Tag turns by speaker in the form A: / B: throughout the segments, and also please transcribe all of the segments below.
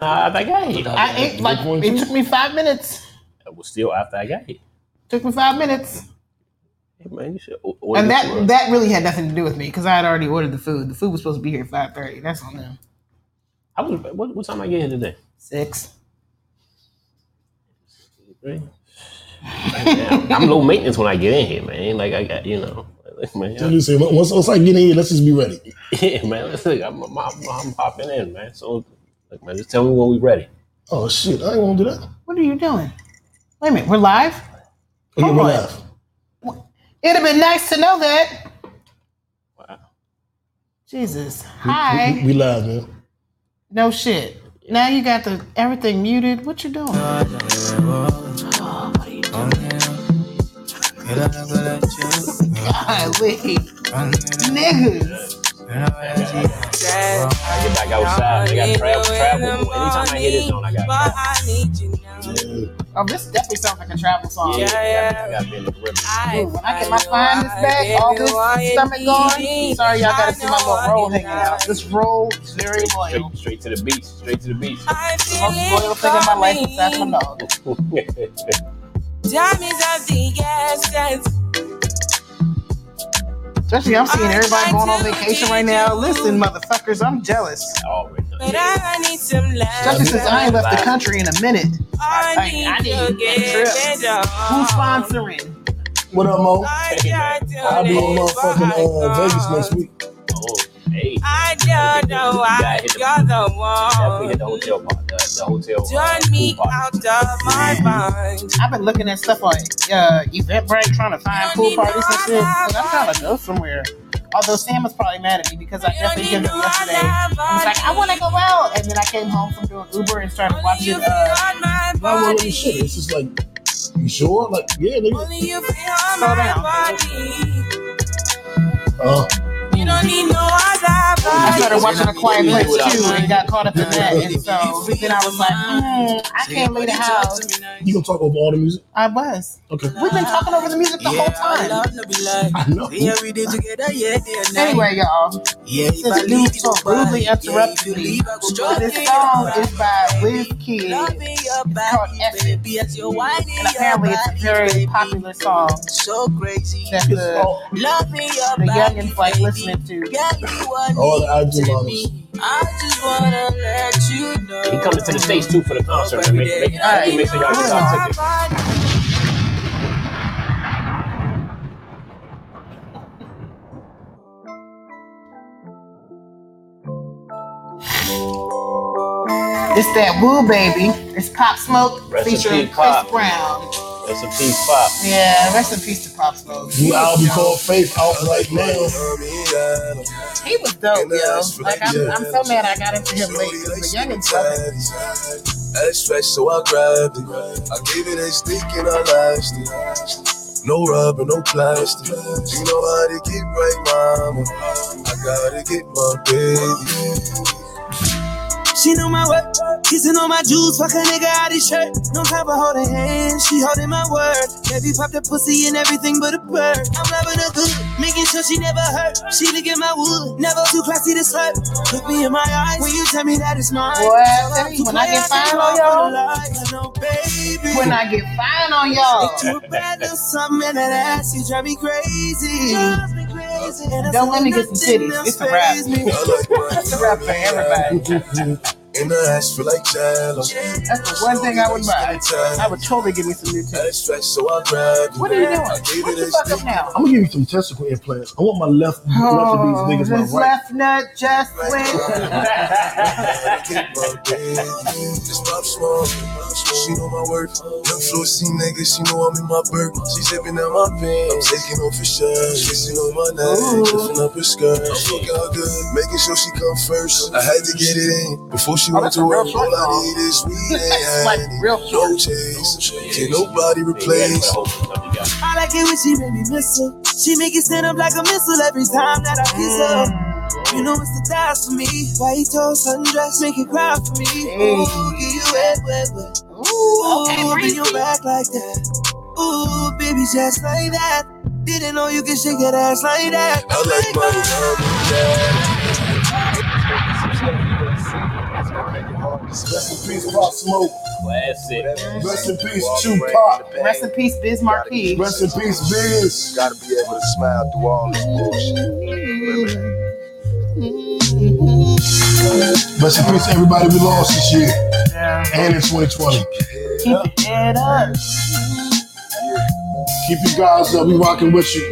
A: Nah, after I got here, I ate like it took me five minutes.
B: It was still after I got here.
A: Took me five minutes,
B: Hey, man, you should o- order
A: and
B: this
A: that
B: for us.
A: that really had nothing to do with me because I had already ordered the food. The food was supposed to be here at five thirty. That's on them.
B: I was, what, what time I get here today?
A: Six.
B: Three? Damn, I'm low maintenance when I get in here, man. Like I got, you know, like,
C: Let
B: man,
C: me see. Once, once I get in here, let's just be ready.
B: yeah, man. Let's look, I'm, I'm, I'm popping in, man. So, like, man, just tell me when we ready.
C: Oh shit! I ain't want to do that.
A: What are you doing? Wait a minute, we're live.
C: Okay,
A: Come
C: we're
A: on.
C: live.
A: It'd have been nice to know that.
B: Wow.
A: Jesus.
C: We,
A: Hi.
C: we live, man.
A: No shit. Now you got the everything muted. What you doing? Golly. Niggas.
B: I get back outside. I got travel, travel. Anytime I hear this on, I got travel.
A: Oh, this definitely sounds like a travel song.
B: Yeah, yeah. I got to be in the river.
A: When I get my finest back, all this stomach going. Sorry, y'all gotta see my little roll hanging out. This roll is very
B: Straight,
A: loyal.
B: straight to the beach. Straight to the beach.
A: The most loyal thing in my life is that's my dog.
D: Diamonds of the essence.
A: Especially, I'm seeing everybody going on vacation right now. Listen, motherfuckers, I'm jealous.
B: Already. done.
D: But I need some love.
A: Especially since I ain't left the country in a minute.
D: I
A: I
D: need
A: need
D: to
A: to
D: get
A: trip.
D: it on.
A: Who's sponsoring?
C: What up, Mo?
D: I
B: Hey, man.
D: don't
C: I'll be in
D: know
C: motherfucking uh,
D: why
C: Vegas next week.
B: Oh, hey.
D: I don't know why you're the
B: Definitely hit the
D: one.
B: hotel bar. The, the hotel. uh,
D: Turn me
B: pool bar.
D: out of my mind.
A: I've been looking at stuff on uh, Eventbrite, trying to find pool parties and shit. Cause I'm trying to go somewhere. Although Sam was probably mad at me because I
D: You
A: definitely
D: need
A: did it
D: to
A: yesterday. I was like, I want to go out, and then I came home from doing Uber and started
D: Only
A: watching.
D: you feel
A: Uh,
D: on my
C: I don't want any shit.
D: body.
C: It's just like, you sure? Like, yeah, nigga.
D: Only you feel on
A: Slow down.
D: my body.
C: Uh,
D: You don't need no other
A: I
D: body.
A: started watching A Quiet
B: Yeah.
A: Place too, and got caught up in that. And so then I was like, mm, I can't leave the house.
C: you gonna talk over all the music?
A: I was.
C: Okay.
A: We've been talking over the music the whole time.
C: I know.
E: Yeah, we did together, yeah, day and night.
A: Oh. Anyway, y'all.
E: yeah, if I
A: This dude
E: leave you
A: so rudely
E: yeah, if
A: interrupted
E: you
A: me.
E: leave, I go
D: Struck
E: blind.
A: This song is by WizKid,
E: Loving your
A: called
E: body,
A: Essence.
E: baby, as you're whining
A: and apparently
E: your
A: it's a
E: body,
A: very
E: baby,
A: popular song
E: so crazy.
A: that
C: It's
A: the
C: all,
E: Loving your
A: the
E: body,
A: youngins like
E: baby.
A: listening to.
E: Girl, you are
C: all the
E: neat
C: IG
E: to
C: models.
E: me. I just wanna let you know.
B: He coming to the states too for the concert. Man. Make, make,
E: Alright.
B: make sure y'all get y'all tickets.
A: It's that Woo Baby. It's Pop Smoke
B: Rest in
A: featuring
B: peace,
A: Chris
B: Pop.
A: Brown.
B: That's a peace pop.
A: Yeah, rest in peace to Pop Smoke.
C: New album called Faith out right now.
A: He was dope, yo. Like I'm, I'm so mad I got into him late because the youngins love it.
F: X-ray, so I grabbed it. I gave it a stick and I lashed it. No rubber, no plastic. You know how to get right, mama. I gotta get my baby.
E: She know my work, kissing on my jewels, fuck a nigga out his shirt. No time for holding hands, she holding my word. Baby pop the pussy and everything but a bird. I'm loving her good, making sure she never hurt. She look at my wood, never too classy to slurp. Look me in my eyes when you tell me that it's mine.
A: Boy, I tell you, when I get fine on y'all,
E: No, baby.
A: when I get fine on y'all,
E: Too bad or something that ass, you drive me crazy. Drives me crazy. And I
A: Don't let me
E: said
A: get some
E: nothing
A: titties.
E: else
A: It's a wrap.
E: fazed me.
F: I like my
A: it's a rap for everybody.
F: And I asked for like jello.
A: That's the one thing I would buy. I would totally give me some new tits.
F: X-ray, so I grabbed it.
A: What are you doing?
F: I gave
A: What
F: it
A: the
F: a
A: fuck
F: stick
A: up now?
C: I'm gonna give you some testicle implants. I want my left,
A: Oh,
C: left of these niggas,
A: this
C: my right.
A: left nut just
F: Like,
A: went.
F: uh, I keep my baby. This pop smoke, she know my work. Young flow, see nigga, she know I'm in my burp. She sipping out my pen. I'm taking off her shirt, kissing on my neck, lifting up her skirt. I'm fucking all good, making sure she come first. I had to get it in before she
A: Oh,
F: went
A: that's
F: to
A: a
F: work.
A: real short
F: All I
A: song.
F: need is weed
A: It's
F: and
A: like
F: honey.
A: real
F: no
A: short.
F: chase. Can nobody replace.
E: I like it when she make me miss her. She make it stand up like a missile every time that I kiss her.
A: Mm.
E: You know it's the dance for me. White toes, sundress, make it cry for me. Ooh, give you wet, wet, wet.
A: Mm. Ooh, okay,
E: Ooh, bring your
A: Reese.
E: back like that. Ooh, baby, just like that. Didn't know you could shake that ass like that.
F: I like my love.
C: Rest in peace, Pop Smoke.
B: Classic.
C: Rest in peace, Tupac.
A: Rest in peace, Biz Marquis.
C: Rest in peace, Biz.
F: Gotta be able to smile through all this bullshit.
C: Rest in peace, everybody we lost this year
A: Yeah.
C: and in 2020.
A: Keep your head up.
C: Keep you guys up. We rocking with you.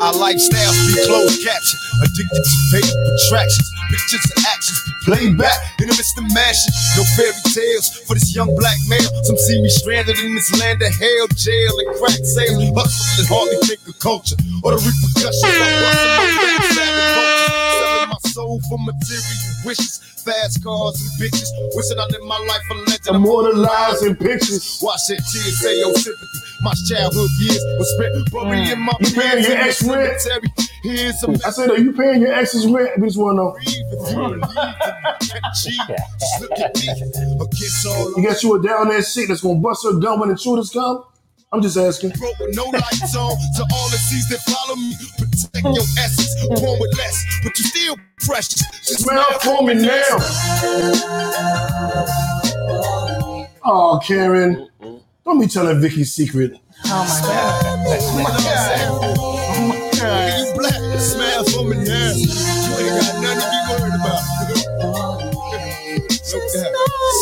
F: Our lifestyles be closed caption, addicted to fake attractions, pictures and actions be played back in the midst of mashing. No fairy tales for this young black male. Some see me stranded in this land of hell, jail and crack sales. Hustle and hardly think of culture or the repercussions. of busting my back, savage vultures. Selling my soul for material wishes, fast cars and bitches. Wishing I lived my life a legend.
C: Immortalized in pictures.
F: Why shed tears, say your sympathy. My childhood years was spent burying my
C: You paying your ex rent?
F: cemetery. Here's a
C: I said, are you paying your ex's rent? We just want to know. You
F: Broke
C: got you a down ass chick that's gonna bust her gun when the shooters come? I'm just asking.
F: with no lights on to all the seas that follow me. Protect your essence, born with less, but you still precious. Just
C: Smell for me now. Oh, Karen. Don't be telling Vicky's secret.
A: Oh my god. Oh my god.
F: you black, smile for me now. You ain't got nothing to be worried about.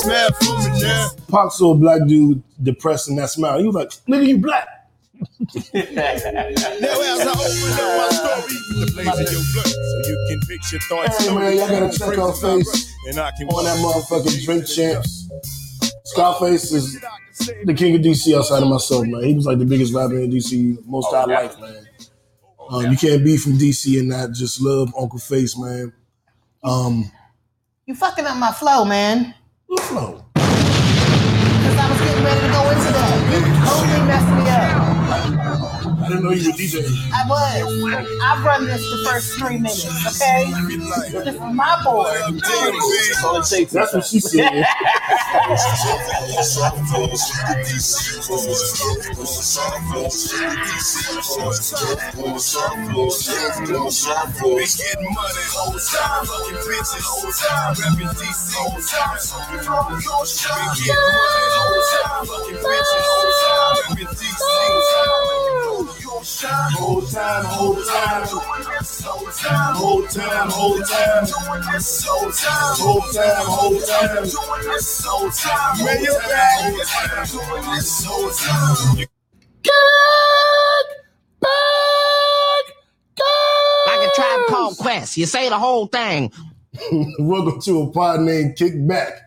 F: Smile for me now.
C: Pop saw a black dude depressed and that smile. He was like, nigga, you black.
F: Now as I open up my story, the blaze of your blood, so you can picture thoughts.
C: Hey, man, y'all gotta check out Face
F: and I can
C: on that motherfucking drink champs. Scarface is the king of DC outside of myself, man. He was like the biggest rapper in DC most of our life, man. Um, you can't be from DC and not just love Uncle Face, man. Um,
A: You fucking up my flow, man.
C: what flow?
A: Because I was getting ready to go into that. You totally messed me up.
C: I didn't know you were DJing.
A: I was. I've run this the first three minutes, okay? This is my board.
B: That's all it takes.
C: That's what she said.
F: Whole time, whole time, whole time, whole time, whole time, whole time, whole time. When you're back, doing this whole time.
G: Like a tribe called Quest. You say the whole thing.
C: Welcome to a pod named Kickback.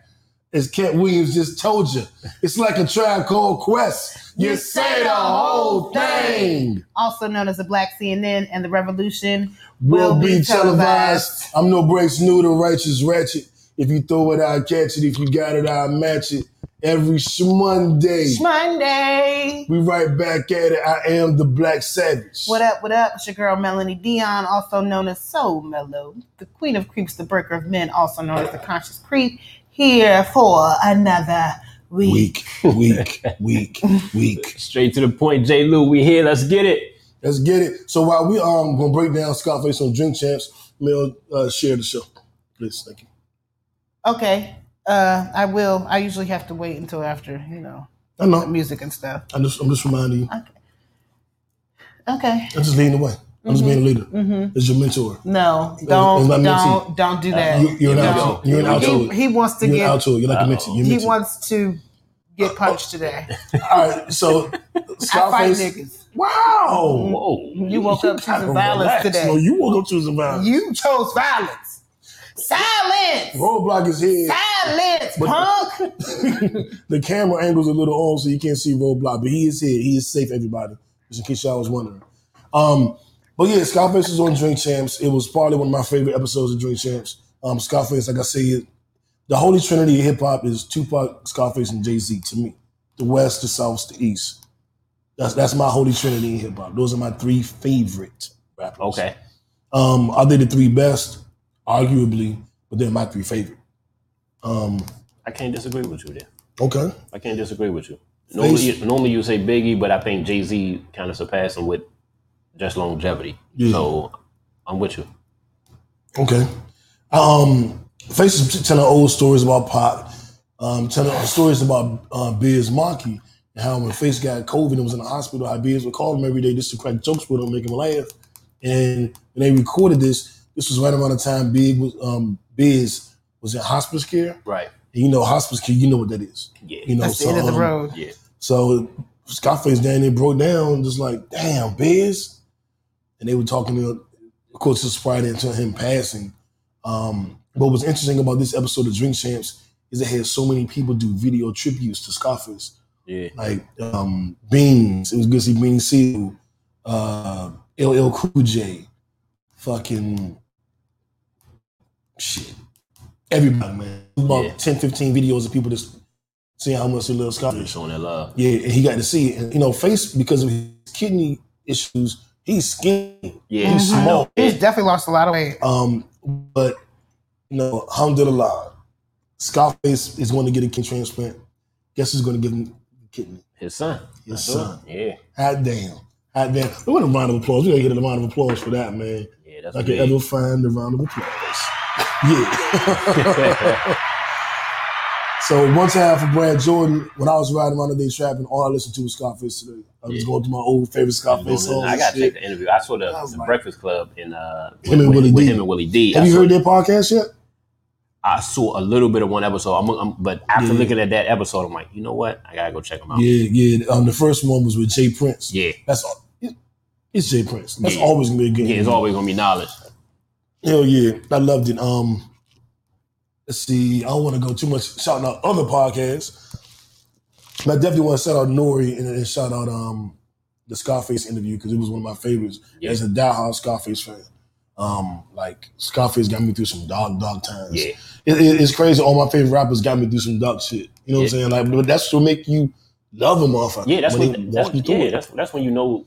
C: As Cat Williams just told you, it's like a tribe called Quest. You, say the whole thing
A: Also known as the Black CNN and the Revolution
C: will be televised. I'm no breaks new to righteous ratchet. If you throw it, I'll catch it. If you got it, I'll match it. Every Monday,
A: Monday.
C: we right back at it. I am the Black Savage.
A: What up, what up? It's your girl Melanie Dion, also known as Soul Mellow, the queen of creeps, the breaker of men, also known as the conscious creep, here for another week.
C: Week, week, week, week.
B: Straight to the point, J. Lou. We here. Let's get it.
C: Let's get it. So while we um gonna break down Scarface on Drink Champs, Mel, uh, share the show, please. Thank you.
A: Okay. Uh, I will. I usually have to wait until after, you know,
C: I know.
A: the music and stuff.
C: I'm just, I'm just reminding you.
A: Okay.
C: I'm just leading the way. I'm just being a leader.
A: Mm-hmm.
C: It's your mentor.
A: No,
C: it's not
A: don't,
C: meant
A: don't, don't do that.
C: Uh, You, you're an
A: No.
C: alto. You're an alto.
A: He, he wants to
C: You're an
A: get.
C: alto. You're like a mentee. You're a
A: He
C: mentee.
A: wants to get punched today.
C: All right. So
A: I fight
C: Scarface.
A: niggas.
C: Wow.
B: Whoa.
A: You woke up choosing violence
C: Relax. No,
A: today.
C: you woke up choosing violence.
A: You chose violence. Silence.
C: Roadblock is here.
A: Silence, punk.
C: The camera angle's a little on, so you can't see Roadblock, but he is here. He is safe, everybody. Just in case y'all was wondering. Um, but yeah, Scarface was on Drink Champs. It was probably one of my favorite episodes of Drink Champs. Um, Scarface, like I said, the holy trinity of hip hop is Tupac, Scarface, and Jay Z to me. The West, the South, the East. That's that's my holy trinity in hip hop. Those are my three favorite rappers.
B: Okay.
C: Um, are they the three best? Arguably, but they're my three favorite. Um,
B: I can't disagree with you there.
C: okay.
B: I can't disagree with you. Normally, you, normally you say Biggie, but I think Jay Z kind of surpassed him with just longevity.
C: Yeah.
B: So I'm with you.
C: Okay. Um, Face is telling old stories about Pac, um, telling stories about uh, Biz Markie and how when Face got COVID and was in the hospital, how Biz would call him every day just to crack jokes with him, make him laugh. And when they recorded this, this was right around the time Big was, um, Biz was in hospice care.
B: Right.
C: And you know, hospice care, you know what that is.
B: Yeah.
C: You know,
A: That's the
C: so,
A: end of the
C: um,
A: road.
B: Yeah.
C: so Scarface down there broke down, just like, damn, Biz. And they were talking to, of course, this Friday until him passing. Um, what was interesting about this episode of Drink Champs is it had so many people do video tributes to Scarface,
B: Yeah.
C: like um, Beans. It was good to see Beans Seal, uh, LL Cool J, fucking shit. Everybody, man. About
B: Yeah.
C: 10, 15 videos of people just seeing how much they love Scarface.
B: Showing that love.
C: Yeah, and he got to see it. And, you know, Face, because of his kidney issues, he's skinny.
B: Yeah.
C: He's
B: I know.
C: small.
A: He's definitely lost a lot of weight.
C: Um, but, you know, alhamdulillah, Scarface is going to get a kidney transplant. Guess who's going to give him a kidney?
B: His son.
C: His
B: I know.
C: son.
B: Yeah.
C: Hot damn. Hot damn. We want a round of applause. We got to get a round of applause for that, man.
B: Yeah. That's
C: I
B: what
C: can ever find a round of applause. Yeah. So one time for Brad Jordan, when I was riding around the day trapping, all I listened to was Scarface today. I was
B: Yeah.
C: going through my old favorite Scarface songs.
B: I
C: and
B: gotta take
C: shit.
B: the interview. I saw the,
C: I was
B: the
C: like-
B: Breakfast Club in uh
C: Him and
B: with-
C: Willie
B: with
C: D.
B: him and Willie D.
C: Have
B: I
C: you
B: saw
C: heard their podcast yet?
B: I saw a little bit of one episode. I'm, I'm, but after
C: Yeah.
B: looking at that episode, I'm like, you know what? I gotta go check them out.
C: Yeah, yeah. Um, the first one was with Jay Prince.
B: Oh. Yeah.
C: That's all. it- It's Jay Prince. That's
B: Yeah.
C: always gonna be a good.
B: Yeah, it's
C: interview.
B: always gonna be knowledge.
C: Hell yeah, I loved it. Um, let's see. I don't want to go too much shouting out other podcasts, but I definitely want to shout out Nori and, and shout out um the Scarface interview because it was one of my favorites.
B: Yeah.
C: As a diehard Scarface fan, um, like Scarface got me through some dark, dark times.
B: Yeah.
C: It, it- it's crazy. All my favorite rappers got me through some dark shit. You know what I'm
B: Yeah.
C: saying? Like, but that's what make you love a motherfucker.
B: Yeah, that's
C: when
B: when,
C: they walk
B: that's,
C: you through
B: yeah,
C: it.
B: that's that's when you know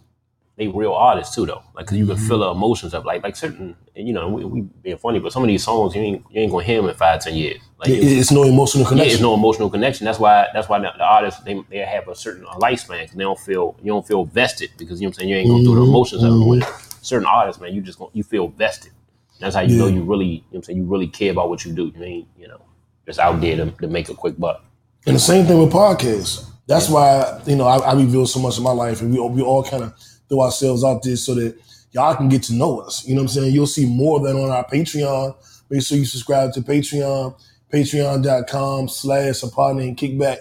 B: they real artists too, though. Like, 'cause you can
C: Mm-hmm.
B: feel the emotions up. Like, like certain, you know, we, we being funny, but some of these songs you ain't you ain't gonna hear them in five, ten years. Like,
C: It- it's no emotional
B: yeah, it's
C: connection.
B: no emotional connection. That's why that's why the, the artists they, they have a certain lifespan 'cause they don't feel you don't feel vested because you know what I'm saying you ain't going through the
C: Mhm,
B: emotions of
C: mhm.
B: it. With certain artists, man, you just gon- you feel vested. That's how you know
C: Yeah.
B: you really you know what I'm saying you really care about what you do. You ain't you know just out there to, to make a quick buck.
C: And the same thing with podcasts. That's why you know I, I reveal so much of my life, and we all, we all kind of throw ourselves out there so that y'all can get to know us. You know what I'm saying? You'll see more of that on our Patreon. Make sure you subscribe to Patreon, patreon.com slash a partner and kickback.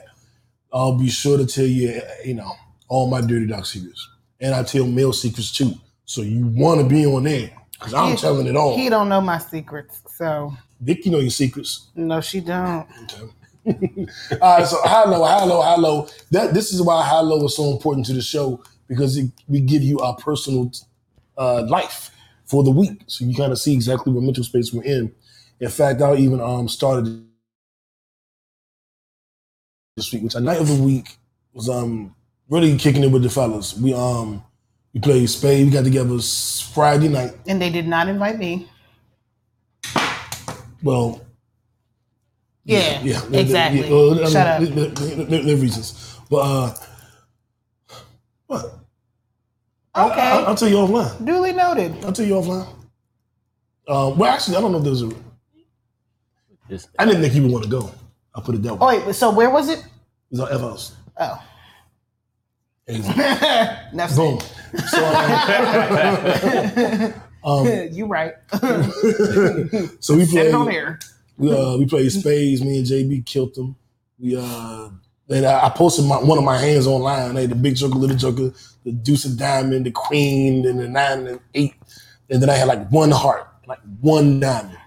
C: I'll be sure to tell you, you know, all my dirty doc secrets, and I tell male secrets too. So you want to be on there because I'm
A: He-
C: telling it all.
A: He don't know my secrets, so
C: Vic, you know your secrets.
A: no, she don't.
C: All right, so high low, high low, high low. That this is why high low is so important to the show because it, we give you our personal uh, life for the week, so you kind of see exactly what mental space we're in. In fact, I even um started this week, which a night of the week was um really kicking it with the fellas. We um we played spade. We got together s- Friday night.
A: And they did not invite me.
C: Well,
A: Yeah,
C: Yeah, there- there-
A: exactly.
C: yeah, well, I mean,
A: Shut up.
C: there- there- there- there are reasons, but uh, what?
A: Okay.
C: I, will tell you offline.
A: Duly noted.
C: I'll tell you offline. Um, well, actually, I don't know if there's a.
B: Just,
C: I didn't think you would want to go. I'll put it that
A: Oh,
C: way.
A: wait, so where was it?
C: It's our F house.
A: Oh,
C: Exactly.
A: that's
C: Boom. So, uh,
A: you right.
C: um, so we
A: Sitting on
C: played.
A: here.
C: We uh, we played spades. Me and JB killed them. We uh, and I, I posted my one of my hands online. They had the big joker, little joker, the deuce of diamond, the queen, and the nine and eight, and then I had like one heart, like one diamond.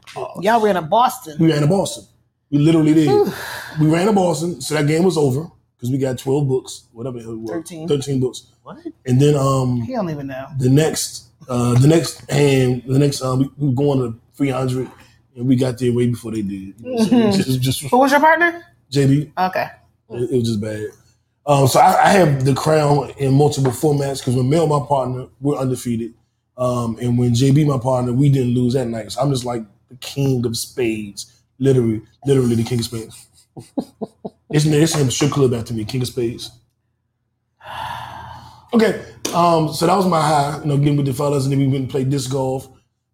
A: Y'all ran to Boston.
C: We ran to Boston. We literally did. we ran to Boston, so that game was over because we got twelve books, whatever the hell it was,
A: 13.
C: books. And then um,
A: He don't even know.
C: the next uh the next hand the next um we, we were going to 300 and we got there way before they did You know what I'm saying? just, just
A: Who was your partner?
C: jb
A: Okay.
C: it, it was just bad um so I, I have the crown in multiple formats because when mel my partner we're undefeated um and when jb my partner we didn't lose that night so i'm just like the king of spades literally literally the king of spades it's it's named strip club after me king of spades Okay, um, so that was my high, you know, getting with the fellas, and then we went and played disc golf.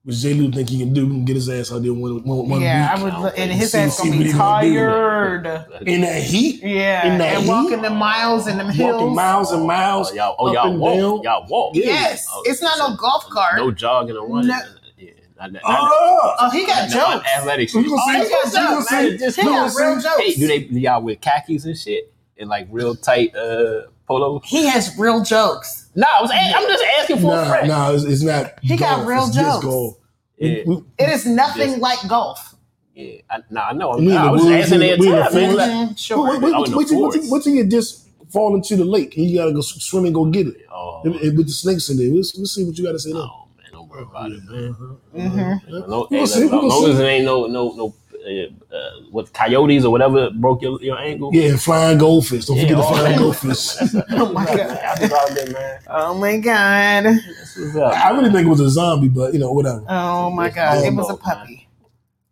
C: which Jay Lou think he can do, and get his ass out there one, one, one
A: yeah,
C: week.
A: I would.
B: don't
A: lo- And
B: think
A: his
C: see-
A: ass
C: see
A: gonna
C: what
A: be
C: he gonna do.
A: tired.
C: in that heat,
A: Yeah,
C: In the
A: and
C: heat?
A: walking the miles and them
C: walking
A: hills.
C: miles and miles.
B: Oh, y'all, oh,
C: up
B: y'all
C: and
B: walk.
C: down.
B: Y'all walk.
C: Yeah.
A: Yes,
B: Oh,
A: it's not no golf cart.
B: No jogging or running.
A: No.
B: Yeah, not, not, not,
C: Ah!
A: oh, he got
B: not
A: jokes.
B: athletics.
C: You gonna
B: Oh,
C: see-
B: they
A: got
B: just- they
A: jokes,
B: just- they
A: man.
B: just-
A: He
B: you know
A: got
B: what
A: real
B: I'm saying?
A: jokes.
B: Hey, do they do y'all wear khakis and shit and like real tight uh polo?
A: He has real jokes.
B: Nah, I was a- I'm just asking for a
C: Nah,
B: friend.
C: nah, it's, it's not.
A: He got
C: golf,
A: real
C: it's disc
A: jokes.
C: golf.
B: Yeah,
C: We-
A: It is nothing like golf.
B: yeah. I, nah, I know. I'm,
C: We in
B: I
C: the
B: was
C: woods,
B: asking
C: we-
B: their
C: we in the
B: time, man.
C: forest.
B: Like,
A: Mhm,
C: Wait,
A: sure.
C: wait, wait,
B: I was in
C: wait,
B: the
C: till- wait, till-
B: forest.
C: wait till your disc fall into the lake. You gotta go s- swim and go get it.
B: oh,
C: And- and With the snakes in there. We'll, we'll see what you gotta say now.
B: no, man, don't worry about it, man.
A: hmm
B: No,
C: We
B: hey,
C: gonna see, we
B: look,
C: gonna
B: as long
C: see.
B: as it ain't no no no uh, uh, what coyotes or whatever broke your, your ankle.
C: Yeah, and flying goldfish. Don't
B: Yeah,
C: forget the
B: all
C: flying
B: that.
C: goldfish.
A: Oh my god.
B: That's what's out there, man.
A: Oh my god.
B: That's what's up.
C: I really think it was a zombie, but you know, whatever.
A: Oh my god. It was a puppy.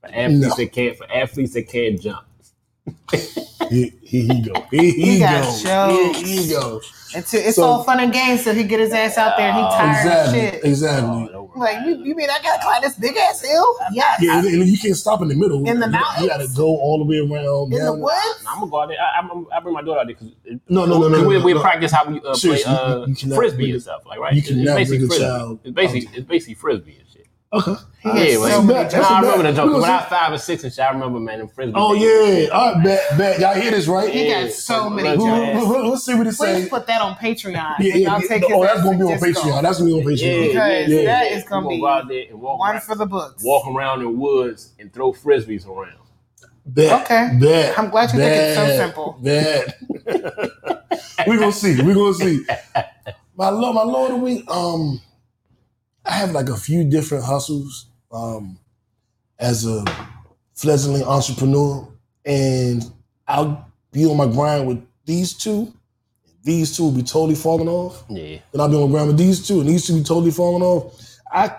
B: For athletes
C: No.
B: that can't for athletes that can't jump.
C: Here, here he go. Here he,
A: He got
C: goes.
A: jokes.
C: Here he goes.
A: It's, it's
C: So-
A: all fun and games till he get his ass out there and he tired
C: exactly.
A: of shit.
C: Exactly.
B: Oh, don't worry
A: Like
B: about
A: you,
B: it.
A: you mean I gotta climb this big ass hill? Yes.
C: Yeah, and, and you can't stop in the middle.
A: In the
C: You-
A: mountains?
C: You gotta go all the way around.
A: In the
C: down.
A: woods?
B: I'm gonna go out there. I, I'm, I bring my daughter out there because
C: No, no, no, no,
B: we,
C: no,
B: we
C: no.
B: practice how we uh, play
C: Seriously, you-
B: uh,
C: you cannot
B: frisbee
C: bring
B: and
C: a-
B: stuff, like right.
C: you
B: It's- it's
C: cannot
B: basically
C: bring a
B: frisbee.
C: child
B: It's basically it's basically frisbee and shit.
C: Okay.
B: Yeah,
A: That's
B: man.
A: so bad.
C: That's
B: Nah, I
C: bad.
B: remember the
C: We
B: joke.
C: gonna
B: When I was
C: see-
B: five or six and shit, I remember man, them frisbee.
C: Oh yeah. All right, bet, bet. Y'all hear this, right?
A: He
B: Yeah.
A: got so
B: Yeah.
A: many
C: We'll,
A: jokes.
C: we'll- we'll- we'll see what it
A: Please
C: says.
A: put that on Patreon.
C: Yeah,
A: and
C: yeah,
A: I'll
C: yeah.
A: take his
C: Oh, that's
A: ass
C: gonna be
A: to
C: on
A: disco.
C: Patreon. That's gonna be on Patreon.
A: Yeah.
B: yeah,
A: Because that
B: yeah.
A: is gonna
B: We
A: be
B: go out there and walk
A: One
B: around,
A: for the books.
B: walk around in woods and throw frisbees around.
C: Bet,
A: Okay.
C: Bet,
A: I'm glad you think it's so
C: bet,
A: simple.
C: Bet. we gonna see. We gonna see. My lord, my lord, of the week. Um, I have like a few different hustles. Um, as a fledgling entrepreneur, and I'll be on my grind with these two. These two will be totally falling off.
B: Yeah,
C: Then I'll be on my grind with these two, and these two be totally falling off. I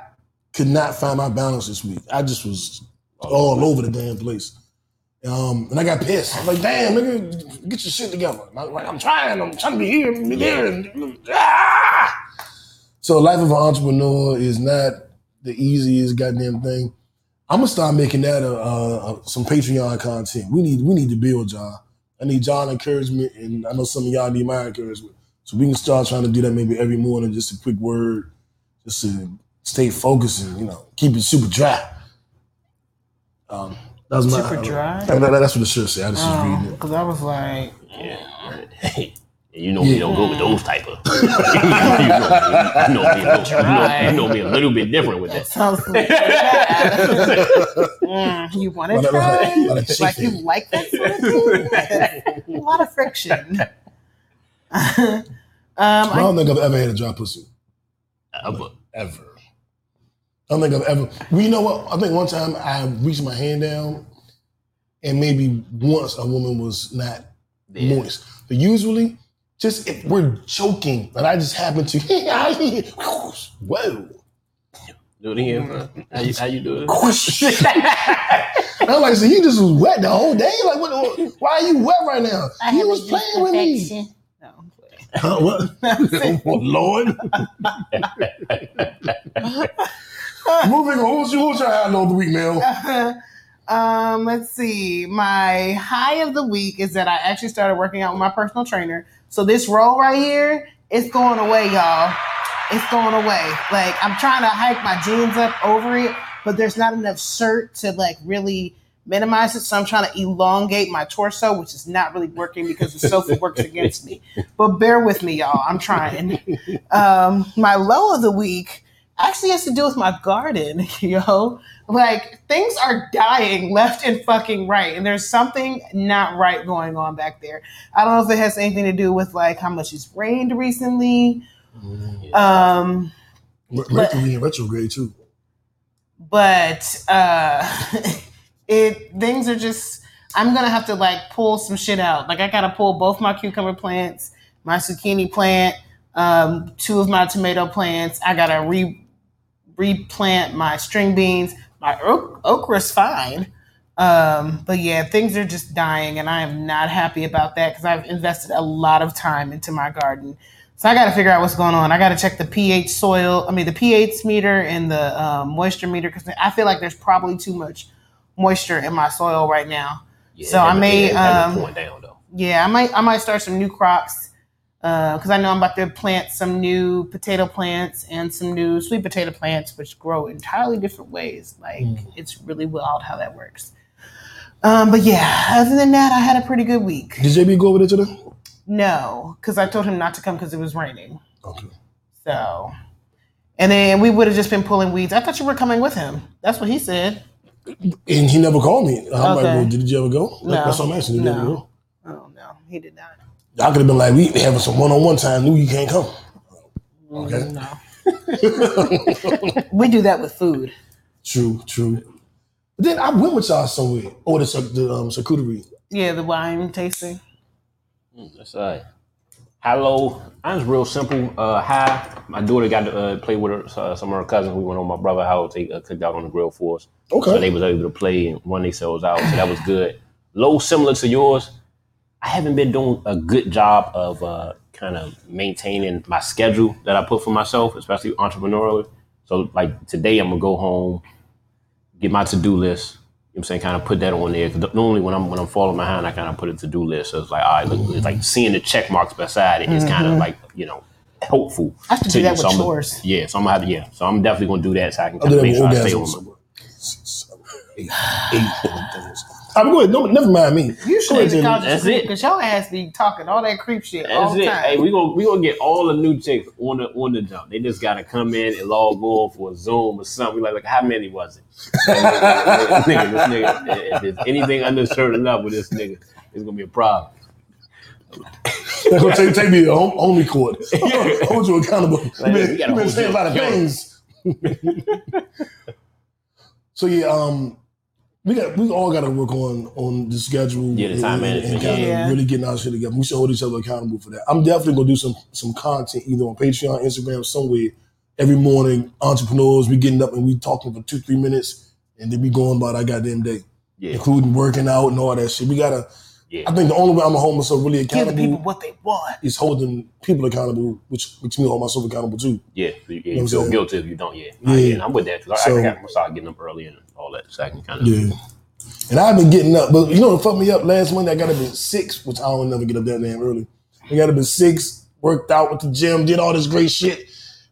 C: could not find my balance this week. I just was all over the damn place. Um, and I got pissed. I'm like, damn, nigga, get your shit together. And I'm like, I'm trying, I'm trying to be here, be there. and- ah! So life of an entrepreneur is not the easiest goddamn thing. I'm gonna start making that a, a, a- some Patreon content. We need we need to build, John. I need John encouragement, and I know some of y'all need my encouragement. So we can start trying to do that maybe every morning, just a quick word, just to stay focused and you know keep it super dry. Um, that was my
A: Super dry?
C: That- that- that's what it should say. I just was reading it.
A: Because Oh, I was like,
B: yeah. Hey, you know me don't go with those type of. you, know, you, know me, a little- you, know, you know me a little bit different with that.
A: sounds like that. Mm, you want
C: Lot
A: to
C: of- lot
A: try?
C: of- lot of
A: Like you
C: shaking.
A: like that sort of thing? a lot of friction. um,
C: I
A: I,
C: don't think I've ever had a dry pussy.
B: Uh, but-
C: ever. I don't think I've ever. Well, you know what? I think one time I reached my hand down, and maybe once a woman was not
B: Yeah.
C: moist. But usually, just if we're joking, and I just happen to, whoa,
B: Do it again, bro. How you, how you do it?
C: whoosh. And I'm like, so you just was wet the whole day? Like, what, why are you wet right now? you was playing with me.
A: no, I'm playing.
C: Huh, what? oh, Lord. Moving on. What's your, what's your high note of the week, Mel?
A: um, let's see. My high of the week is that I actually started working out with my personal trainer. So this role right here, it's going away, y'all. It's going away. Like I'm trying to hike my jeans up over it, but there's not enough shirt to like really minimize it. So I'm trying to elongate my torso, which is not really working because the sofa works against me. But bear with me, y'all. I'm trying. Um, my low of the week actually has to do with my garden, yo. Like things are dying left and fucking right, and there's something not right going on back there. I don't know if it has anything to do with like how much it's rained recently. Um,
C: Mer- Mercury in retrograde too.
A: but uh it things are just i'm gonna have to like pull some shit out like i gotta pull both my cucumber plants my zucchini plant um two of my tomato plants i gotta re replant my string beans my ok- okra's fine um but yeah things are just dying and i am not happy about that because i've invested a lot of time into my garden So I got to figure out what's going on. I got to check the pH soil. I mean, the pH meter and the um, moisture meter because I feel like there's probably too much moisture in my soil right now.
B: Yeah,
A: So I
B: everything-
A: may,
B: everything
A: um,
B: going down though.
A: Yeah, I might I might start some new crops because I know I'm about to plant some new potato plants and some new sweet potato plants, which grow entirely different ways. Like it's really wild how that works. Um, but yeah, other than that, I had a pretty good week.
C: Did JB go over there today?
A: No, because I told him not to come because it was raining.
C: Okay.
A: So, and then we would have just been pulling weeds. I thought you were coming with him. That's what he said.
C: And he never called me. I'm like,
A: Okay.
C: well, did you ever go?
A: No.
C: That's what I'm asking. Did you ever
A: No.
C: go?
A: Oh no, he did not.
C: I could have been like, we having some one on one time. Knew you can't come. Okay.
A: No. we do that with food.
C: True, true. But then I went with y'all somewhere. Oh, the, cir- the um, charcuterie.
A: Yeah, the wine tasting.
B: That's all right. Hello. Mine's real simple. Uh, hi. My daughter got to uh, play with her, uh, some of her cousins. We went on my brother's house. They uh, cooked out on the grill for us.
C: Okay.
B: So they was able to play and run themselves out. So that was good. Low, similar to yours. I haven't been doing a good job of uh, kind of maintaining my schedule that I put for myself, especially entrepreneurially. So like today, I'm gonna go home, get my to do list. You know what I'm saying? Kind of put that on there. 'Cause normally when I'm when I'm falling behind, I kind of put a to do list. So it's like, all right, look, it's like seeing the check marks beside it is kind of like you know helpful.
A: Mm-hmm. I have to do
B: you.
A: that with
B: I'm gonna-
A: chores.
B: yeah, so I'm gonna have to, yeah, so I'm definitely gonna do that so I can
C: I
B: kind
C: did
B: of
C: that
B: make
C: with
B: sure I
C: orgasm
B: stay on. my-
C: somewhere. Six, seven, eight, eight different things. I'm good. No, never mind me.
A: You
C: Go
A: should
C: ahead,
A: have
C: Jimmy.
A: called you
B: That's
A: creep
B: it.
A: because your ass be talking all that creep shit all
B: That's
A: the
B: it.
A: time.
B: Hey, we gonna we gonna get all the new chicks on the on the jump. They just gotta come in and log on for a Zoom or something. We like, like how many was it? nigga, this nigga, if there's anything under a certain level, this nigga it's gonna be a problem.
C: That's gonna take, take me to home, only court. hold you accountable. You've
B: we
C: been,
B: gotta
C: you been
B: hold
C: saying a
B: you
C: lot of
B: accountable.
C: things. so yeah, um, we got we all got to work on on the schedule.
B: Yeah, the time
C: and- and
B: management,
C: kinda
A: yeah.
C: really getting our shit together. We should hold each other accountable for that. I'm definitely gonna do some some content either on Patreon, Instagram, somewhere. Every morning, entrepreneurs, we getting up and we talking for two three minutes, and then we going about our goddamn day,
B: Yeah,
C: including working out and all that shit. We gotta. I
B: yeah.
C: think the only way I'm gonna hold myself really
A: Give
C: accountable
A: the people what they want.
C: is holding people accountable, which makes me hold myself accountable too.
B: Yeah, so you, yeah, you
C: know what I'm
B: feel
C: saying?
B: guilty if you don't. Yeah,
C: Yeah.
B: yeah. and I'm with that because
C: So-
B: I, I got to start getting up early and all that, so I can kind of.
C: Yeah. And I've been getting up, but you know what fucked me up last Monday? I got up at six, which I don't never get up that damn early. I got up at six, worked out with the gym, did all this great shit.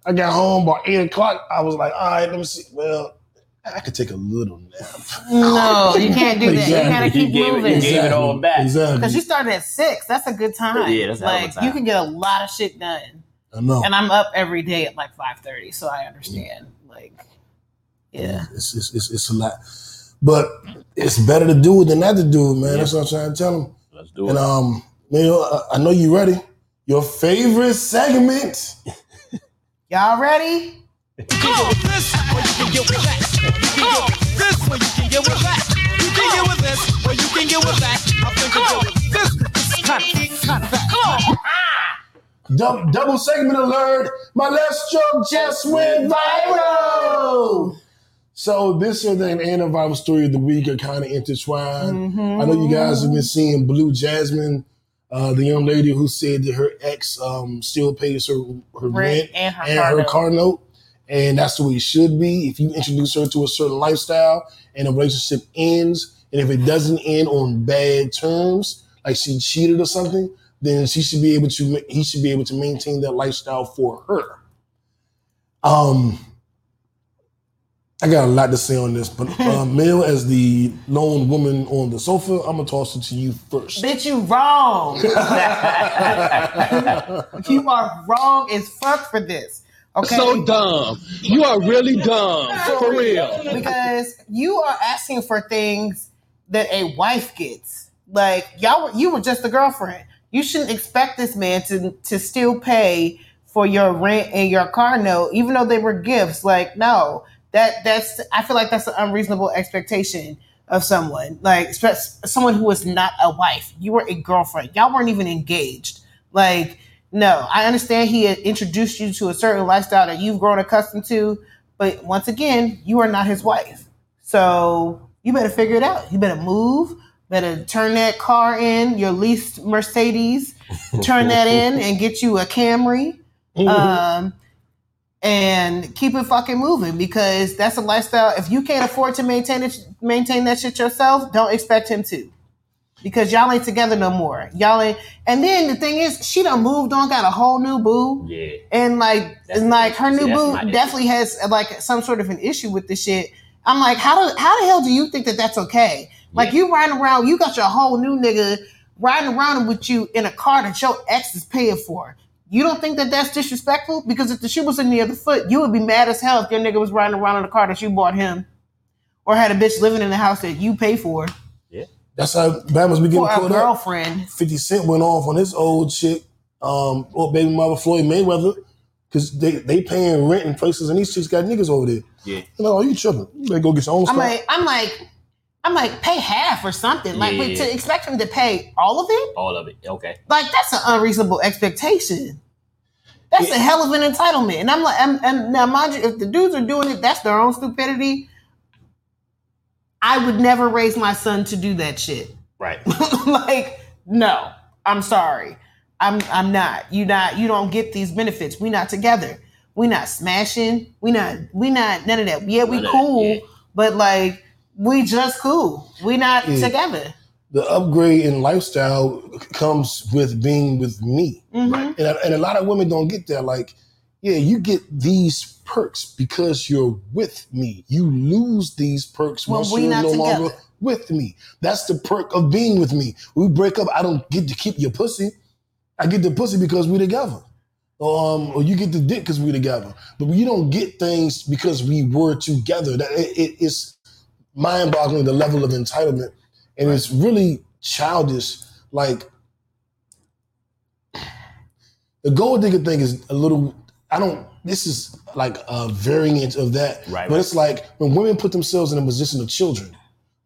C: I got home by eight o'clock. I was like, all right, let me see. Well, I could take a little nap.
A: No, you can't do that. You
C: Exactly.
A: gotta
B: You
A: keep
B: gave it- you
A: moving.
B: gave- it all back.
A: Because
C: Exactly.
A: you started at six. That's a good time.
B: Yeah, that's a hell of a
A: like
B: time.
A: you can get a lot of shit done.
C: I know.
A: And I'm up every day at like five thirty, so I understand. Like, yeah.
C: It's, it's, it's, it's a lot. But it's better to do it than not to do it, man. That's what I'm trying to tell them.
B: Let's do it.
C: And um, Neil, I, I know you ready. Your favorite segment.
A: Y'all ready?
C: Double, double segment alert. My left stroke just went viral. So this is the and a viral story of the week are kind of intertwined. I know you guys have been seeing Blue Jasmine, uh, the young lady who said that her ex um, still pays her her rent,
A: Rent and her
C: and
A: car
C: her
A: note.
C: car note, and that's the way it should be. If you introduce her to a certain lifestyle and the relationship ends, and if it doesn't end on bad terms, like she cheated or something, then she should be able to he should be able to maintain that lifestyle for her. Um I got a lot to say on this, but uh, Mel, as the lone woman on the sofa, I'm gonna toss it to you first.
A: Bitch, you wrong. you are wrong as fuck for this. Okay.
G: So dumb. You are really dumb. For real.
A: because you are asking for things that a wife gets. Like y'all, you were just a girlfriend. You shouldn't expect this man to to still pay for your rent and your car note, even though they were gifts. Like no, that that's I feel like that's an unreasonable expectation of someone. Like spe- someone who is not a wife. You were a girlfriend. Y'all weren't even engaged. Like no, I understand he had introduced you to a certain lifestyle that you've grown accustomed to, but once again, you are not his wife. So you better figure it out. You better move, better turn that car in, your leased Mercedes, turn that in and get you a Camry.
C: uh,
A: Um, and keep it fucking moving because that's a lifestyle. If you can't afford to maintain it, maintain that shit yourself, don't expect him to. Because y'all ain't together no more. Y'all ain't and then the thing is, she done moved on, got a whole new boo.
B: Yeah.
A: And like
B: That's
A: and like her
B: my issue.
A: new
B: See, that's
A: boo
B: my issue.
A: definitely has uh, like some sort of an issue with this shit. I'm like, how do how the hell do you think that that's okay? Like you riding around, you got your whole new nigga riding around with you in a car that your ex is paying for. You don't think that that's disrespectful? Because if the shoe was in the other foot, you would be mad as hell if your nigga was riding around in a car that you bought him, or had a bitch living in the house that you pay for
C: That's how Bama's be getting
A: for a
C: caught up.
A: girlfriend.
C: 50 Cent went off on his old chick, um, or baby mother Floyd Mayweather, because they, they paying rent in places and these chicks got niggas over there.
B: Yeah.
C: I'm like, oh, you tripping. You better go get your own
A: I'm
C: stuff.
A: like, I'm like, I'm like, pay half or something. Like
B: Yeah.
A: but to expect him to pay all of it,
B: All of it. Okay.
A: like that's an unreasonable expectation. That's a hell of an entitlement. And I'm like, and, and now mind you, if the dudes are doing it, that's their own stupidity. I would never raise my son to do that shit.
B: Right.
A: like, no, I'm sorry. I'm I'm not. You not you don't get these benefits. We not together. We not smashing. We not we not none of that. Yeah,
B: None
A: we
B: of that,
A: cool,
B: yeah.
A: but like we just cool. We not
C: Yeah.
A: together.
C: the upgrade in lifestyle comes with being with me.
A: Mhm.
C: And, and a lot of women don't get that. Like, yeah, you get these perks because you're with me. You lose these perks
A: When
C: once
A: we
C: you're
A: not
C: no longer
A: together.
C: with me. That's the perk of being with me. We break up, I don't get to keep your pussy. I get the pussy because we together. Um, or you get the dick because we together. But you don't get things because we were together. That it, it, it's mind-boggling the level of entitlement, and it's really childish. Like the gold digger thing is a little. I don't. This is like a variant of that.
B: Right,
C: But
B: right.
C: it's like when women put themselves in a position of children,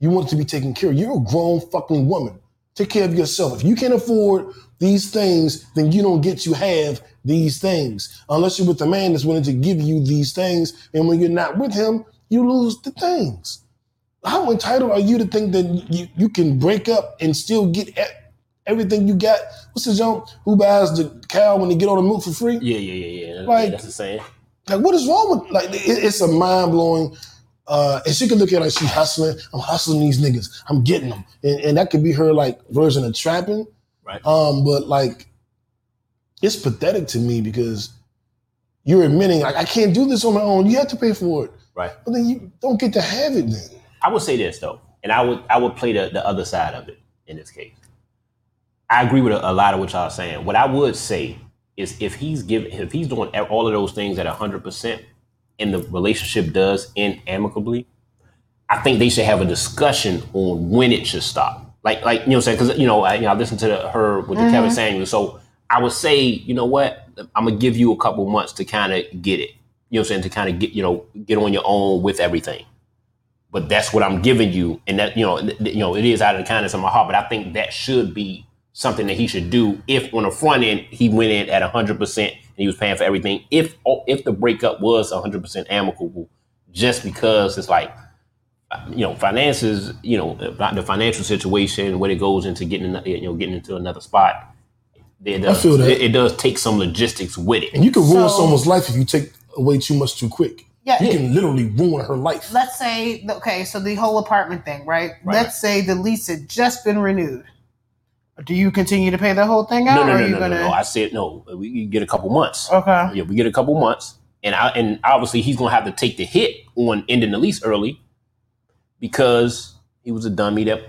C: you want to be taken care of. You're a grown fucking woman. Take care of yourself. If you can't afford these things, then you don't get to have these things. Unless you're with a man that's willing to give you these things. And when you're not with him, you lose the things how entitled are you to think that you, you can break up and still get e- everything you got? What's the jump? Who buys the cow when they get all the milk for free?
B: Yeah, yeah, yeah, yeah.
C: Like-
B: that's the saying.
C: Like, what is wrong with like? It, it's a mind blowing. Uh, and she could look at it like she's hustling. I'm hustling these niggas. I'm getting them, and, and that could be her like version of trapping.
B: Right.
C: Um, but like, it's pathetic to me because you're admitting like I can't do this on my own. You have to pay for it,
B: Right.
C: but then you don't get to have it. Then
B: I would say this though, and I would I would play the, the other side of it in this case. I agree with a, a lot of what y'all saying. What I would say is if he's giving if he's doing e, all of those things at hundred percent, and the relationship does end amicably, I think they should have a discussion on when it should stop. Like like you know what I'm saying because you know I, you know, I listened to the, her with the Kevin Samuels, so I would say you know what I'm gonna give you a couple months to kind of get it. You know what I'm saying to kind of get you know get on your own with everything but that's what I'm giving you, and that you know, th- th- you know, it is out of the kindness of my heart. But I think that should be something that he should do. If on the front end he went in at 100 percent and he was paying for everything, if oh, if the breakup was 100 percent amicable, just because it's like uh, you know finances, you know, uh, the financial situation, what it goes into getting, in- you know, getting into another spot, it does,
C: feel that.
B: It, it does take some logistics with it.
C: And you can ruin
A: So-
C: someone's life if you take away too much too quick.
A: Yeah.
C: You can literally ruin her life.
A: Let's say okay, so the whole apartment thing, right?
B: Right.
A: Let's say the lease had just been renewed. Do you continue to pay the whole thing out,
B: No,
A: or
B: no,
A: are
B: no,
A: you
B: no,
A: gonna?
B: no, no. I said no. We you get a couple months.
A: okay.
B: Yeah, we get a couple months, and I and obviously he's gonna have to take the hit on ending the lease early because he was a dummy that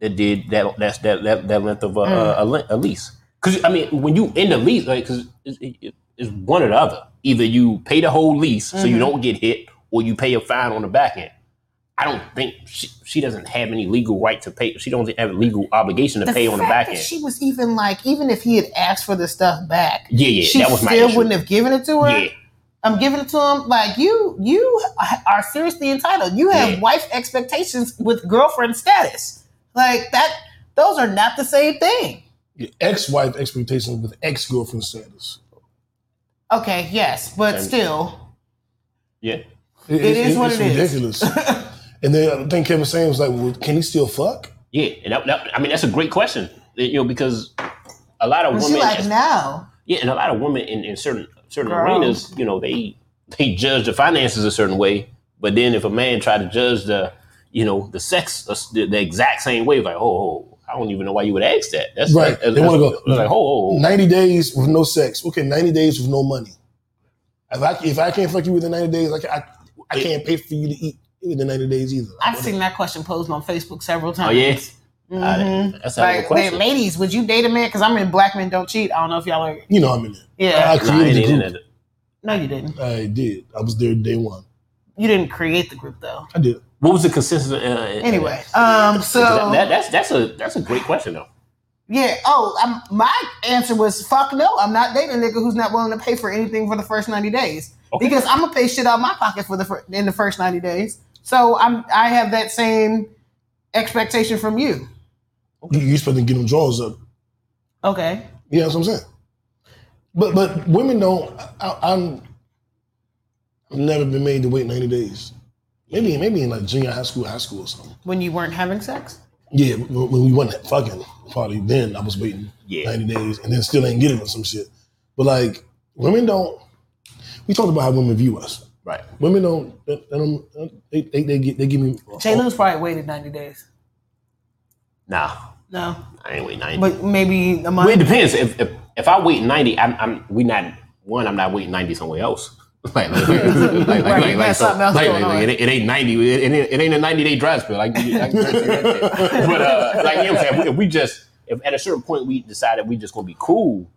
B: that did that that's that that, that length of a,
A: Mm.
B: a- a, le- a lease. Because I mean, when you end a lease, like because it's, it- it's one or the other. Either you pay the whole lease so
A: Mm-hmm.
B: you don't get hit, or you pay a fine on the back end. I don't think she, she doesn't have any legal right to pay. She doesn't have a legal obligation to
A: the
B: pay on the
A: fact
B: back
A: that
B: end.
A: She was even like, even if he had asked for the stuff back,
B: Yeah, yeah,
A: she
B: that was my
A: still
B: issue.
A: wouldn't have given it to her.
B: yeah,
A: I'm giving it to him. Like you, you are seriously entitled. You have
B: Yeah.
A: wife expectations with girlfriend status. Like that, those are not the same thing.
C: Your ex-wife expectations with ex-girlfriend status.
A: Okay, yes, but
B: And-
A: still,
B: yeah.
A: It is what
C: it's
A: it is.
C: ridiculous. and then I think Kevin Samuels was like, well, can he still fuck?
B: Yeah, and that, that, I mean that's a great question. You know, because a lot of
A: But
B: women,
A: she like, no.
B: yeah, and a lot of women in, in certain certain
A: Girl.
B: arenas, you know, they they judge the finances a certain way, but then if a man try to judge the, you know, the sex uh, the, the exact same way, it's like, oh, oh, I don't even know why you would ask that. That's
C: Right.
B: Like, that's-
C: They wanna
B: that's-
C: go-
B: Like, oh, oh, oh.
C: 90 days with no sex. Okay, 90 days with no money. If I, if I can't fuck you within 90 days, I, ca- I, I can't pay for you to eat within 90 days either.
A: I've seen that question posed on Facebook several times.
B: Oh, yeah.
A: Mhm.
B: I- that's a
A: Like,
B: question.
A: man, ladies, would you date a man? Because I'm in Black Men Don't Cheat. I don't know if y'all are.
C: You know I'm in there.
A: Yeah.
C: I
B: Nah, I ain't
C: created
B: in
C: the
B: that.
A: No, you didn't.
C: group. I did. I was there day one.
A: You didn't create the group though.
C: I did.
B: What was the consensus? Uh, uh,
A: Anyway, um, so
B: that, that- that's that's a that's a great question though.
A: yeah. Oh, i my answer was fuck no. I'm not dating a nigga who's not willing to pay for anything for the first ninety days
B: Okay.
A: because I'm gonna pay shit out of my pocket for the fir- in the first ninety days. So I'm I have that same expectation from you.
C: You, you supposed to get them drawers up.
A: Okay.
C: You know what I'm saying? But but women don't. I, I'm I've never been made to wait 90 days. Maybe maybe in like junior high school, high school or something.
A: When you weren't having sex.
C: Yeah, when when we wasn't fucking, probably then I was waiting
B: Yeah.
C: 90 days and then still ain't get it or some shit. But like, women don't, we talked about how women view us.
B: Right.
C: Women don't, they, they, don't- they, they, they, get- they give me. oh,
A: Jay Lou's probably waited ninety days.
B: Nah,
A: No,
B: I ain't waiting ninety.
A: but maybe a month.
B: well, it depends. If, if if I wait ninety, I'm, I'm we not one. I'm not waiting ninety somewhere else. like, like, like, like, like,
A: Right,
B: like,
A: that's
B: so-
A: something else
B: like,
A: going
B: like, like,
A: on.
B: it, ain't- it ain't ninety. It, ain't- it ain't a ninety day dry spell. Like, you- like, but uh, like you know what I'm saying. If we, if we just if at a certain point we decided we just gonna be cool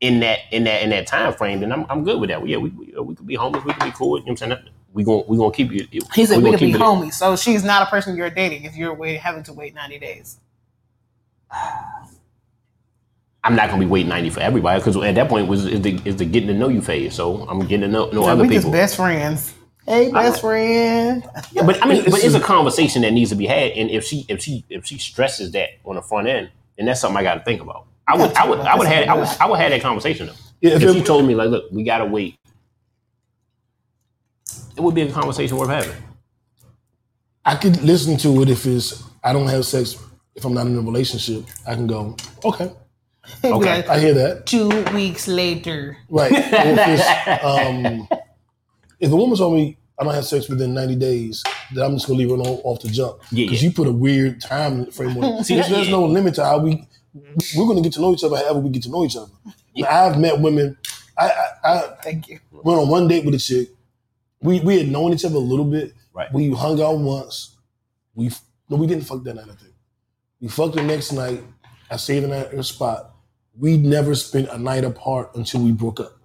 B: in that in that in that time frame, then I'm, I'm good with that. Yeah, we, uh, we we could be homies. We could be cool. You know what I'm saying. We gonna we gonna keep you.
A: He said
B: we
A: we
B: gonna
A: could be
B: keep it-
A: homies. So she's not a person you're dating if you're wait, having to wait 90 days.
B: I'm not gonna be waiting ninety for everybody because at that point was is the is the getting to know you phase. So I'm getting to know, know
A: Like,
B: other
A: we
B: people.
A: just best friends. Hey, best friend.
B: Yeah, but I mean,
C: It's
B: but it's
C: just-
B: a conversation that needs to be had, and if she if she if she stresses that on the front end, then that's something I got to think about. I would I would I would have I would I would have that conversation though.
C: Yeah,
B: If
C: if
B: she
C: it,
B: told me like, look, we gotta wait, it would be a conversation worth having.
C: I could listen to it if it's, I don't have sex if I'm not in a relationship. I can go, okay,
A: He'd be
B: Okay.
A: like,
C: I hear that.
A: Two weeks later.
C: Right. Or if, it's, um, if a woman told me I don't have sex within 90 days, then I'm just gonna leave her alone off the jump. Because
B: Yeah, yeah.
C: you put a weird time framework.
B: See,
C: See, there's,
B: that-
C: there's
B: yeah.
C: no limit to how we we're gonna get to know each other however we get to know each other. Now, I've met women. I, I, I
A: Thank you.
C: went on one date with a chick. We we had known each other a little bit.
B: Right.
C: We hung out once. We no, we didn't fuck that night. I think we fucked the next night. I saved the night at her spot. We never spent a night apart until we broke up.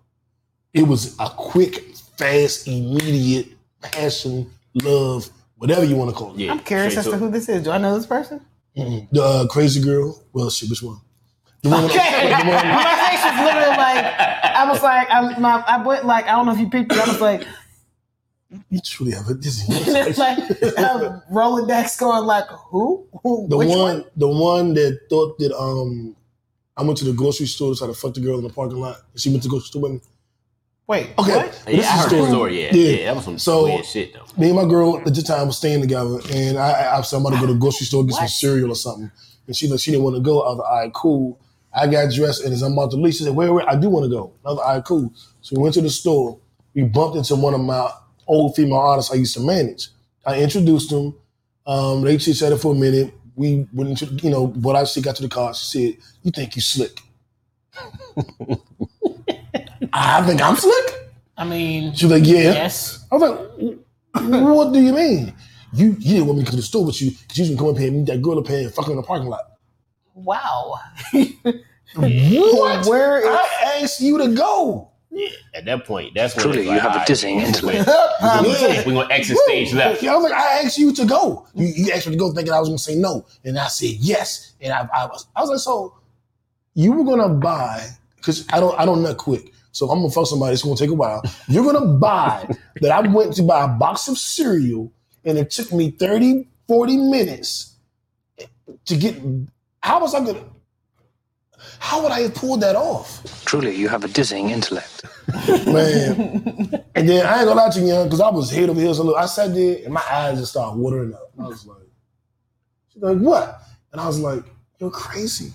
C: It was a quick, fast, immediate passion, love, whatever you want to call it.
B: Yeah,
A: I'm curious
B: straight
A: as
B: to
A: to
B: it.
A: who this is. Do I know this person?
C: Mm-mm. The uh, crazy girl. Well, shit, which one? The one.
A: Okay. my face was literally like, I was like, I, my, I went like, I don't know if you picked it. I was like,
C: You truly have a dizzy.
A: it's like um, Rolodex going like, who? who
C: The
A: which
C: one, the one that thought that um, I went to the grocery store to try to fuck the girl in the parking lot. She went to go store with me.
A: Wait.
C: Okay,
A: What?
C: but
B: Yeah,
C: this
B: I
C: is
B: heard the story. Yeah, yeah, that was some
C: So-
B: weird shit though.
C: Me and my girl at the time was staying together, and I, I, I said I'm about to go to the grocery store get some cereal or something. And she like she didn't want to go. I was like, all right, cool. I got dressed, and as I'm about to leave, she said, wait, wait, I do want to go. I was like, all right, cool. So we went to the store. We bumped into one of my old female artists I used to manage. I introduced them. Um, they chit chatted for a minute. We went into, you know, what I she got to the car. She said, "You think you slick?" I think I'm slick.
A: I mean,
C: She's like, "Yeah."
A: yes.
C: I was like, "Wh- what do you mean? You you didn't want me to come to the store with you because you was gonna come up here and meet that girl up here and fuck her in the parking lot.
A: Wow.
C: What?
A: Where is-
C: I asked you to go.
B: Yeah, at that point, that's when
H: Truly,
B: it's
H: you
B: like,
H: have a
B: alright,
H: dizzying
B: we're gonna-
H: intellect.
A: Um,
B: We're gonna exit stage left.
C: Yeah, I was like, I asked you to go. You, you asked me to go thinking I was gonna say no. And I said yes. And I, I was I was like, so you were gonna buy, because I don't I don't nut quick. So if I'm gonna fuck somebody, it's gonna take a while. You're gonna buy that I went to buy a box of cereal and it took me 30, 40 minutes to get how was I gonna how would I have pulled that off?
H: Truly, you have a dizzying intellect.
C: Man. and then I ain't gonna lie to you, young, because I was head over heels. I sat there and my eyes just started watering up. I was like, she's like, what? And I was like, you're crazy.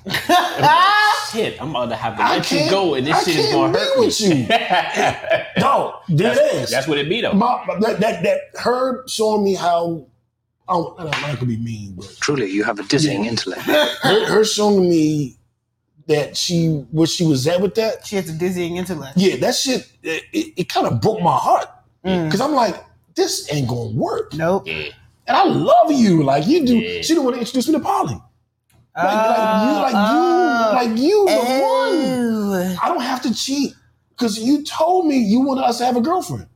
B: shit, I'm about to have to
C: I
B: let you
C: can't-
B: go, and this
C: I
B: shit is
C: can't
B: gonna
C: be
B: hurt
C: with
B: me.
C: you. Dog, there it is.
B: that's, that's what it be though.
C: my, my- that, that that her showing me how I don't, I don't I could be mean, but
H: Truly, you have a dizzying intellect.
C: her, her showing me that she where she was at with that.
A: She has a dizzying intellect.
C: Yeah, that shit it, it, kind of broke my heart
B: Mm.
C: because I'm like, this ain't gonna work.
A: Nope.
B: yeah.
C: And I love you, like you do.
B: Yeah.
C: She didn't want to introduce me to Polly. Like, like you, like
A: Oh,
C: you, like you, the one.
A: oh.
C: I don't have to cheat because you told me you wanted us to have a girlfriend.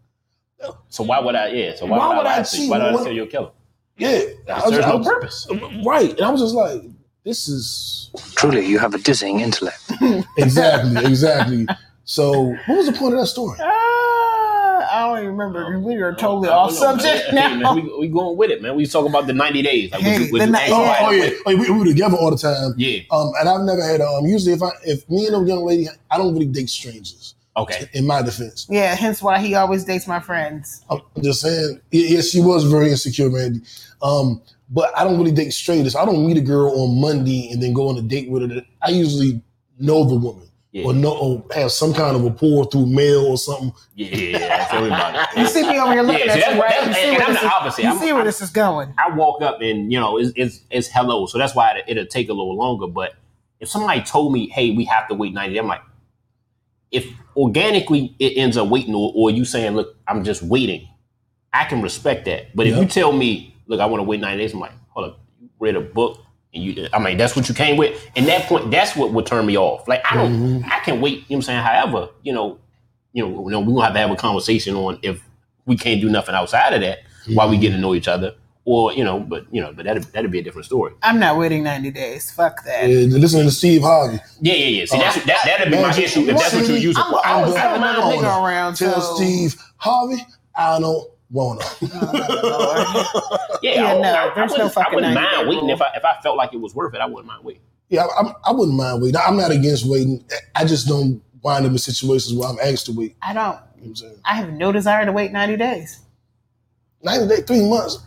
B: So why would I? Yeah. So why,
C: Why would I
B: lie to you?
C: cheat?
B: Why would I
C: What-
B: tell you a killer?
C: Yeah, I
B: That
C: was-
B: serves
C: I
B: no
C: was-
B: purpose.
C: Right, and I was just like, this is
H: Truly, you have a dizzying intellect.
C: exactly, exactly. So, what was the point of that story?
A: Ah, I don't even remember.
B: Oh,
A: 'cause We are totally
B: I don't
A: off
B: know,
A: subject
B: man. oh, Hey,
A: now.
B: man, we, we going with it, man. We talking about the 90 days. Like, would
A: Hey,
B: you, would
A: the
B: you
A: ni-
B: ask
C: Oh,
B: somebody
C: oh,
B: to
C: yeah,
B: wait?
C: Oh, we, we were together all the time.
B: Yeah.
C: Um, and I've never had um. Usually, if I if me and a young lady, I don't really date strangers.
B: Okay.
C: In my defense,
A: Yeah, hence why he always dates my friends.
C: I'm just saying. Yeah, yeah, she was very insecure, Randy. Um, but I don't really date strangers. I don't meet a girl on Monday and then go on a date with her. I usually know the woman
B: Yeah.
C: or know or have some kind of rapport through mail or something.
B: Yeah, yeah, yeah. That's everybody.
A: You see me over here
B: Yeah,
A: looking
B: see,
A: at you,
B: that's-
A: right?
B: that's-
A: You see
B: and
A: where
B: I'm
A: this
B: the
A: is-
B: opposite.
A: You
B: I'm-
A: see where
B: I'm-
A: this is going.
B: I walk up and you know it's it's, it's hello, so that's why it, it'll take a little longer. But if somebody told me, "Hey, we have to wait 90 days," I'm like, if organically it ends up waiting, or, or you saying, "Look, I'm just waiting," I can respect that. But if
C: Yeah.
B: you tell me, "Look, I want to wait 90 days," I'm like, "Hold up, you read a book." And you, I mean, that's what you came with. And that point, that's what would turn me off. Like I don't, I can wait. You know what I'm saying? However, you know, you know, you know, we're gonna have to have a conversation on if we can't do nothing outside of that while we get to know each other. Or, you know, but you know, but that'd that'd be a different story.
A: I'm not waiting 90 days. Fuck that.
C: Yeah, listening to Steve Harvey.
B: Yeah, yeah, yeah. See that's that that'd be my
C: Man,
B: issue if that's what you
C: see,
B: use it for.
A: I
C: I'm
A: was
C: the
A: having another
C: owner.
A: nigga around,
C: Tell
A: so-
C: Steve Harvey, I don't want to.
B: Yeah,
A: yeah,
B: I,
A: no,
B: I- I,
A: there's no
B: wouldn't-
A: fucking
B: I wouldn't
A: 90
B: mind
A: day
B: waiting
A: rule.
B: if I if I felt like it was worth it, I wouldn't mind waiting.
C: yeah, I, I'm, I wouldn't mind waiting. I'm not against waiting. I just don't wind up in situations where I'm asked to wait.
A: I don't.
C: You know what I'm saying?
A: I have no desire to wait 90 days.
C: 90 days, three months.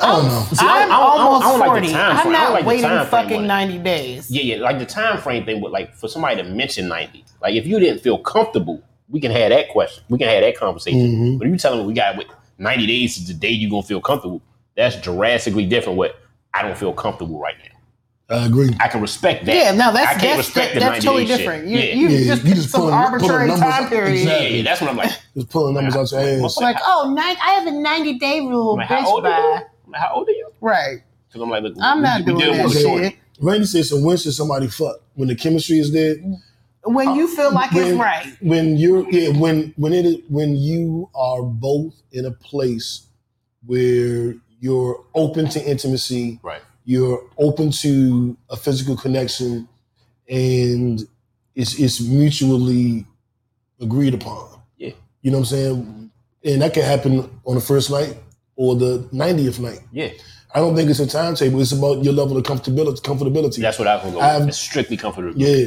C: I don't know.
B: See, I
A: I'm
B: don't- I don't- I don't- I
A: almost
B: don't like the
A: 40.
B: time
A: I'm
B: frame. I don't
A: not
B: like the
A: waiting
B: time frame on
A: fucking
B: it.
A: 90 days.
B: Yeah, yeah. Like the time frame thing would like for somebody to mention 90. Like if you didn't feel comfortable, we can have that question. We can have that conversation.
C: Mm-hmm.
B: But if you telling me we got wait, 90 days is the day you're gonna feel comfortable, that's drastically different what I don't feel comfortable right now.
C: I agree.
B: I can respect that.
A: Yeah, no,
B: I
A: that's
B: can't
A: that's,
B: respect the
A: that's
B: 90
A: totally
B: day shit.
A: different. You,
B: yeah.
A: you
C: Yeah,
A: just
C: you
A: pick
C: just
A: some
C: pulling- pulling
A: arbitrary
C: numbers
A: time
C: out.
A: period.
B: yeah,
C: Exactly.
B: yeah, that's what I'm like.
C: Just pulling numbers out your ass.
A: It's like, oh, nine, I have a 90 day rule,
B: I'm like,
A: bitch.
B: how old are you?
A: bye.
B: I'm like, how old are you?
A: Right.
B: Because I'm like, look,
A: I'm not doing
B: dealing
A: that
B: with a shorty.
A: shit.
C: Randy says, so when should somebody fuck? When the chemistry is there?
A: When you feel like it's
C: when-
A: right.
C: When you're yeah, when when it is when you are both in a place where you're open to intimacy,
B: Right.
C: you're open to a physical connection and it's it's mutually agreed upon.
B: Yeah.
C: You know what I'm saying? And that can happen on the first night or the 90th night.
B: Yeah,
C: I don't think it's a timetable. It's about your level of comfortability. Comfortability.
B: that's what I can go.
C: I'm-
A: Um,
B: with. It's strictly comfortable.
C: yeah.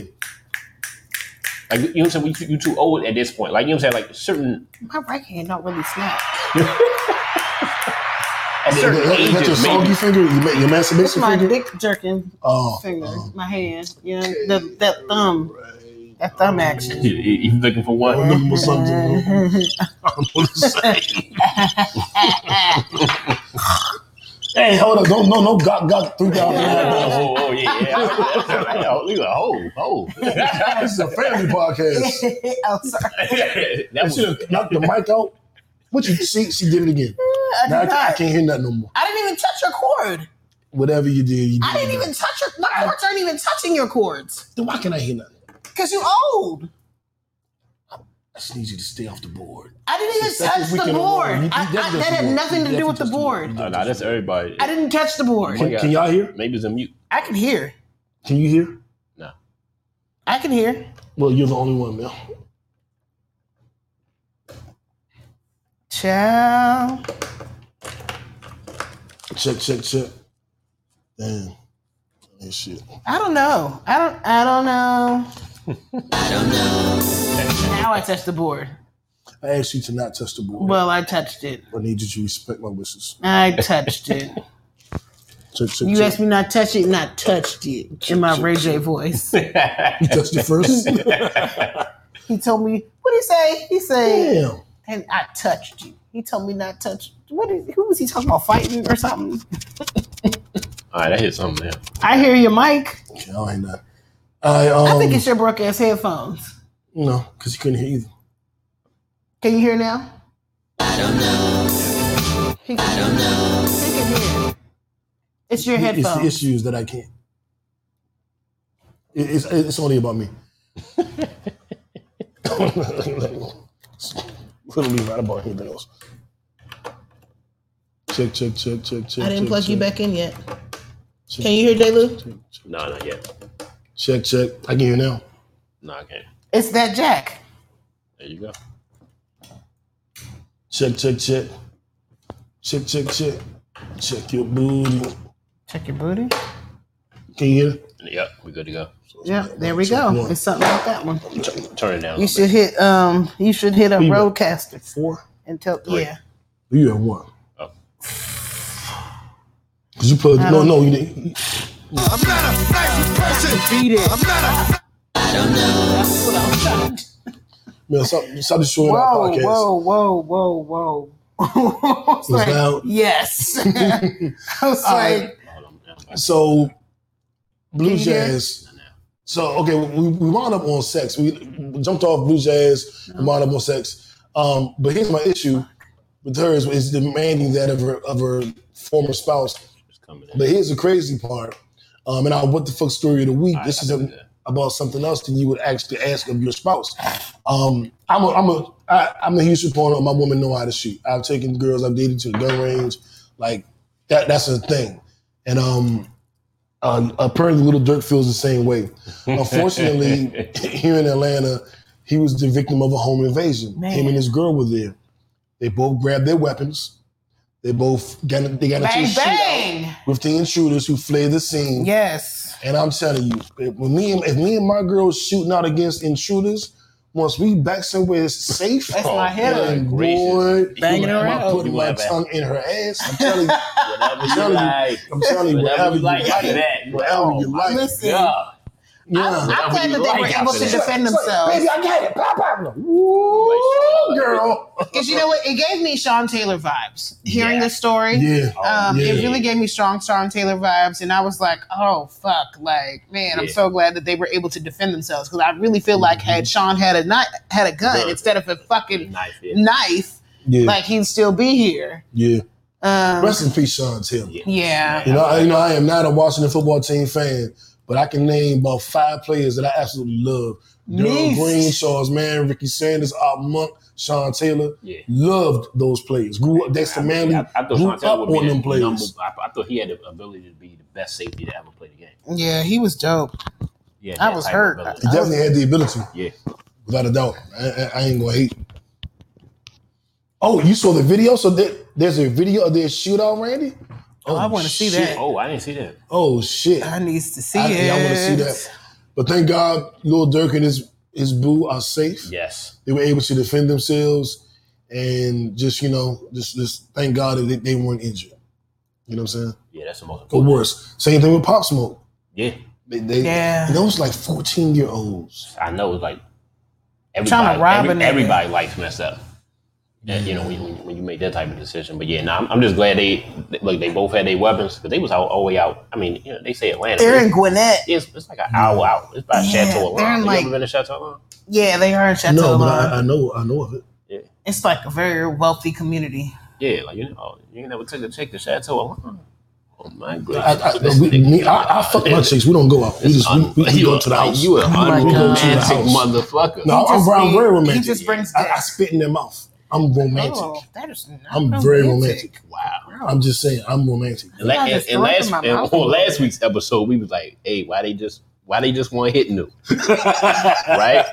B: Like you know what I'm saying? You, you too old at this point. Like you know what I'm saying? Like certain
A: My right hand don't really snap.
B: at
C: Is that,
B: certain
C: is that your
B: ages,
C: soggy
B: maybe.
C: finger? Your, ma- your
A: It's
C: masturbation
A: my
C: finger?
A: dick jerking
C: oh,
A: finger,
C: oh.
A: my hand. You know, the, that thumb. That thumb action.
B: You- you you looking for
C: I
B: one?
C: don't know what's up, dude. I don't know what to say. hey, hold up! Don't no no got got three thousand dollars.
B: Oh, oh, oh, yeah, yeah. Yeah, Leave a hole, hole. that
C: This is a family podcast.
A: oh, sorry.
C: I
B: was
C: should have knocked the mic out. What you see? She did it again.
A: I did
C: Now I,
A: not.
C: ca- I can't hear nothing no more.
A: I didn't even touch your cord.
C: Whatever you did, you did.
A: I didn't
C: it
A: even
C: again.
A: touch your. My cords aren't even touching your cords
C: Then why can I hear nothing?
A: because you're old.
C: I just need you to stay off the board.
A: I didn't even
C: Second
A: touch
C: weekend
A: the
C: in a row.
A: board.
C: You- you
A: I, I,
C: definitely
A: that
C: touched
A: had
C: the
A: nothing
C: board.
A: to
C: You
A: do with the
C: definitely touched
A: board.
C: the
B: Oh, nah, that's everybody.
A: I didn't touch the board.
B: Can-
C: Can, can y'all hear?
B: Maybe it's a mute.
A: I can hear.
C: Can you hear?
B: No.
A: I can hear.
C: Well, you're the only one, Mel.
A: Ciao.
C: Check, check, check. Damn. That shit.
A: I don't know. I don't. I don't know. I don't know. Now I touched the board.
C: I asked you to not touch the board.
A: Well, I touched it.
C: I need you to respect my wishes.
A: I touched it.
C: Check, check,
A: You
C: check.
A: asked me not touch it, and I touched it in my Ray J voice.
C: You touched it first.
A: He told me, what he say? He said,
C: Damn.
A: and I touched you. He told me not touch. What is? Who was he talking about fighting or something?
B: All right, that hit something now.
A: I hear your mic.
C: Okay, I ain't that. I um.
A: I think it's your broke ass headphones.
C: no, because you couldn't hear either.
A: Can you hear now? I don't know. He, I don't know. He can hear. It's your
C: It- It's the
A: headphones.
C: issues that I can't. It- It's it's only about me. We're gonna be right about anything else. Check, check, check, check, check.
A: I didn't
C: check,
A: plug you
C: check.
A: back in yet. Can you hear Delu?
B: No, not yet.
C: Check, check. I can hear now.
B: No, I can't.
A: It's that Jack.
B: There you go.
C: Check, check, check. Check, check, check. Check your booty.
A: Check your booty.
C: Can you hear? it?
B: Yep, we're good to go.
A: Yep, there we go. It's something like that one.
B: Turn it down. a
A: You
B: little
A: should hit um you should hit up
C: Who you got?
A: roadcasters
C: Four.
A: and tell yeah.
C: You have one.
B: Oh.
C: Cause you plugged.
A: Uh-huh.
C: No, no, you didn't.
F: I'm not a flashy person.
A: Beat it.
F: I'm not a.
C: Man, stop, stop destroying our
A: Whoa,
C: podcast.
A: whoa, whoa, whoa, whoa. It's like,
C: loud.
A: yes. I was
C: right.
A: like,
B: bit. Hold on. Now.
C: So, blue
A: Can you hear?
C: jazz. So okay, we, we wound up on sex. We jumped off blue jazz. We wound up on sex. Um, but here's my issue with hers is demanding that of her of her former spouse.
B: It's coming in.
C: But here's the crazy part. Um, and our what the fuck story of the week. this
B: I
C: is
B: can
C: a-
B: do that.
C: about something else that you would actually ask of your spouse. Um, I'm a I'm a I, I'm a huge supporter of my woman know how to shoot. I've taken girls I've dated to the gun range, like that. That's a thing. And um, uh, apparently, Little Dirk feels the same way. Unfortunately, here in Atlanta, he was the victim of a home invasion.
A: Man.
C: Him and his girl were there. They both grabbed their weapons. They both got they got into a
A: bang,
C: shootout
A: bang.
C: with the intruders who fled the scene.
A: Yes.
C: And I'm telling you, if when me and, if me and my girl shooting out against intruders, once we back somewhere that's safe,
A: That's my header.
C: man,
B: Gracious.
C: boy,
A: Banging
C: I'm
A: around.
C: putting
B: You
C: my
B: have a-
C: tongue in her ass. I'm telling you,
B: Whatever
C: I'm telling
B: you
C: you,
B: like.
C: I'm telling you,
B: Whatever
C: whatever
B: you like after that. You like,
C: whatever
B: oh,
C: you
B: my
C: like,
A: Listen,
B: God.
C: yeah.
A: I'm glad that they
B: Like
A: were able
B: after
A: to
B: that.
A: defend
C: It's like,
A: themselves.
C: Baby, I got it. Pop, pop. I'm like, Woo, girl.
A: Because you know what? It gave me Sean Taylor vibes. Hearing
B: Yeah.
A: the story.
C: Yeah.
B: oh,
A: Um,
C: yeah.
A: It really gave me strong Sean Taylor vibes, and I was like, "Oh fuck!" Like, man, I'm
B: Yeah.
A: so glad that they were able to defend themselves because I really feel like
C: Mm-hmm.
A: had Sean had a not had a gun
B: Gun.
A: instead of a fucking
B: Knife, yeah.
A: knife,
C: yeah.
A: like he'd still be here.
C: yeah.
A: Um,
C: Rest in peace, Sean Taylor.
A: yeah,
C: You know, I, you know, I am not a Washington football team fan, but I can name about five players that I absolutely love. Daryl
A: Nice.
C: Green, Charles Mann, Ricky Sanders, Art Monk, Sean Taylor.
B: Yeah.
C: Loved those players. Grew up Dexter Manley.
B: I, I thought
C: grew
B: Chantel would
C: up
B: be
C: on
B: the
C: them players.
B: number- I, I thought he had the ability to be the best safety to ever play the game.
A: yeah, he was dope.
B: Yeah,
A: I was hurt.
C: He definitely had the ability,
B: Yeah.
C: without a doubt. I, I, I ain't gonna hate. Oh, you saw the video? So there, there's a video of their shootout, Randy. Oh,
A: I wanna see
C: shit.
A: that.
B: Oh, I didn't see that.
C: Oh shit!
A: I needs to see
C: I,
A: it.
C: yeah, I want to see that. But thank God, Lil Durk and his his boo are safe.
B: Yes.
C: They were able to defend themselves, and just you know, just just thank God that they, they weren't injured. You know what I'm saying?
B: Yeah, that's the most
C: Or
B: important.
C: worse, same thing with Pop Smoke.
B: Yeah,
C: They, they
A: Yeah.
C: those like 14 year olds.
B: I know. It's like everybody,
A: Tryna rob a
B: every-
A: nigga.
B: everybody likes messed up. And, you know when, when, when you make that type of decision. But yeah, nah, I'm, I'm just glad they look. They both had their weapons because they was out all the way out. I mean, you know, they say Atlanta.
A: They're in
B: it's,
A: Gwinnett.
B: it's, it's like an hour out. It's by
A: Yeah,
B: Chateau
A: they're in
B: Alone.
A: like-
B: you ever been to Chateau Alone?
A: Yeah, they are in Chateau.
C: no, but
A: Lawn.
C: I, I know I know of it.
A: it's like a very wealthy community.
B: Yeah, like you know, you never took a chick to Chateau Alone. Oh my
C: I,
B: goodness!
C: I,
B: This
C: we,
B: nigga-
C: me, I, I fuck my chicks. We don't go out. We
B: It's
C: just we,
B: un-
C: we, we
B: you
C: go
B: a-
C: to the house.
B: You an
A: my
B: unromantic
C: God.
B: motherfucker.
C: no,
A: He just
C: I'm, I'm very
A: be- he
C: romantic.
A: just brings
C: I, I spit in their mouth. I'm romantic.
A: Oh, that is not
C: I'm very romantic.
B: Wow.
C: I'm just saying, I'm romantic.
B: And, la-
A: I
B: and,
A: just
B: and
A: threw up
B: last
A: in my
B: and
A: mouth.
B: on last week's episode, we was like, "Hey, why they just why they just want hit new?" right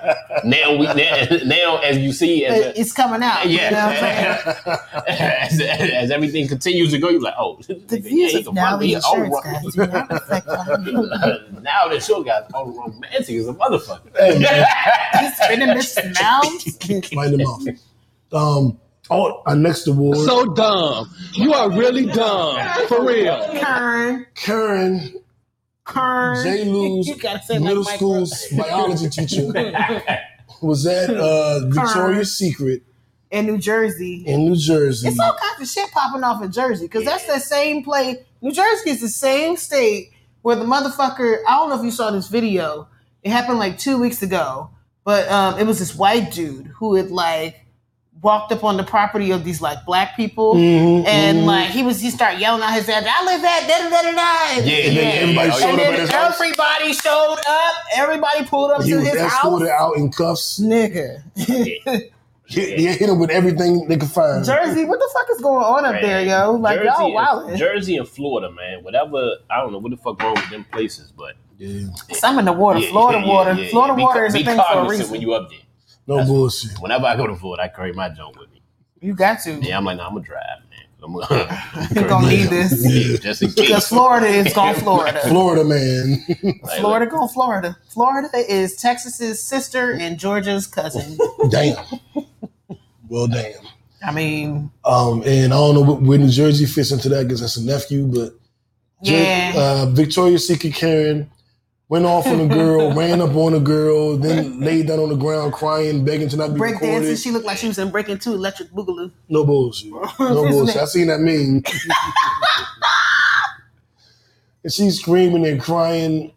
B: now, we now, now as you see, as
A: But
B: a,
A: it's coming out.
B: yeah,
A: You know what I'm saying?
B: as, as everything continues to go, you're like, "Oh,
A: The views of now the insurance guys do not reflect on him.
B: now that your guys are romantic as a motherfucker."
C: Hey, man.
A: He's spinning this mouth.
C: right in the mouth. Um, Oh, our next award,
I: So dumb. You are really dumb. For real.
A: Kern.
C: Karen
A: Kern.
C: J. Lou's
A: You gotta say it like
C: middle
A: Mike
C: school's
A: Russell.
C: biology teacher was at uh, Victoria's Secret
A: in New Jersey.
C: in New Jersey.
A: It's all kinds of shit popping off in Jersey because that's the same place. New Jersey is the same state where the motherfucker. I don't know if you saw this video. It happened like two weeks ago, but um, it was this white dude who had like walked up on the property of these like black people
C: Mm-hmm.
A: and like he was he started yelling out his ass. I live at da da da da da.
B: Yeah,
C: and then everybody
B: Oh, yeah.
C: showed
A: And
C: up at
A: then
C: his house.
A: everybody showed up. Everybody pulled up
C: He
A: to
C: was
A: his house.
C: escorted out in cuffs.
A: Nigga,
C: Hit, they hit him with everything they could find.
A: Jersey, what the fuck is going on up there, yo? Like
B: Jersey
A: y'all
B: and-
A: wildin'.
B: Jersey and Florida, man. Whatever. I don't know what the fuck wrong with them places, but
C: Yeah.
A: Some in the water.
B: Yeah,
A: Florida
B: yeah,
A: water.
B: yeah, yeah,
A: Florida
B: yeah. Be
A: water
B: co-
A: is a
B: be
A: thing for a
B: cognizant
A: reason.
B: When
A: you,
B: you up there,
C: No bullshit.
B: whenever I go to Florida, I carry my junk with me.
A: got to.
B: Yeah, I'm like, nah, I'm gonna drive, man. I'm gonna, I'm
A: You're gonna need this.
B: Yeah, just in
A: Because
B: case.
A: Florida is going Florida.
C: Florida man.
B: Like,
A: Florida going Florida. Florida is Texas's sister and Georgia's cousin.
C: damn. Well, damn.
A: I mean,
C: Um, and I don't know what- where New Jersey fits into that because that's a nephew, but Jer-
A: yeah.
C: uh, Victoria's Secret Karen went off on a girl, ran up on a girl, then laid down on the ground crying, begging to not be
A: Break
C: recorded.
A: dancing, she looked like she was in Breaking Two Electric Boogaloo.
C: No bullshit. No
A: Isn't
C: bullshit.
A: it?
C: I seen that meme. and she's screaming and crying.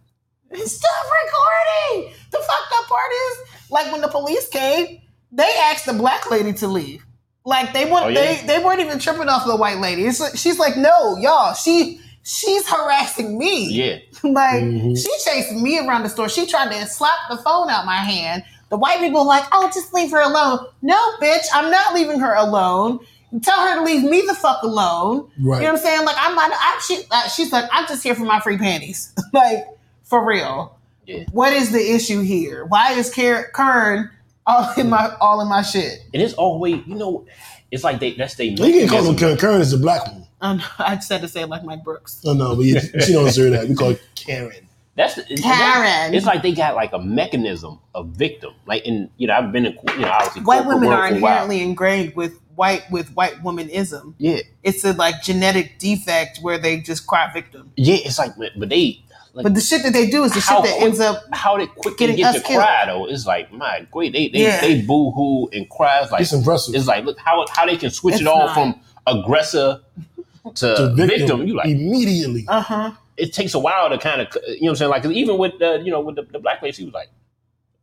A: Stop recording! The fucked up part is, like when the police came, they asked the black lady to leave. Like they weren't,
B: Oh, yeah?
A: they, they weren't even tripping off the white lady. It's like- she's like, no, y'all, she she's harassing me.
B: yeah,
A: Like she chased me around the store. She tried to slap the phone out my hand. The white people like, oh, just leave her alone. No, bitch, I'm not leaving her alone. Tell her to leave me the fuck alone.
C: Right.
A: You know what I'm saying? Like I'm not. I, she, uh, she's like, I'm just here for my free panties. like for real.
B: Yeah.
A: What is the issue here? Why is Ker- Kern all in my all in my shit?
B: and it's always, you know, it's like they that's they.
C: You can call him Karen. Karen is the black one.
A: Um, I just had to say it like Mike Brooks.
C: No, no, but you, she don't deserve that. We call her Karen.
B: That's the, it's,
A: Karen.
B: It's like they got like a mechanism of victim. Like in you know, I've been in co- you know obviously
A: White
B: corporate
A: women
B: world
A: are
B: for a while.
A: inherently ingrained with white with white womanism.
B: yeah
A: it's a like genetic defect where they just cry victim.
B: yeah. It's like but, but they like
A: But the shit that they do is the shit that
B: quick-
A: ends up
B: how they quickly
A: getting
B: get to
A: us killed.
B: cry though. It's like my great they they,
A: Yeah.
B: they boo hoo and cry. It's like
C: It's impressive.
B: It's like look how how they can switch
A: It's
B: it all
A: not.
B: from aggressor to,
C: The
B: Uh, victim.
C: victim,
B: You like
C: immediately.
A: uh huh.
B: it takes a while to kind of you know what I'm saying. Like 'cause even with the you know with the, the black lady, she was like,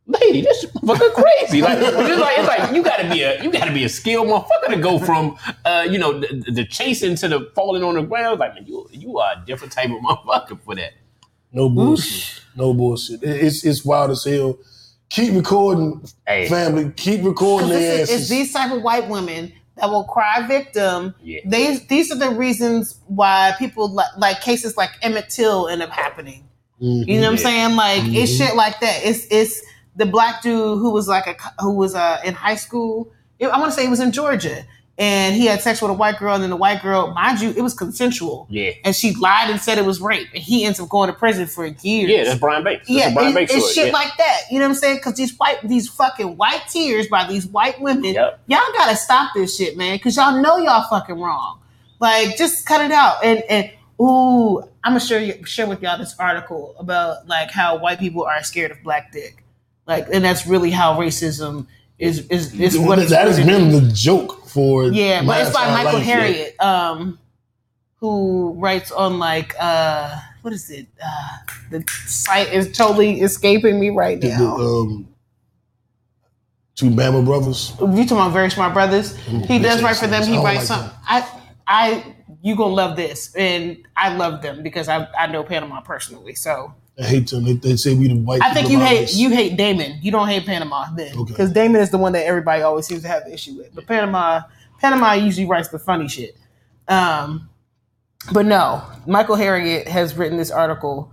B: "Lady, this is fucking crazy." Like it's like it's like you gotta be a you gotta be a skilled motherfucker to go from uh you know the, the chasing to the falling on the ground. Like man, you you are a different type of motherfucker for that.
C: No bullshit. No bullshit. It- It's it's wild as hell. Keep recording,
B: Hey.
C: family. Keep recording their
A: It's,
C: asses.
A: it's these type of white women that will cry victim.
B: Yeah.
A: They these are the reasons why people like, like cases like Emmett Till end up happening. You know what I'm
B: Yeah.
A: saying? Like it's
B: Mm-hmm.
A: shit like that. It's it's the black dude who was like a co- who was uh, in high school. I want to say he was in Georgia, and he had sex with a white girl, and then the white girl, mind you, it was consensual.
B: Yeah,
A: and she lied and said it was rape, and he ends up going to prison for years.
B: yeah, that's Brian Banks. That's
A: yeah,
B: yeah, Brian
A: it-
B: Banks
A: it's
B: story.
A: shit
B: yeah.
A: like that. You know what I'm saying? Because these white, these fucking white tears by these white women,
B: Yep.
A: y'all gotta stop this shit, man. Because y'all know y'all fucking wrong. Like, just cut it out. And and ooh, I'm gonna share you- share with y'all this article about like how white people are scared of black dick, like, and that's really how racism is is is what it's
C: that has
A: rooted in.
C: been the joke for
A: Yeah,
C: my
A: but it's by
C: entire
A: Michael
C: life.
A: Harriet, um, who writes on like uh, what is it? Uh, the site is totally escaping me right
C: The, the,
A: now.
C: um, two Bama brothers.
A: You talking about Very Smart Brothers? He does write for them.
C: I
A: He
C: don't
A: writes
C: like
A: some. I I you gonna love this, and I love them because I I know Panama personally. So
C: I hate them. They, they say we the white.
A: I think you hate
C: supremacists.
A: you hate Damon. You don't hate Panama then,
C: Okay.
A: because Damon is the one that everybody always seems to have an issue with. But Panama, Panama usually writes the funny shit. Um, but no, Michael Harriet has written this article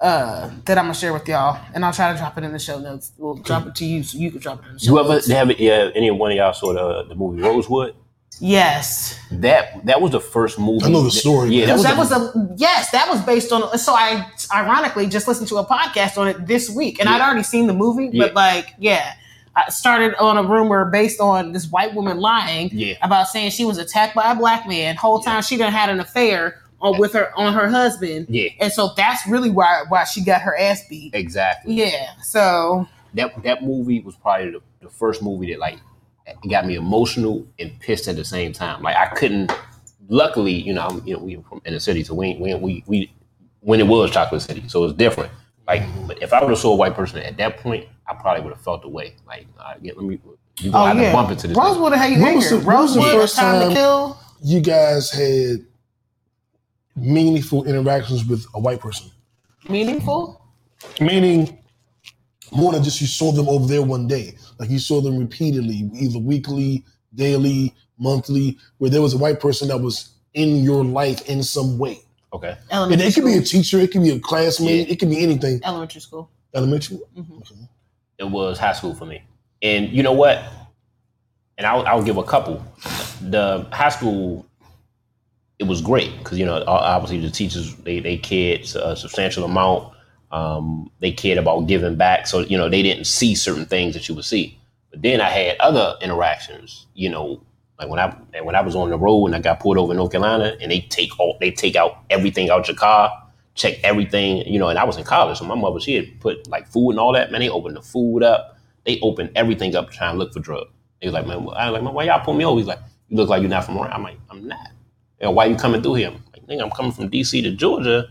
A: uh, that I'm gonna share with y'all, and I'll try to drop it in the show notes. We'll drop it to you, so you can drop it in the show.
B: You ever
A: notes.
B: have uh, any one of y'all saw the, the movie Rosewood?
A: Yes,
B: That that was the first movie.
C: I know the
B: that-
C: story,
B: Yeah,
C: man.
B: that
A: So
B: was,
A: that
B: the-
A: was a yes. That was based on. So I ironically just listened to a podcast on it this week, and I'd already seen the movie,
B: Yeah.
A: but like, yeah, I started on a rumor based on this white woman lying
B: Yeah.
A: about saying she was attacked by a black man. Whole time she done had an affair on with her on her husband.
B: Yeah.
A: and so that's really why why she got her ass beat.
B: Exactly.
A: Yeah, so
B: That that movie was probably the, the first movie that like got me emotional and pissed at the same time. Like I couldn't. Luckily, you know, I'm, you know, we were from inner city, so we we we, we when it was Chocolate City, so it's different. Like, but if I would have saw a white person at that point, I probably would have felt the way. Like, all right, yeah, let me. You
A: oh
B: gonna have
A: yeah,
B: to bump into this. nigga.
A: Rosewood had you
C: When was
A: angry.
C: the- when was the
A: Rosewood,
C: first
A: time,
C: time-
A: to kill.
C: You guys had meaningful interactions with a white person,
A: Meaningful.
C: meaning more than just you saw them over there one day. Like you saw them repeatedly, either weekly, daily, monthly, where there was a white person that was in your life in some way.
B: Okay.
C: And
A: Elementary
C: it could be
A: school.
C: a teacher, it could be a classmate, it could be anything.
A: elementary school.
C: Elementary.
B: it was high school for me. And you know what? And I'll, I'll give a couple. The high school, it was great because you know o- obviously the teachers they they cared a substantial amount. Um, they cared about giving back, so you know they didn't see certain things that you would see. But then I had other interactions. You know, like when I and when I was on the road and I got pulled over in North Carolina, and they take all they take out everything out your car check everything, you know, and I was in college, so my mother, she had put like food and all that, man, they opened the food up, they opened everything up trying to look for drugs. They was like, man, I was like, man, why y'all pull me over? He's like, you look like you're not from around. I'm like, I'm not. And why you coming through here? I'm like, nigga, I'm coming from DC to Georgia.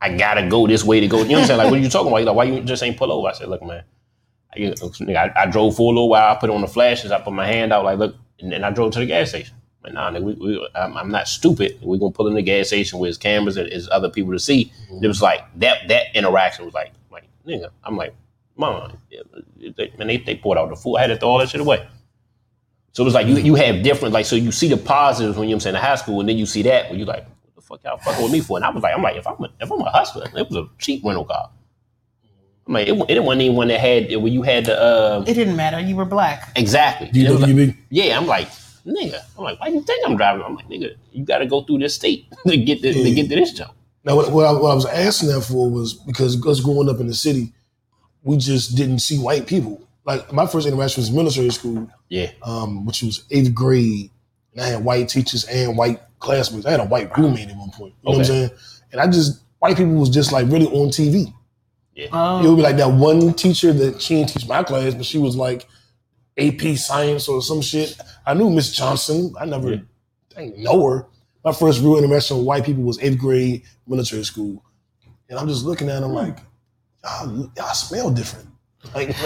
B: I gotta go this way to go. You know what I'm saying? Like, what are you talking about? He's like, why you just ain't pull over? I said, look, man, I, get- nigga, I, I drove for a little while. I put on the flashes. I put my hand out, like, look, and then I drove to the gas station. But nah, nigga, we, we, I'm, I'm not stupid. We're gonna pull in the gas station with his cameras and his other people to see. And It was like that. That interaction was like, like, nigga, I'm like, mom, and they, they poured out the food. I had to throw all that shit away. So it was like you you have different like so you see the positives when you know what I'm saying in high school and then you see that when you like what the fuck y'all fucking with me for and I was like I'm like if I'm a, if I'm a hustler it was a cheap rental car. I'm like it, wa- it wasn't even one that had when you had the uh,
A: It didn't matter. You were black.
B: exactly And it was like-
C: DWB.
B: yeah, I'm like, nigga. I'm like, why do you think I'm driving? I'm like, nigga, you got to go through this state to get to, to get to this job.
C: Now, what, what, I, what I was asking that for was because us growing up in the city, we just didn't see white people. Like my first interaction was military school,
B: Yeah,
C: um, which was eighth grade, and I had white teachers and white classmates. I had a white roommate at one point. You know what I'm saying? And I just white people was just like really on TV. It
A: Oh,
C: would be like that one teacher that she didn't teach my class, but she was like AP science or some shit. I knew Miss Johnson. I never
B: Yeah.
C: I didn't know her. My first real interaction with white people was eighth grade military school. And I'm just looking at them like, y'all, y'all smell different. Like,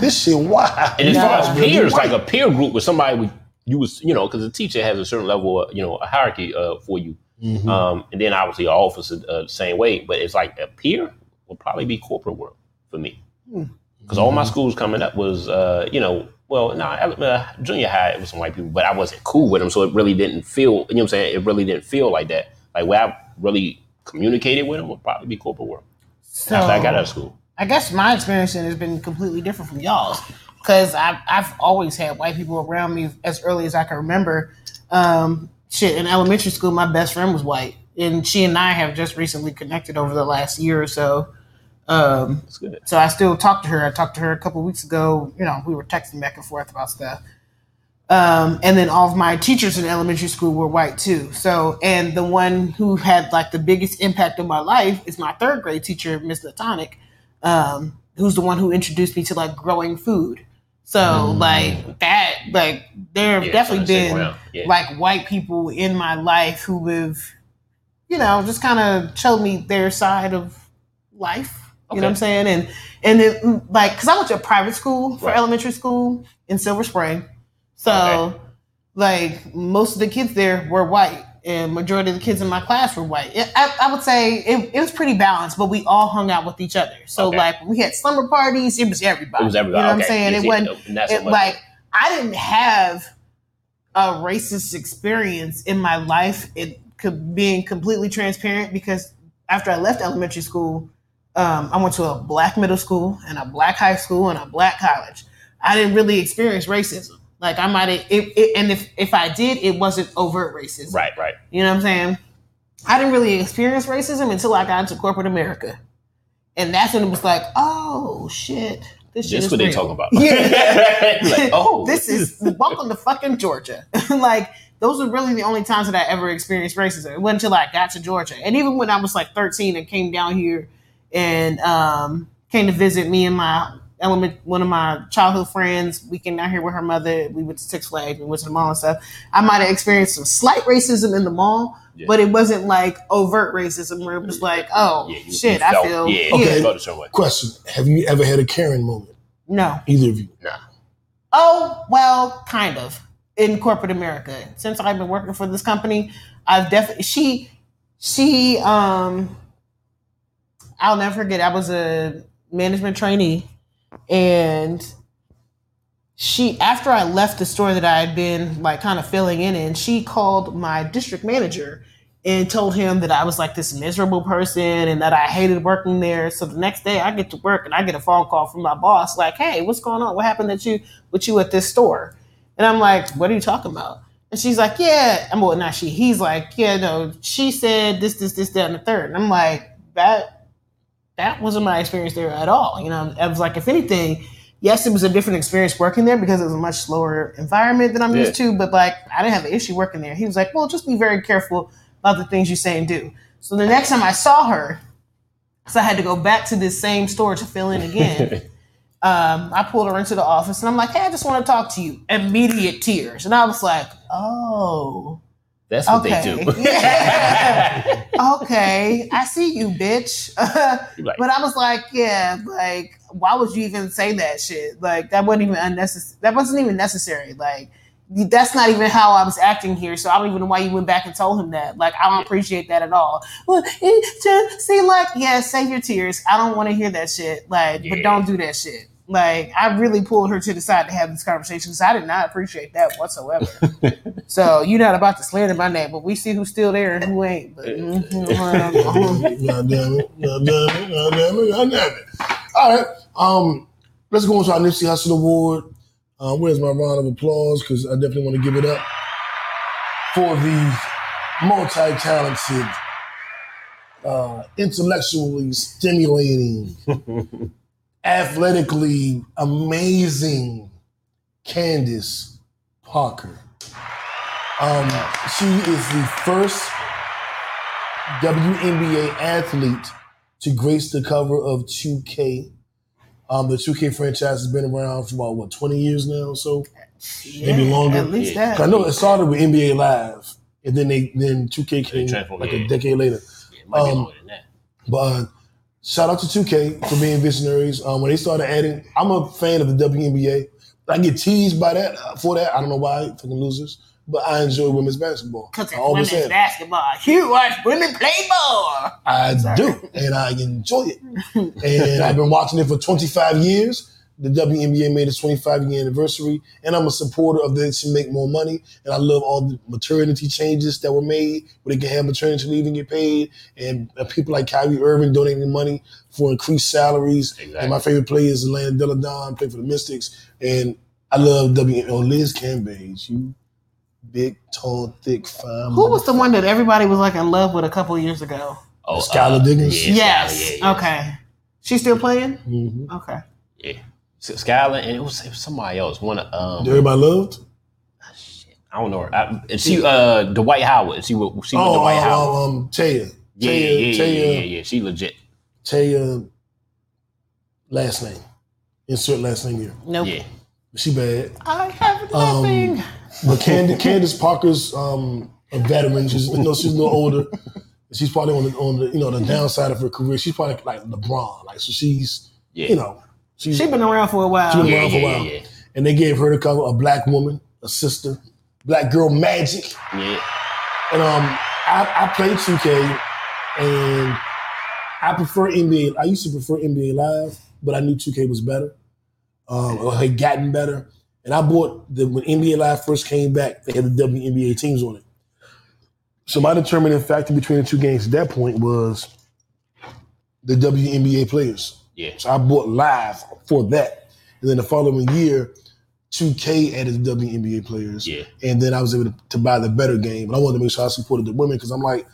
C: this shit, why?
B: and as
A: Nah.
B: far as peers, like a peer group with somebody with you was, you know, because a teacher has a certain level, of, you know, a hierarchy uh, for you,
A: Mm-hmm.
B: um, and then obviously an officer uh, the same way. But it's like a peer would probably be corporate world for me,
A: Hmm.
B: because all
A: Mm-hmm.
B: my schools coming up was, uh, you know. Well, no, uh, junior high it was some white people, but I wasn't cool with them, so it really didn't feel. You know what I'm saying? It really didn't feel like that. Like where I really communicated with them would probably be corporate world.
A: so
B: After I got
A: Oh.
B: out of school,
A: I guess my experience then has been completely different from y'all's because I've, I've always had white people around me as early as I can remember. Um, shit, in elementary school, my best friend was white, and she and I have just recently connected over the last year or so. Um,
B: that's good.
A: so I still talk to her. I talked to her a couple weeks ago. You know, we were texting back and forth about stuff. Um, and then all of my teachers in elementary school were white too. So, and the one who had like the biggest impact on my life is my third grade teacher, Miss Latonic, um, who's the one who introduced me to like growing food. So, like that, like there have
B: Mm. Yeah,
A: definitely
B: on the same
A: been
B: round. Yeah.
A: like white people in my life who have, you know, just kind of showed me their side of life. You know what I'm saying? And and it, like, cause I went to a private school for
B: Right.
A: elementary school in Silver Spring, so
B: Okay.
A: like most of the kids there were white, and majority of the kids in my class were white. It, I, I would say it, it was pretty balanced, but we all hung out with each other. So
B: Okay.
A: like we had slumber parties. It was everybody.
B: It was everybody.
A: You know what
B: okay.
A: I'm saying?
B: Yeah,
A: It
B: see, uh,
A: wasn't
B: not so
A: it,
B: much-
A: like I didn't have a racist experience in my life. It could being completely transparent because after I left elementary school, um, I went to a black middle school and a black high school and a black college. I didn't really experience racism. Like I might, it, it, and if if I did, it wasn't overt racism.
B: right, right.
A: You know what I'm saying? I didn't really experience racism until I got into corporate America. And that's when it was like, oh shit, This shit
B: This
A: is
B: what they
A: real.
B: talking about.
A: Yeah.
B: Like, oh,
A: this is welcome to fucking Georgia. like those are really the only times that I ever experienced racism. It wasn't until I got to Georgia, and even when I was like 13 and came down here and um, came to visit me and my element one of my childhood friends. We came down here with her mother. We went to Six Flags. We went to the mall and stuff. I might have experienced some slight racism in the mall.
B: Yeah.
A: But it wasn't like overt racism where it was like, oh
B: Yeah, you-
A: shit,
B: you
A: I
B: felt-
A: feel
B: yeah,
C: Okay.
B: you felt it some way.
C: Question: Have you ever had a Karen moment?
A: no.
C: Either of you?
A: Oh, well, kind of in corporate America. Since I've been working for this company, I've definitely she she um I'll never forget I was a management trainee and she after I left the store that I had been like kind of filling in in, she called my district manager and told him that I was like this miserable person and that I hated working there. So the next day I get to work and I get a phone call from my boss like, "Hey, what's going on? What happened that you with you at this store?" And I'm like, "What are you talking about?" And she's like, "Yeah, I'm well, not she. He's like, yeah, no. She said this, this, this, that, and the third. And I'm like, that that wasn't my experience there at all. You know, I was like, if anything, yes, it was a different experience working there because it was a much slower environment than I'm used to. But like, I didn't have an issue working there. He was like, well, just be very careful about the things you say and do. So the next time I saw her, so I had to go back to this same store to fill in again. um, I pulled her into the office and I'm like, hey, I just want to talk to you. Immediate tears. And I was like, oh,
B: That's what
A: Okay.
B: they do.
A: Yeah. okay, I see you, bitch.
B: You like,
A: But I was like, yeah, like, why would you even say that shit? Like, that wasn't even unnecessary. That wasn't even necessary. Like, that's not even how I was acting here. So I don't even know why you went back and told him that. Like, I don't appreciate that at all. Well, it just see, like, yeah, save your tears. I don't want to hear that shit. Like, but
B: Yeah.
A: don't do that shit. Like, I really pulled her to the side to have this conversation because I did not appreciate that whatsoever. so you're not about to slander my name, but we see who's still there and who ain't. But mm-hmm,
C: God damn it! God damn it! God damn it! God damn it! All right. Um, let's go into our Nipsey Hussle Award. Uh, where's my round of applause? Because I definitely want to give it up for the multi-talented, uh, intellectually stimulating, athletically amazing Candace Parker. Um, she is the first WNBA athlete to grace the cover of 2K. Um, the 2K franchise has been around for about what 20 years now, or so maybe longer.
A: At least that.
C: I know it started with NBA Live, and then they then 2K came
B: transformed,
C: like
B: yeah.
C: a decade later.
B: it might be
C: um,
B: longer than that.
C: But uh, shout out to 2K for being visionaries. Um, when they started adding, I'm a fan of the WNBA. I get teased by that uh, for that. I don't know why, fucking losers. But I enjoy women's basketball.
A: Because
C: I
A: it's
C: always
A: women's
C: have.
A: basketball. You watch women play ball.
C: I do, and I enjoy it. and I've been watching it for 25 years. The WNBA made its 25 year anniversary, and I'm a supporter of that to make more money. And I love all the maternity changes that were made, where they can have maternity leave and get paid, and uh, people like Kyrie Irving donating money for increased salaries. And my
B: Exactly.
C: favorite player is Atlanta Deladon, played for the Mystics, and I love W. Oh, Liz Cambage, you big, tall, thick, fine.
A: Who was the one that everybody was like in love with a couple years ago?
B: Oh,
C: Skylar Diggins?
B: Yeah,
A: yes.
B: Skylar, yeah, yeah.
A: Okay. She's still playing?
C: Mhm.
A: Okay.
B: Yeah. So Skylar, and it was, it was somebody else. One of um,
C: that everybody loved?
B: I don't know. her. I, is she uh Dwight Howard? Is she with, she with
C: Oh,
B: Dwight
C: uh,
B: Howard?
C: um, um, Taya.
B: yeah,
C: Taya,
B: yeah, yeah,
C: Taya,
B: yeah, yeah, yeah. She legit.
C: Taya, last name. Insert last name here.
A: Nope.
B: Yeah.
C: She bad.
A: I have
C: Um,
A: nothing.
C: But Candace, Candace Parker's um, a veteran. She's you know, she's a little older. She's probably on the on the you know the downside of her career. She's probably like LeBron. Like so she's
B: Yeah.
C: you know she's
A: She's been around for a
C: She
A: while.
C: been
B: Yeah,
C: around for a
B: yeah,
C: while.
B: yeah,
C: and they gave her the cover a black woman, a sister, black girl magic.
B: Yeah.
C: And um, I, I played 2K, and I prefer NBA. I used to prefer NBA Live, but I knew 2K was better, um, or had gotten better. And I bought the when NBA Live first came back, they had the WNBA teams on it. So my determining factor between the two games at that point was the WNBA players.
B: Yeah.
C: So I bought live for that, and then the following year, 2K added the WNBA players
B: Yeah.
C: and then I was able to, to buy the better game. But I wanted to make sure I supported the women because I'm like,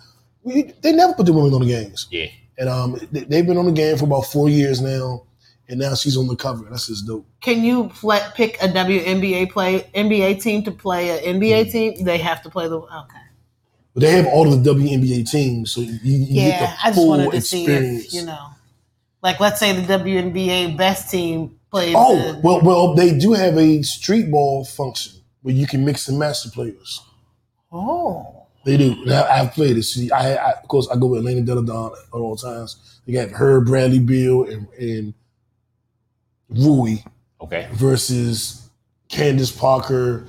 C: we, they never put the women on the games,
B: Yeah.
C: and um, they, they've been on the game for about four years now, and now she's on the cover. That's just dope.
A: Can you play, pick a WNBA play NBA team to play an
C: Mm-hmm.
A: NBA team? They have to play the okay.
C: But they have all of the WNBA teams, so you, you
A: Yeah,
C: get the
A: I just
C: full
A: wanted to
C: experience.
A: see if you know, like let's say the WNBA best team plays.
C: Oh
A: the-
C: well, well they do have a street ball function where you can mix and match the players.
A: oh,
C: They do. And I, I've played it. See, I, I of course I go with Elena Deladon at all times. They got her, Bradley Beal, and, and Rui
B: Okay.
C: versus Candace Parker,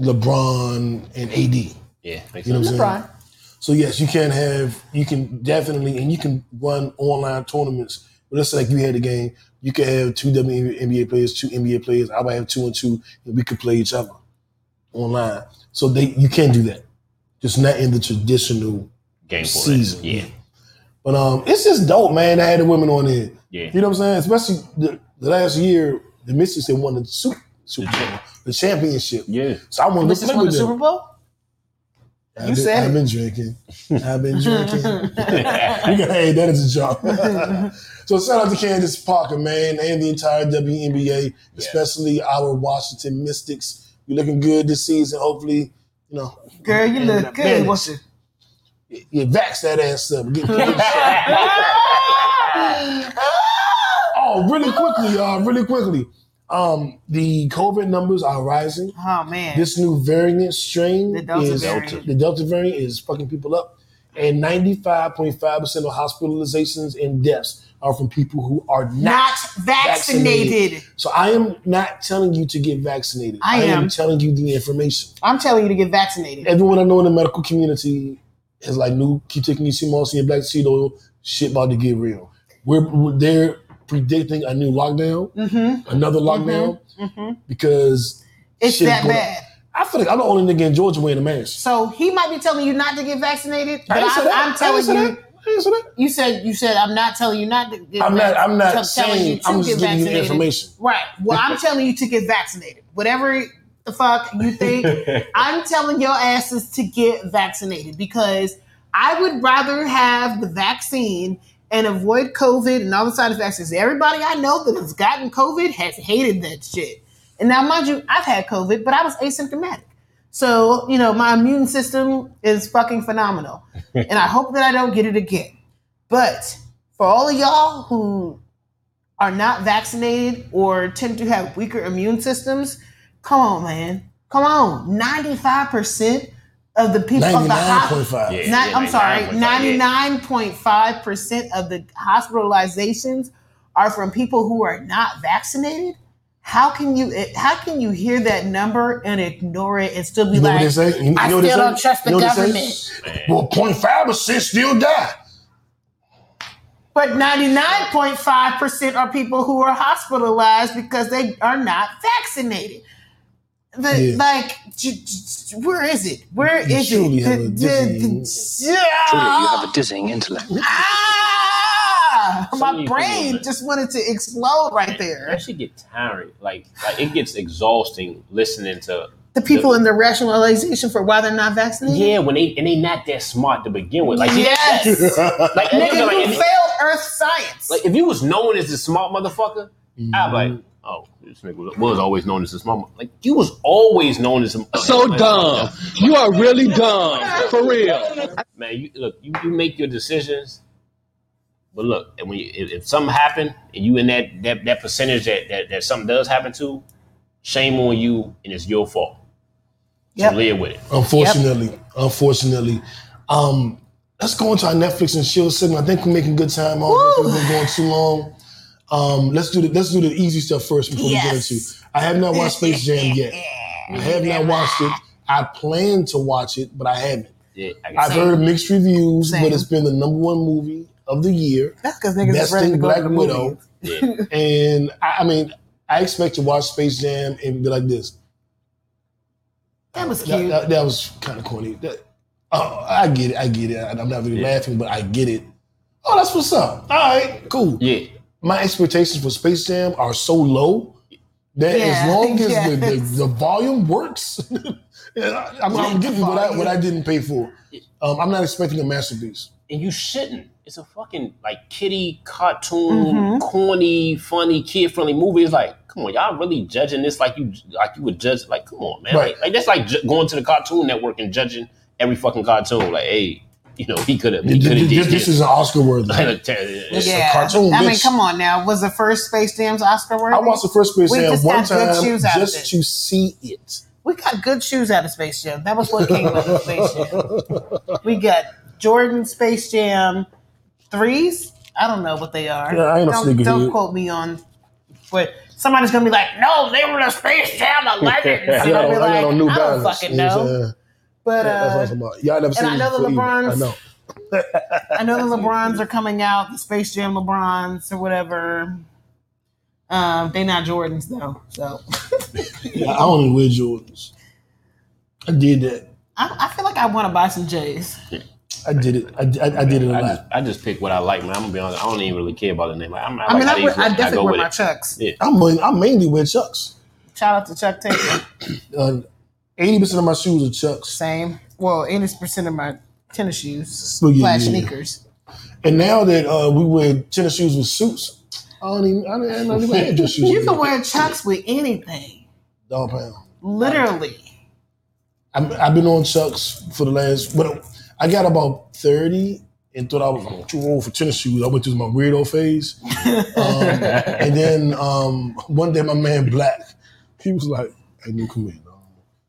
C: LeBron, and AD.
B: Yeah. Makes
C: You know
B: sense.
C: what I'm saying? So yes, you can have you can definitely and you can run online tournaments. But let's say like you had a game, you could have two WNBA players, two NBA players. I would have two and two, and we could play each other online. So they you can do that, just not in the traditional.
B: Game for
C: Season.
B: Yeah.
C: But um, it's just dope, man. I had the women on there.
B: Yeah.
C: You know what I'm saying? Especially the, the last year, the Misses had won the Super, Super Bowl, the championship.
B: Yeah.
C: So I want to
A: this is
C: play
A: won the
C: with
A: Super
C: them.
A: Bowl.
C: I've
A: You
C: been-
A: said
C: I've
A: it.
C: been drinking. I've been drinking. You gotta add that as a job. so shout out to Candace Parker, man, and the entire WNBA, especially our Washington Mystics. You're looking good this season. Hopefully, you know,
A: Girl, you
C: and
A: look
C: the Bandits.
A: good. What's it?
C: you vax that ass up. Get paid. oh, really quickly, y'all, really quickly. Um, the COVID numbers are rising.
A: Oh man,
C: This new variant strain
A: The Delta
C: is
A: variant.
C: the Delta variant is fucking people up, and 95.5 percent of hospitalizations and deaths are from people who are
A: not
C: vaccinated.
A: vaccinated.
C: So I am not telling you to get vaccinated.
A: I am.
C: telling you the information.
A: I'm telling you to get vaccinated.
C: Everyone I know in the medical community is like, "No, keep taking your CMOS and your black seed oil. Shit about to get real." We're, we're- they're predicting a new lockdown,
A: Mm-hmm.
C: another lockdown,
A: Mm-hmm.
C: because
A: It's
C: shit
A: that
C: going-
A: bad.
C: I feel like I'm the only nigga in Georgia wearing a mask.
A: So he might be telling you not to get vaccinated, but
C: I
A: I
C: ain't say that.
A: am
C: I ain't
A: telling
C: say
A: you.
C: that. I ain't say that.
A: You said you said I'm not telling you not to get.
C: I'm
A: vac-
C: not. I'm not
A: tell- telling
C: saying.
A: you to
C: I'm just
A: get
C: giving you
A: vaccinated.
C: information.
A: Right. Well, I'm telling you to get vaccinated. Whatever the fuck you think, I'm telling your asses to get vaccinated because I would rather have the vaccine and avoid COVID and all the side effects. 'Cause Everybody I know that has gotten COVID has hated that shit. And now, mind you, I've had COVID, but I was asymptomatic. So, you know, my immune system is fucking phenomenal. and I hope that I don't get it again. But for all of y'all who are not vaccinated or tend to have weaker immune systems, come on, man. Come on. 95% of the people of the
C: Ninety-nine
A: hospital.
C: point five.
B: Yeah.
A: Not, I'm sorry,
B: 99.5,
A: 99.5% of the hospitalizations are from people who are not vaccinated. How can you eh, how can you hear that number and ignore it and still be
C: You know what
A: like
C: they say? You, you
A: I
C: know what they
A: still
C: say?
A: don't trust the
C: You know what they say?
A: government.
C: Well, 05 percent still die.
A: But 99.5% are people who are hospitalized because they are not vaccinated. The,
C: Yeah.
A: Like, j- j- j- where is it? Where is
C: You truly
A: it?
C: have a
A: The- the-
C: dizzying-
A: the-
H: Truly, you have a dizzying intellect.
A: Ah!
B: Some of
A: My
B: you
A: brain
B: people-
A: just wanted to explode right there.
B: That shit get tiring. Like, like it gets exhausting listening to
A: The people in the rationalization for why they're not vaccinated.
B: yeah when they and they not that smart to begin with. Like,
A: yes,
B: like,
A: nigga, you
B: like, if,
A: failed Earth science.
B: like, if you was known as the smart motherfucker, I'd
I: Mm-hmm.
B: be like, oh, this nigga was, was always known as the smart. mo- Like you was always known as a,
I: So dumb. You are really dumb. For real.
B: man, you look, you, you make your decisions. But look, and when you, if, if something happened and you in that that, that percentage that, that that something does happen to, shame on you, and it's your fault.
A: Yep.
B: So live with it.
C: Unfortunately, unfortunately, um, let's go into our Netflix and chill segment. I think we're making good time. I don't think we've been going too long. Um, let's do the let's do the easy stuff first before
A: Yes.
C: we get into. I have not watched Space Jam yet. I have not watched it. I plan to watch it, but I haven't.
B: Yeah, I guess.
C: I've heard mixed reviews,
A: Same.
C: but it's been the number one movie of the year.
A: That's because niggas
C: Best
A: is ready
C: in
A: to go
C: Black
A: to the
C: Widow.
A: movies.
B: yeah.
C: And I, I mean, I expect to watch Space Jam and be like this.
A: That was cute.
C: That, that- that was kind of corny. That, oh, I get it. I get it. I, am not really
B: Yeah.
C: laughing, but I get it. Oh, that's what's up. All right, cool.
B: yeah,
C: My expectations for Space Jam are so low that
A: Yeah,
C: as long as the,
A: yes.
C: the, the volume works, I'm, I'm getting what I, what I didn't pay for. Um, I'm not expecting a masterpiece.
B: and you shouldn't. it's a fucking like kitty cartoon, corny, funny, kid friendly movie. It's like, come on, y'all really judging this like you like you would judge like, come on, man,
C: Right.
B: like, like that's like ju- going to the Cartoon Network and judging every fucking cartoon. Like, hey, you know, he could have, he
C: Th-
B: could
C: th-
B: have
C: This,
B: did
C: this
B: this.
C: is an Oscar worthy.
B: Like,
C: I
B: a ter-
C: It's a
A: yeah.
C: cartoon,
A: I mean,
C: bitch.
A: come on now. Was the first Space Jam's Oscar worthy?
C: watched the first Space
A: We
C: Jam
A: just
C: one
A: got good
C: time
A: shoes out of
C: just
A: it.
C: to see it.
A: we got good shoes out of Space Jam. That was what came out of Space Jam. We got Jordan Space Jam threes. I don't know what they are.
C: Yeah, I ain't a
A: don't, don't
C: sneakerhead.
A: quote me on. But somebody's gonna be like, "No, they were the Space Jam 11."
B: I
A: And
B: got
C: I
A: I'll
C: got
A: be
C: on, I got on New
A: like, I don't
C: Balance.
A: fucking
C: you know what I'm
A: know.
C: saying?
A: But
C: That's what I'm
A: uh,
C: talking about. Y'all never
A: and
C: seen
A: I know
C: these
A: the
C: before either.
A: LeBrons-
C: I know.
A: uh, I know the LeBrons are coming out, the Space Jam LeBrons or whatever. Um, they not Jordans though, so
C: Yeah, I only wear Jordans. I did that.
A: I, I feel like I want to buy some J's.
C: I did it. I, I, I did it a
B: I just,
C: lot.
B: I just pick what I like, man. I'm gonna be honest. I don't even really care about the name. Like, I'm, I,
A: I
B: like
A: mean,
B: how
A: I,
B: these
A: wear, I
B: look.
A: definitely
B: go
A: wear
B: with
A: my
B: it.
A: Chucks.
C: I'm, main- I mainly wear Chucks. Uh,
A: Shout out to Chuck Taylor.
C: Eighty percent of my shoes are Chucks.
A: Same. Well, eighty percent of my tennis shoes
C: Well, Oh, yeah,
A: slash
C: yeah.
A: sneakers.
C: And now that uh, we wear tennis shoes with suits, I don't even. I don't, I don't even have dress shoes.
A: You can wear Chucks with anything,
C: dog pound.
A: literally.
C: I'm, I've been on Chucks for the last. But I got about thirty and thought I
B: Oh.
C: was too old for tennis shoes. I went through my weirdo phase. Um, and then um, one day, my man Black, he was like, "Hey, new come here." dog."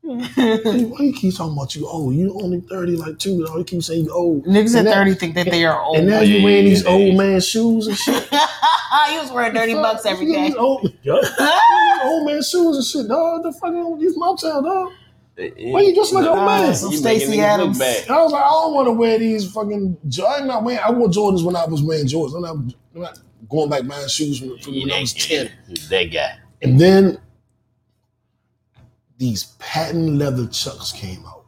C: Why you keep talking about you old? You only thirty, like two. dog. You keep saying you old.
A: Niggas at
C: And that-
A: thirty think that they are old.
C: And now
B: Oh, yeah,
C: you
B: yeah,
C: wearing these
B: yeah,
C: old
B: yeah.
C: man shoes and shit.
A: he was wearing dirty bucks every
C: These
A: day.
C: Old, yup. These old man shoes and shit, dog. The fucking these motel, dog. Why you dress like an old man?
A: some
B: You making
A: Stacey
B: me look
A: Adams.
B: bad.
C: I was like, I don't want to wear these fucking. Jo- I'm not wearing. I wore Jordans when I was wearing Jordans. I'm not, I'm not going back buying shoes from, from when I was ten.
B: That guy.
C: And then these patent leather chucks came out,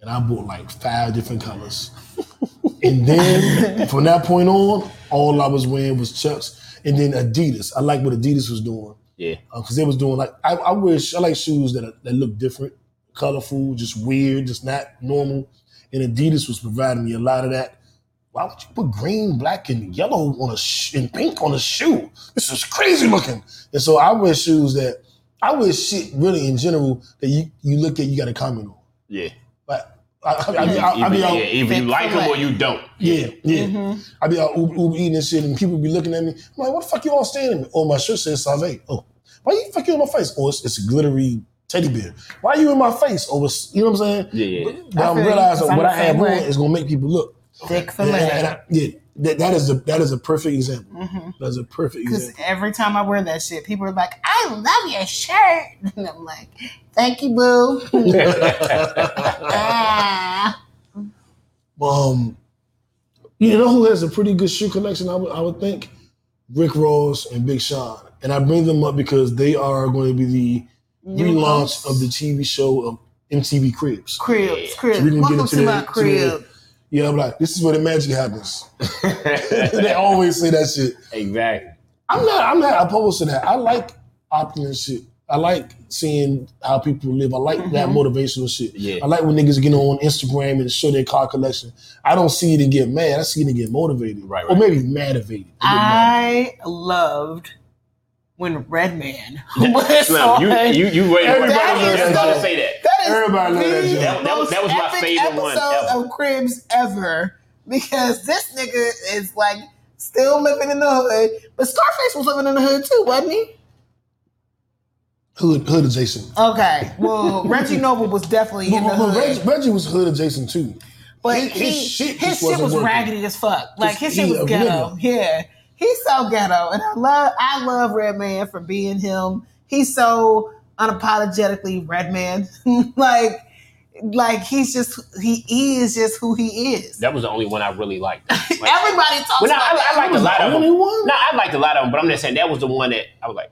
C: and I bought like five different colors. and then from that point on, all I was wearing was chucks. And then Adidas. I like what Adidas was doing
B: Yeah.
C: because Uh, they was doing like I, I wish I like shoes that are, that look different, colorful, just weird, just not normal. And Adidas was providing me a lot of that. Why would you put green, black, and yellow on a sh- and pink on a shoe? This is crazy looking. And so I wear shoes that I wear shit really in general that you you look at you got to comment on.
B: Yeah.
C: Like I, I, I, be- I, I
B: Either,
C: be out.
B: yeah, either you
A: Fit
B: like him
A: for
B: or
A: what?
B: you don't.
C: Yeah, yeah.
A: Mm-hmm.
C: I be out Uber, Uber eating and shit, and people be looking at me. I'm like, what the fuck you all standing? there?" Oh, my shirt says Salve. Oh, why you fucking in my face? Oh, it's, it's a glittery teddy bear. Why you in my face? Oh, it's, you know what I'm saying?
B: Yeah, yeah.
C: But, but
A: I
C: I'm
A: feel you, 'cause
C: realizing
A: I'm
C: what I
A: the same
C: have on
A: way.
C: is gonna make people look.
A: Dick
C: And, and- and
A: fillet.
C: I- yeah, that, that is a that is a perfect example. That's a perfect
A: Because
C: example.
A: Mm-hmm. every time I wear that shit, people are like, "I love your shirt," and I'm like, "Thank you, boo." Ah.
C: Um, you know who has a pretty good shoe collection? I would I would think Rick Ross and Big Sean, and I bring them up because they are going to be the relaunch of the TV show of MTV Cribs.
A: cribs, cribs.
C: So we can get
A: Welcome
C: into
A: to my
C: that- to that-
A: crib.
C: Yeah, I'm like, this is where the magic happens. they always say that shit.
B: Exactly.
C: I'm not. I'm not opposed to that. I like opulent shit. I like seeing how people live. I like
B: Mm-hmm.
C: that motivational shit.
B: Yeah.
C: I like when niggas get on Instagram and show their car collection. I don't see it and get mad. I see it and get motivated.
B: Right,
C: Or
B: right.
C: maybe motivated.
A: I loved when Redman was
B: Slim,
A: on.
B: you you you waiting for
C: Everybody
B: everybody
A: knows
B: to
A: that.
B: say that.
A: That is
C: Everybody love that
A: the
C: joke.
B: That- that was- that was my
A: most epic
B: favorite one
A: episode
B: ever.
A: of Cribs ever because this nigga is like still living in the hood, but Scarface was living in the hood too, wasn't he?
C: Hood, hood adjacent.
A: Okay, well Reggie Noble was definitely in the
C: But, but Reggie,
A: hood,
C: Reggie was hood adjacent too.
A: but
C: his-
A: he,
C: his
A: his
C: shit
A: shit,
C: just wasn't
A: was
C: working.
A: raggedy as fuck. Like his shit
C: he
A: was
C: a
A: ghetto.
C: nigga.
A: Yeah, he's so ghetto, and I love I love Redman for being him. He's so unapologetically Redman, like. Like he's just he, he is just who he is.
B: That was the only one I really liked. Like,
A: Everybody talks
B: well, no, I,
A: about
B: I
A: that.
B: liked a lot of them.
C: only one?
B: No, I liked a lot of them, but I'm just saying that was the one that I was like,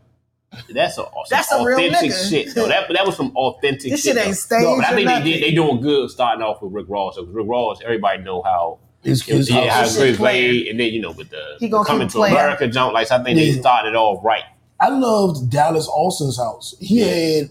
B: that's a awesome,
A: That's a real
B: authentic
A: nigga.
B: shit. though. that that was some authentic.
A: This shit
B: though.
A: ain't staged.
C: No,
B: But I
A: or
B: think they
A: nothing.
B: did. They doing good starting off with Rick Ross. Because Rick Ross, everybody know how
C: His, his
B: yeah, how
C: house.
A: shit
B: Chris
A: playing.
B: played, and then you know with the,
A: He gonna
B: the coming
A: keep
B: to
A: playing.
B: America jump. Like so I think they
C: Yeah.
B: started off right.
C: I loved Dallas Austin's house. He had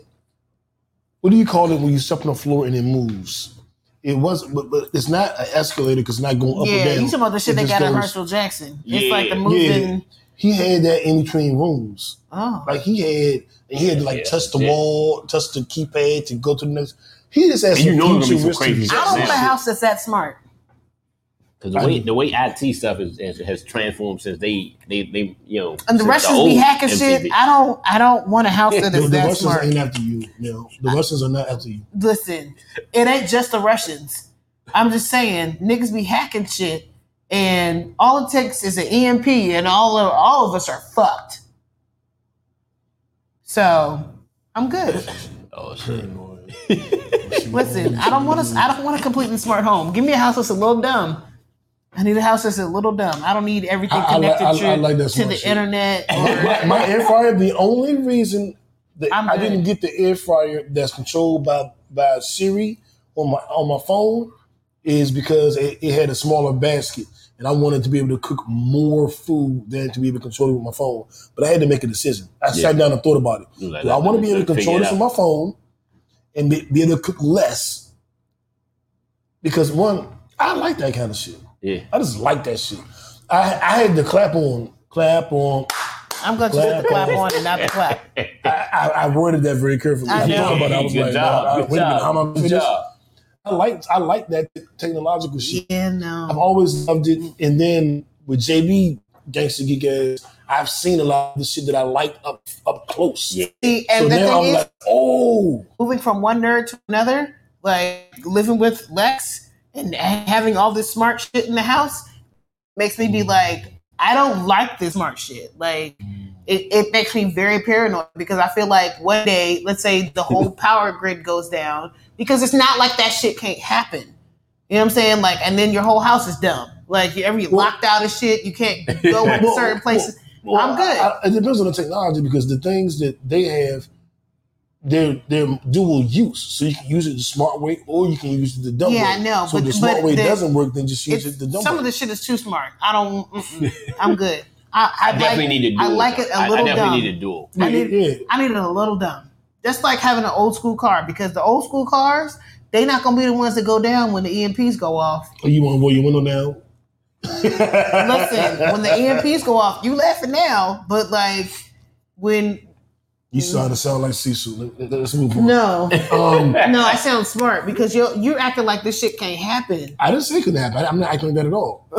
C: what do you call it when you step on the floor and it moves? It was, but, but it's not an escalator because it's not going up or
A: Yeah,
C: down.
A: you talking about the shit
C: It
A: they
C: just
A: got at
C: goes-
A: Herschel Jackson? It's
B: Yeah.
A: like the
C: Yeah,
A: moving.
C: he had that in between rooms.
A: Oh,
C: Like he had, and he had to like
B: Yeah,
C: touch the
B: yeah.
C: wall, touch the keypad to go to the next. He just had
B: And you
C: some
B: know it's gonna be some
C: futuristic
B: crazy
C: shit.
B: shit.
A: I don't
B: Yeah.
A: know a house that's that smart.
B: Because the way the way IT stuff is, is has transformed since they they they you know
A: And
B: since
A: the Russians be
B: old
A: hacking
B: MTV.
A: shit. I don't. I don't want a house
C: The,
A: that is
C: the
A: that
C: Russians
A: smart.
C: ain't after you, you know. The Russians are not after you.
A: Listen, it ain't just the Russians. I'm just saying, niggas be hacking shit, and all it takes is an EMP, and all of all of us are fucked. So I'm good.
B: Oh shit!
A: Listen, I don't want to. I don't want a completely smart home. Give me a house that's a little dumb. I need a house that's a little dumb. I don't need everything
C: I- I like-
A: connected
C: I-
A: to,
C: I like that
A: to
C: smart
A: the
C: shit.
A: internet. Or,
C: my, my air fryer. The only reason that
A: I'm
C: I
A: good.
C: didn't get the air fryer that's controlled by by Siri on my on my phone is because it, it had a smaller basket, and I wanted to be able to cook more food than to be able to control it with my phone. But I had to make a decision. I sat down and thought about it.
B: You like
C: Do
B: that,
C: I want to
B: let
C: be
B: me
C: able to
B: figure
C: control
B: it
C: this
B: out.
C: with my phone and be, be able to cook less? Because one, I like that kind of shit.
B: Yeah,
C: I just like that shit. I I had to clap on, clap on,
A: I'm going to just put the clap on and not the clap.
C: I, I worded that very carefully.
A: I
C: I,
A: know.
C: thought about it. I was
B: Good
C: like,
B: job.
C: nah, nah,
B: Good
C: wait a minute,
B: job.
C: how am I gonna
B: Good
C: do this?
B: job.
C: I like I like that technological shit.
A: Yeah,
C: I've
A: no.
C: always loved it. And then with JB Gangster Geek Ass, I've seen a lot of the shit that I like up up close.
B: Yeah.
A: See,
C: So
A: and the
C: now
A: thing
C: I'm
A: is,
C: like, oh,
A: moving from one nerd to another, like living with Lex and having all this smart shit in the house, makes me be
C: Mm.
A: like, I don't like this smart shit. Like, it, it makes me very paranoid because I feel like one day, let's say the whole power grid goes down, because it's not like that shit can't happen. You know what I'm saying? Like, and then your whole house is dumb. Like, you're, you're locked out of shit. You can't go in
C: Well,
A: certain places.
C: well,
A: I'm good.
C: I- I- it depends on the technology because the things that they have, they're they're dual use. So you can use it the smart way or you can use it the dumb
A: Yeah,
C: way.
A: I know,
C: So
A: but-
C: the smart
A: but
C: way
A: the-
C: doesn't work, then just use
A: It's-
C: it the dumb
A: some
C: way.
A: of this shit is too smart. I don't. Mm-mm, I'm good. I, I,
B: I definitely
A: like,
B: need a duel.
A: I like it a
B: I-
A: little
B: I
A: dumb.
B: definitely need a duel.
A: I need,
C: Yeah.
A: I need it a little dumb. That's like having an old school car because the old school cars, they not gonna be the ones that go down when the EMPs go off.
C: Oh, you want to roll your window down?
A: Listen, when the EMPs go off, you laughing now, but like when
C: You starting to sound like Cecil. Let- let- Let's move on.
A: no,
C: Um,
A: no, I sound smart because you you're acting like this shit can't happen.
C: I didn't say it couldn't happen. I- I'm not acting like that at all.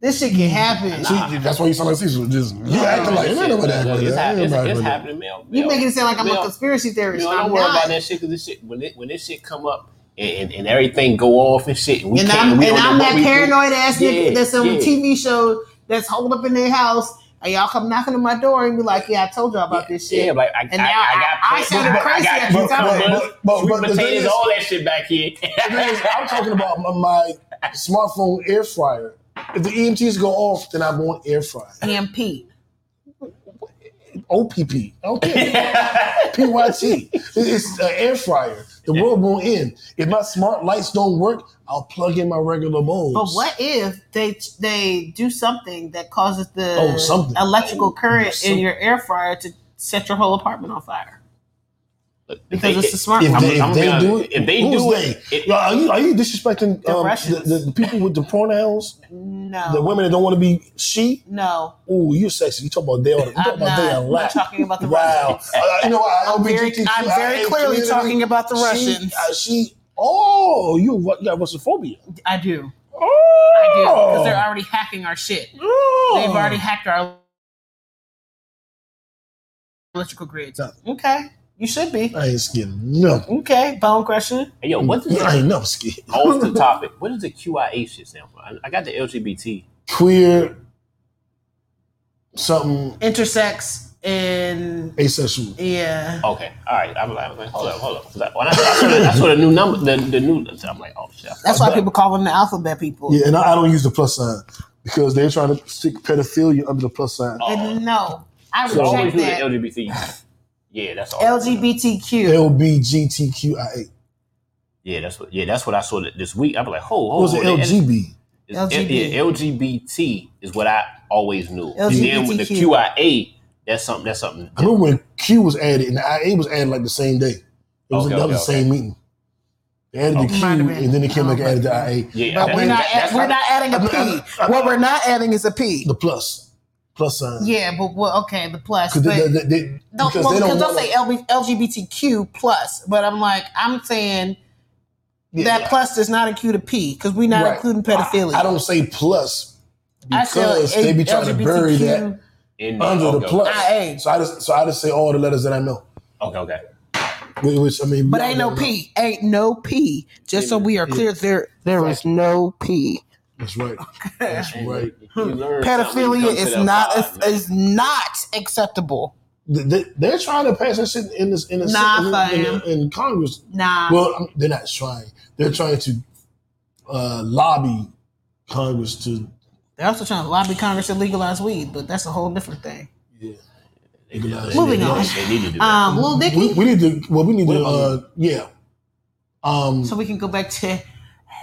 A: This shit can happen.
C: See, that's why you sound like Cecil. Just you acting like
B: It's,
C: ain't nobody acting like
B: it's,
C: that.
B: hap-
C: Ain't
B: it's,
C: nobody
B: it's
C: like that.
B: happening, man.
A: You making it sound like I'm a
B: Mel,
A: conspiracy
B: Mel,
A: theorist.
B: don't
A: I'm
B: worry
A: not.
B: about that shit because this shit when it, when this shit come up and, and, and everything go off and shit and we
A: and
B: can't
A: I'm,
B: we
A: and
B: don't know
A: I'm
B: what
A: that
B: we do.
A: paranoid ass
B: Yeah,
A: nigga that's on
B: yeah.
A: the TV show that's holed up in their house, and y'all come knocking on my door and be like, "Yeah, I told y'all about this shit."
B: Yeah, like I,
A: And
B: I,
A: now
B: I got
A: I- I
B: plants,
A: sounded
B: but-
A: crazy
B: I
A: at the
B: got
A: time.
B: cucumbers,
C: But- but-
B: sweet
C: but the thing
B: potatoes,
C: is-
B: all that shit back here.
C: The thing is, I'm talking about my, my smartphone air fryer. If the EMTs go off, then I want air fryer.
A: EMP.
C: OPP. Okay. PYT. It's an air fryer. The world won't end. If my smart lights don't work, I'll plug in my regular modes.
A: But what if they they do something that causes the
C: Oh, something.
A: electrical current in
C: something.
A: your air fryer to set your whole apartment on fire?
B: They-
A: Because it's a smart
C: If
A: one.
C: they,
B: I'm
C: if they
B: gonna-
C: do it,
B: if they
C: who's
B: do
C: they?
B: it- it-
C: Yo, are, you, are you disrespecting
A: The
C: um, the,
A: Russians.
C: the, the people with the pronouns?
A: No,
C: The women that don't want to be she?
A: no.
C: Ooh, you're sexy. You talk about they all. You talk
A: I'm
C: about they a
A: not, I'm
C: lot.
A: not talking about the
C: wow.
A: Russians.
C: Uh, you know, I,
A: I'm very,
C: LGBTQIA
A: I'm very clearly
C: community,
A: talking about the
C: she-
A: Russians.
C: uh, she. Oh, you what? You got Russophobia.
A: I do.
C: Oh,
A: I do because they're already hacking our shit. They've already hacked our electrical grids.
C: No.
A: Okay, you should be.
C: I ain't scared. of No,
A: Okay, bone crusher.
B: Hey, yo, what does
C: I
B: the,
C: ain't never scared.
B: off the topic? What does the QIA shit stand for? I, I got the LGBT.
C: Queer. Something
A: Intersex and
C: asexual.
A: yeah.
B: Okay, all right. I'm like, I'm like hold up, hold up. 'Cause I- When I, I, saw the, I saw the new number, the, the new. I'm like, oh shit. I
A: That's
B: fucked
A: why
B: up.
A: people call them the alphabet people.
C: Yeah, and I, I don't use the plus sign because they're trying to stick pedophilia under the plus sign.
B: Oh.
A: And no, I
B: So I always
A: reject
B: do the
A: that.
B: LGBT. Yeah, that's all.
A: LGBTQ.
C: LBGTQIA.
B: Yeah, that's what. Yeah, that's what I saw th- this week. I'm like, hold,
C: What
B: hold.
C: was it?
B: hold.
C: LGB.
B: It's L-
A: LGBT.
B: yeah, LGBT is what I always knew. And then with the
A: LGBTQ.
B: QIA, that's something. That's something.
C: I remember when Q was added and the IA was added like the same day. It was,
B: Okay,
C: that was
B: okay,
C: the same meeting. They added the Q,
A: Might have been.
C: and then they came back and added the IA.
B: Yeah,
C: I
A: But we're
C: think
A: not
B: that's
A: add, we're
B: how-
A: not adding a P. What we're not adding is a P.
C: the plus, plus sign.
A: Yeah, but well, okay, the plus.
C: Cause
A: But
C: they, they, they, they-
A: no,
C: because
A: well,
C: they don't
A: because
C: want
A: I say LB, LGBTQ plus, but I'm like I'm saying
C: Yeah.
A: that plus does not include a P because we're not
C: Right.
A: including pedophilia.
C: I don't say plus
A: I said
C: because they be trying to bury that
B: In
C: under the
B: okay,
C: plus.
A: IA.
C: So I just so I just say all the letters that I know.
B: Okay, okay.
C: Which, which, I mean,
A: But
C: I
A: ain't no
C: don't know.
A: P. Ain't no P. Just so we are clear, there there is no P.
C: That's right. That's right.
B: You learn something when you
A: Pedophilia
B: come to
A: is
B: that
A: not
B: pod, man.
A: is not acceptable.
C: They, they're trying to pass that shit in this in, the
A: Nah,
C: in, in,
A: fam.
C: in, in Congress.
A: Nah.
C: Well, I'm- they're not trying. They're trying to uh, lobby Congress to
A: They're also trying to lobby Congress to legalize weed, but that's a whole different thing.
C: legalize.
A: Moving
C: it.
A: on.
B: They need to do that.
A: Um, Lil Dicky,
C: We, we need to. Well, we need to. Uh, yeah. Um.
A: so we can go back to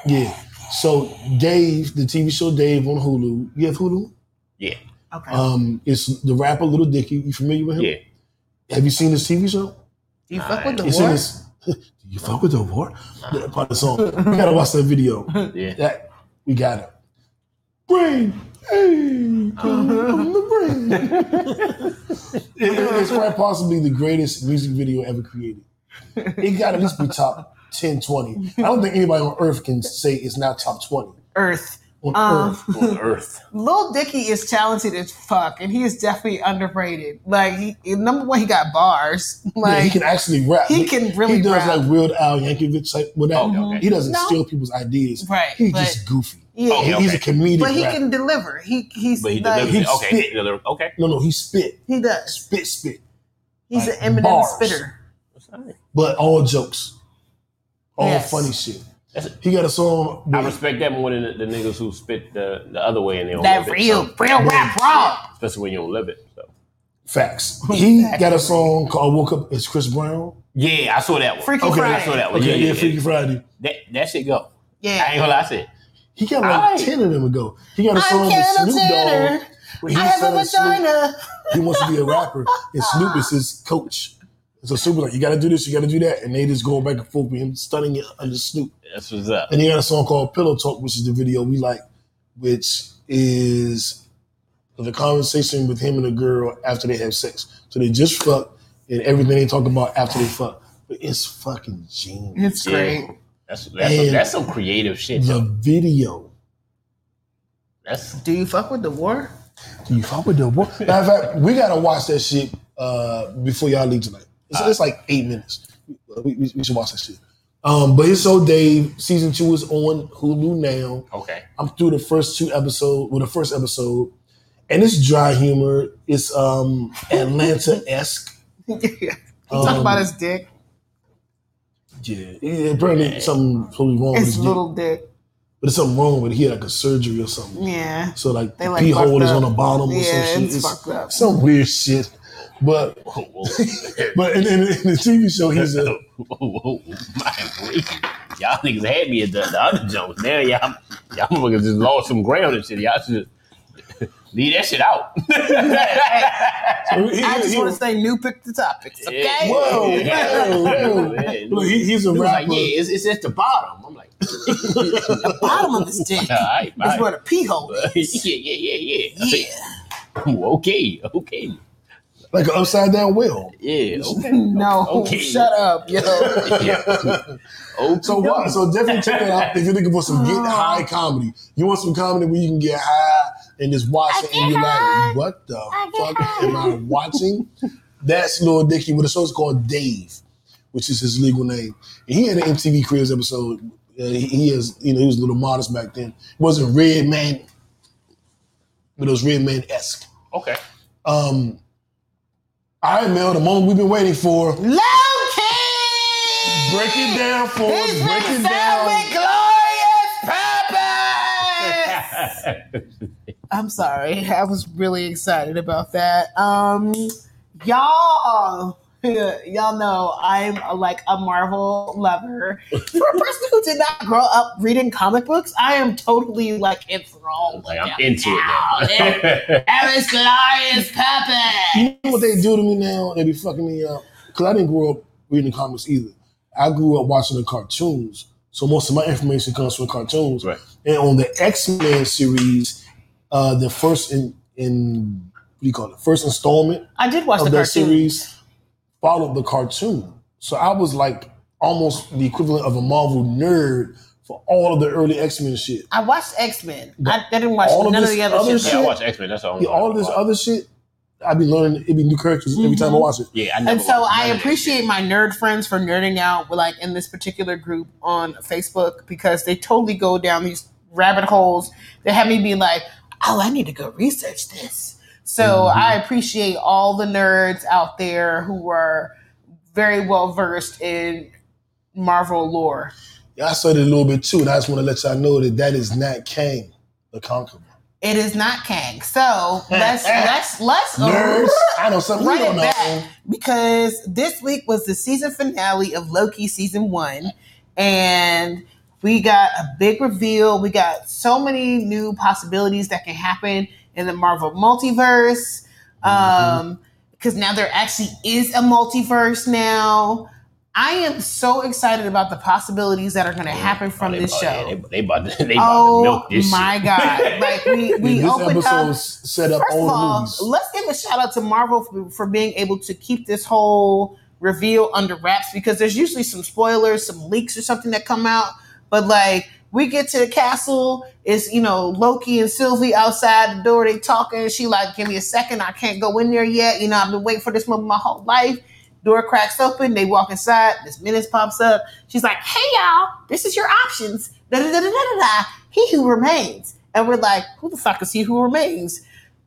C: Yeah. So Dave, the TV show Dave on Hulu. You have Hulu.
B: Yeah,
A: okay.
C: Um. It's the rapper Little Dicky. You familiar
A: um,
C: with him?
B: yeah.
C: Have you seen this TV show?
A: Do you fuck with the
C: It's
A: war?
C: in this. You fuck with the war? That part of the song. We gotta watch that video.
B: Yeah.
C: That we got it. Brain. Hey, I'm the brain. It- it- it's quite possibly the greatest music video ever created. It got at least be top 10, 20. I don't think anybody on earth can say it's not top 20
A: Earth.
C: on
A: Um,
C: earth.
B: On Earth.
A: Lil Dicky is talented as fuck, and he is definitely underrated. Like he, number one, he got bars. Like
C: yeah, he can actually rap.
A: he can really
C: He does
A: rap.
C: like Weird Al Yankovic type. Without
B: Okay, okay.
C: he doesn't
A: No.
C: steal people's ideas.
A: Right,
C: He's
A: but-
C: just goofy.
A: yeah,
B: Okay,
C: He's a
B: okay.
C: comedian.
A: but he
C: rapper.
A: can deliver. He he's
B: But he
A: like,
B: delivers it.
C: he
B: Okay. he deliver- Okay.
C: No, no, he spit,
A: he does.
C: spit, spit.
A: He's
C: Like,
A: an Eminem
C: bars.
A: spitter.
C: But all jokes, all
A: Yes.
C: funny shit.
B: That's it.
C: He got a song.
B: I
C: With,
B: respect that more than the, the niggas who spit the, the other way and they don't
A: That
B: live
A: real,
B: it. so-
A: real rap raw.
B: especially when you don't live it. So.
C: facts. He got a song called "Woke Up." It's Chris Brown.
B: Yeah, I saw that one.
A: Freaky
C: Okay,
B: I saw
A: Friday.
B: that one.
C: Okay, yeah,
B: Oh, yeah, yeah,
C: Freaky
B: yeah.
C: Friday.
B: That, that shit go. I ain't
A: Yeah.
B: gonna lie, I said.
C: He got like
B: Alright.
C: ten of them ago. He got a
A: I'm
C: song with
A: Kendall
C: Snoop Dogg.
A: Jenner.
C: where he
A: I have a
C: telling Snoop
A: vagina.
C: He wants to be a rapper, and Snoop is his coach. So Snoop was like, "You got to do this, you got to do that," and they just go back and forth with him studying it under Snoop.
B: That's what's up.
C: And he got a song called Pillow Talk, which is the video we like, which is the conversation with him and the girl after they have sex. So they just fuck and everything they talk about after they fuck. But it's fucking genius.
A: It's great.
B: Yeah. That's that's,
C: And-
B: that's some creative shit.
C: The
B: though.
C: video.
B: That's
A: Do you fuck with the war?
C: Do you fuck with the boy? Matter of fact, we gotta watch that shit uh, before y'all leave tonight. It's, it's like eight minutes. We, we, we should watch that shit. Um, but it's so Dave season two is on Hulu now.
B: okay.
C: I'm through the first two episodes, well, the first episode, and it's dry humor. It's um Atlanta esque.
A: he talk about his dick.
C: Yeah, yeah, apparently something totally wrong with his
A: His
C: dick,
A: little dick.
C: but it's something wrong with it. He had like a surgery or something.
A: Yeah.
C: So like
A: They,
C: the
A: like,
C: pee hole
A: fucked
C: is on
A: up.
C: the bottom or
A: Yeah,
C: some shit.
A: it's fucked up.
C: Some weird shit, but but in, in, in the TV show he's a
B: Whoa, my grief. Y'all niggas had me at the, the other jokes. Now y'all y'all motherfuckers just lost some ground and shit. Y'all should leave that shit out.
C: he- he-
A: I just
C: he-
A: want to say, new pick the topics, okay?
B: Yeah.
C: whoa
B: Yeah.
C: whoa
B: Yeah.
C: whoa. Look, he, he's a
B: It was like,
C: rapper.
B: yeah, it's, it's at the bottom. I'm like,
A: Bottom of his dick
B: all right, all
A: is where
B: right.
A: the pee hole
B: yeah, yeah, yeah, yeah.
A: is. Yeah.
B: okay, okay.
C: Like an upside down whale.
B: Yeah, okay.
A: No,
B: Okay.
A: shut up, yo.
B: yeah. Okay.
C: Oh, So what? So definitely check that out if you're looking for some get high comedy. You want some comedy where you can get high and just watch it, and you're like, "What the fuck am I watching?" That's Lil Dicky with a show's called Dave, which is his legal name. And he had an MTV Cribs episode. Uh, he, he is, you know, he was a little modest back then. It wasn't Red Man, but it was Red Man esque.
B: okay.
C: Um, all right, Mel, the moment we've been waiting for.
A: Low
C: Break it down for us.
A: He's
C: Break
A: been
C: it
A: found
C: down.
A: with glorious purpose. I'm sorry, I was really excited about that. Um, y'all, y'all know I'm uh, like a Marvel lover. For a person who did not grow up reading comic books, I am totally like enthralled.
B: Like,
A: with
B: I'm
A: them
B: into
A: now.
B: it now.
A: There is glorious purpose.
C: You know what they do to me now? They be fucking me up. Because I didn't grow up reading the comics either. I grew up watching the cartoons So most of my information comes from cartoons.
B: Right.
C: And on the X Men series, uh, the first in in what do you call it? First installment
A: I did watch
C: of
A: the
C: that
A: cartoon.
C: series followed the cartoon. So I was like almost the equivalent of a Marvel nerd for all of the early X Men shit.
A: I watched X Men. I I didn't watch
C: All of
A: none of
C: this
A: the other,
C: other
A: shit.
B: Yeah, I
C: shit-
B: watch X Men. That's the only
A: Oh,
C: Yeah,
B: one I
C: all of this
B: watch.
C: other shit, I be learning. It be new characters every time I
A: Mm-hmm.
C: watch it.
B: Yeah, I never
A: And so
B: watched
A: I
B: none of that
A: appreciate my nerd friends for nerding out, with, like in this particular group on Facebook, because they totally go down these rabbit holes that have me be like, "Oh, I need to go research this." So I appreciate all the nerds out there who are very well versed in Marvel lore.
C: Yeah, I studied a little bit too, and I just want to let y'all know that that is not Kang the Conqueror.
A: It is not Kang, so let's let's let's
C: Nerds, I know something you
A: Run
C: don't
A: it
C: know.
A: Oh. back because this week was the season finale of Loki season one, and we got a big reveal. We got so many new possibilities that can happen in the Marvel multiverse.
B: Mm-hmm.
A: Um, because now there actually is a multiverse now. I am so excited about the possibilities that are going to happen from
B: Oh, they about-
A: this show.
B: yeah, they, they about to, they about to
A: oh
B: milk this
A: my
B: shit.
A: god! Like we we
C: this
A: opened up.
C: episode set up
A: First
C: all
A: of
C: the
A: all,
C: movies.
A: let's give a shout out to Marvel for, for being able to keep this whole reveal under wraps because there's usually some spoilers, some leaks, or something that come out. But like, we get to the castle, it's you know Loki and Sylvie outside the door. They talking. She like, give me a second, I can't go in there yet. You know, I've been waiting for this moment my whole life. Door cracks open. They walk inside. Miss Minutes pops up. She's like, "Hey y'all, this is your options." Da da da da da da. He who remains. And we're like, "Who the fuck is he who remains?"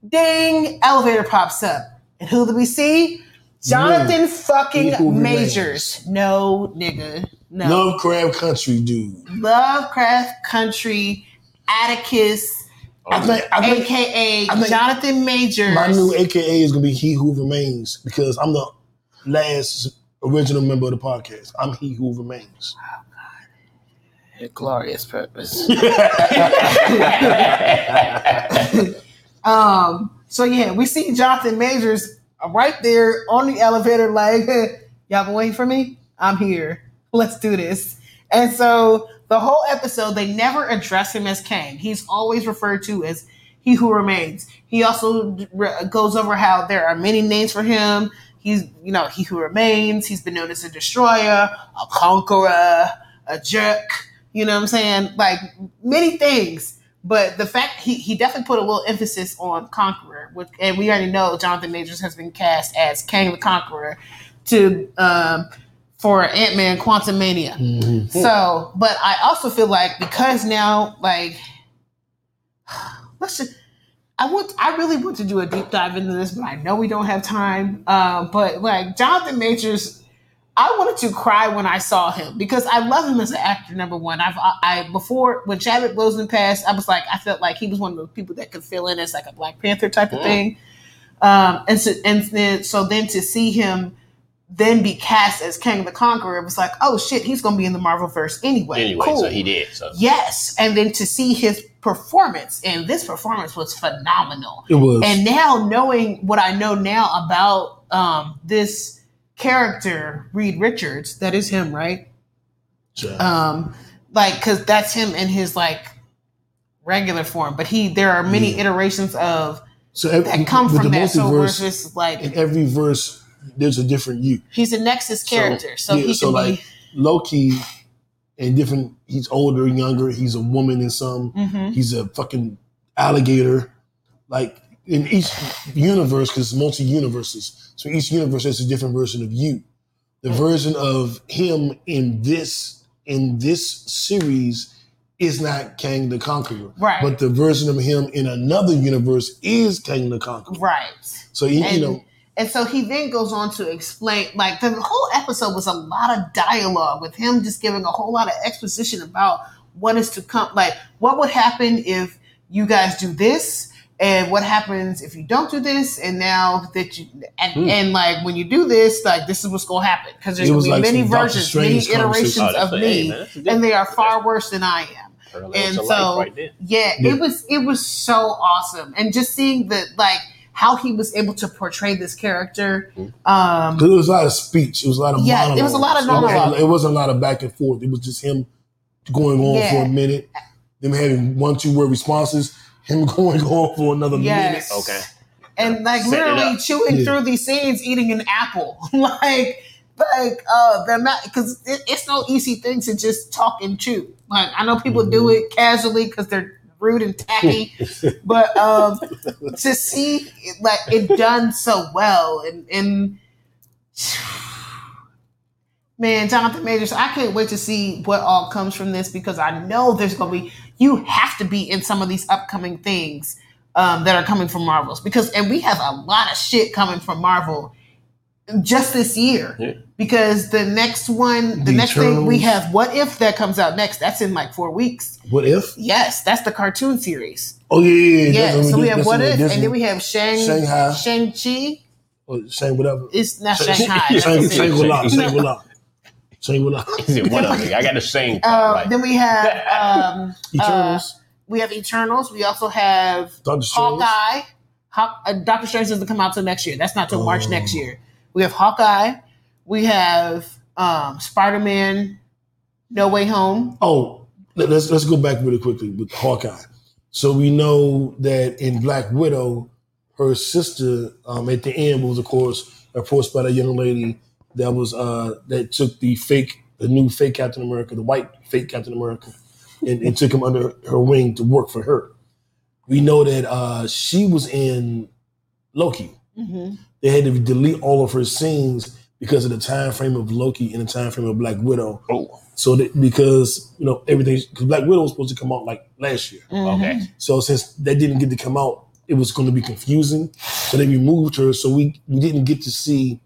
A: Ding! Elevator pops up. And who do we see? Jonathan
C: He who
A: fucking
C: remains.
A: Majors. No, nigga. No.
C: Love Crab Country, dude.
A: Lovecraft Country Atticus,
C: I think I think
A: aka
C: I think-
A: Jonathan Majors.
C: my new AKA is gonna be He Who Remains because I'm the last original member of the podcast. I'm He Who Remains.
A: glorious purpose. um. So yeah, we see Jonathan Majors right there on the elevator, like, y'all been waiting for me? I'm here. Let's do this. And so the whole episode, they never address him as Kang. He's always referred to as He Who Remains. He also re- goes over how there are many names for him. He's, you know, He Who Remains. He's been known as a destroyer, a conqueror, a jerk. You know what I'm saying? Like many things. But the fact he, he definitely put a little emphasis on Conqueror, which, and we already know Jonathan Majors has been cast as Kang the Conqueror to um, for Ant Man Quantum Mania. So, but I also feel like because now, like, let's just. I want. I really want to do a deep dive into this, but I know we don't have time. Uh, but like Jonathan Majors, I wanted to cry when I saw him because I love him as an actor. Number one, I've I, I before when Chadwick Boseman passed, I was like I felt like he was one of those people that could fill in as like a Black Panther type of thing. Um, and so and then so then to see him then be cast as King of the Conqueror, it was like oh shit, he's going to be in the Marvel verse anyway.
B: Anyway,
A: cool.
B: so he did. So
A: Yes, and then to see his performance, and this performance was phenomenal.
C: It was.
A: And now knowing what I know now about um, this character, Reed Richards, that is him, right? Um, like, cause that's him in his like regular form, but he there are many iterations of
C: so every,
A: that come
C: with
A: from
C: the
A: that. So we're
C: multiverse,
A: just like
C: in every verse, there's a different you.
A: he's a Nexus character, so,
C: yeah,
A: he can
C: so
A: be.
C: like Loki and different. He's older, younger. He's a woman in some.
A: mm-hmm,
C: He's a fucking alligator. Like in each universe, because multi universes. So each universe has a different version of you. The version of him in this in this series is not Kang the Conqueror,
A: Right.
C: But the version of him in another universe is Kang the Conqueror.
A: right.
C: So you, you
A: And-
C: know,
A: And so he then goes on to explain, like the whole episode was a lot of dialogue with him just giving a whole lot of exposition about what is to come, like what would happen if you guys do this, and what happens if you don't do this, and now that you and, and like when you do this, like this is what's going to happen because there's
C: Hmm. It
A: going to be
C: was like
A: many
C: some Doctor
A: versions, many
C: Strange
A: iterations
C: conversation.
A: of
B: Oh, that's- hey,
A: me,
B: man, that's a
A: and they are
B: different-
A: far worse than I am
B: Parallels
A: and
B: to
A: so
B: life right there.
A: yeah,
C: Yeah.
A: it was it was so awesome and just seeing the like how he was able to portray this character
B: Mm-hmm.
A: um
C: 'Cause it was a lot of speech. It was a lot of
A: Yeah, it was a lot of
C: monologues. It wasn't-
A: monologue.
C: It wasn't a lot of back and forth. It was just him going on for
A: Yeah.
C: a minute, them having one two word responses, him going on for another
A: Yes.
B: Okay.
A: and like
B: Set it
A: literally
B: up.
A: chewing
C: Yeah.
A: through these scenes, eating an apple. like, like uh, they're not because it, it's no easy thing to just talk and chew. Like I know people do it casually because they're rude and tacky, but um, to see like it done so well and and. Man, Jonathan Majors, I can't wait to see what all comes from this because I know there's going to be, you have to be in some of these upcoming things um, that are coming from Marvels because, and we have a lot of shit coming from Marvel just this year
B: Yeah.
A: because the next one, the,
C: The
A: next thing we
C: Eternals.
A: have, What If that comes out next? That's in like four weeks.
C: minute. What if?
A: Yes, that's the cartoon series.
C: Oh yeah, yeah. yeah.
A: Yeah,
C: That's
A: so
C: on-
A: we have
C: that's
A: What
C: on
A: If,
C: Disney.
A: and then we have Shang
C: Shanghai.
A: Shang Chi.
C: Or Shang whatever.
A: It's not
C: Shang-
A: Shanghai. that's
C: Shang
A: the series.
C: Shang-Chi-La, Shang-Chi-La. Shang-Chi-La.
B: He said, what up, nigga? I got the same
A: Uh,
B: part, right?
A: Then we have um,
C: Eternals.
A: we have Eternals. We also have
C: Doctor Strange.
A: Hawkeye. Haw- uh, Doctor Strange doesn't come out till next year. That's not till March
C: Oh.
A: next year. We have Hawkeye. We have um, Spider Man. No Way Home.
C: Oh, let- let's let's go back really quickly with Hawkeye. So we know that in Black Widow, her sister um, at the end was, of course, approached by that young lady that was uh, that took the fake, the new fake Captain America, the white fake Captain America, and, and took him under her wing to work for her. We know that uh, she was in Loki. They had to delete all of her scenes because of the time frame of Loki and the time frame of Black Widow.
B: Oh,
C: So that, because you know everything, because Black Widow was supposed to come out like last year.
B: okay.
A: Mm-hmm.
C: So since that didn't get to come out, it was going to be confusing. So they removed her. So we we didn't get to see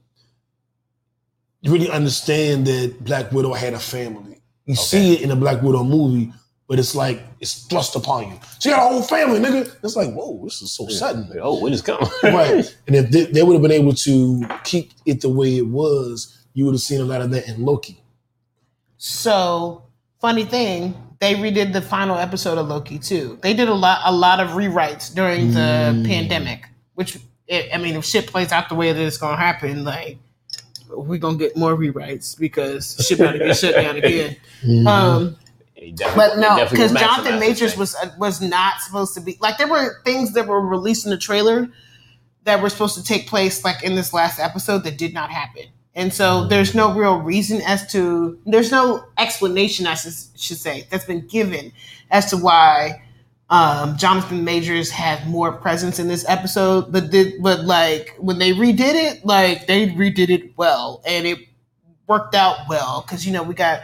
C: really understand that Black Widow had a family. You see it in a Black Widow movie, but it's like it's thrust upon you. She got a whole family, nigga. It's like whoa, this is so sudden
B: Oh, it is coming.
C: right. And if they, they would have been able to keep it the way it was, you would have seen a lot of that in Loki.
A: So funny thing, they redid the final episode of Loki too. They did a lot, a lot of rewrites during the
C: Mm.
A: pandemic. Which I I mean, if shit plays out the way that it's gonna happen, like we're gonna get more rewrites because shit about to get shut down again.
C: Mm-hmm.
A: Um,
B: He definitely-
A: But no,
B: he definitely
A: because
B: maximized
A: Jonathan
B: this
A: Majors
B: thing.
A: was uh, was not supposed to be like there were things that were released in the trailer that were supposed to take place like in this last episode that did not happen, and so there's no real reason as to there's no explanation I s- should say that's been given as to why um, Jonathan Majors had more presence in this episode, but did but like when they redid it, like they redid it well, and it worked out well because you know we got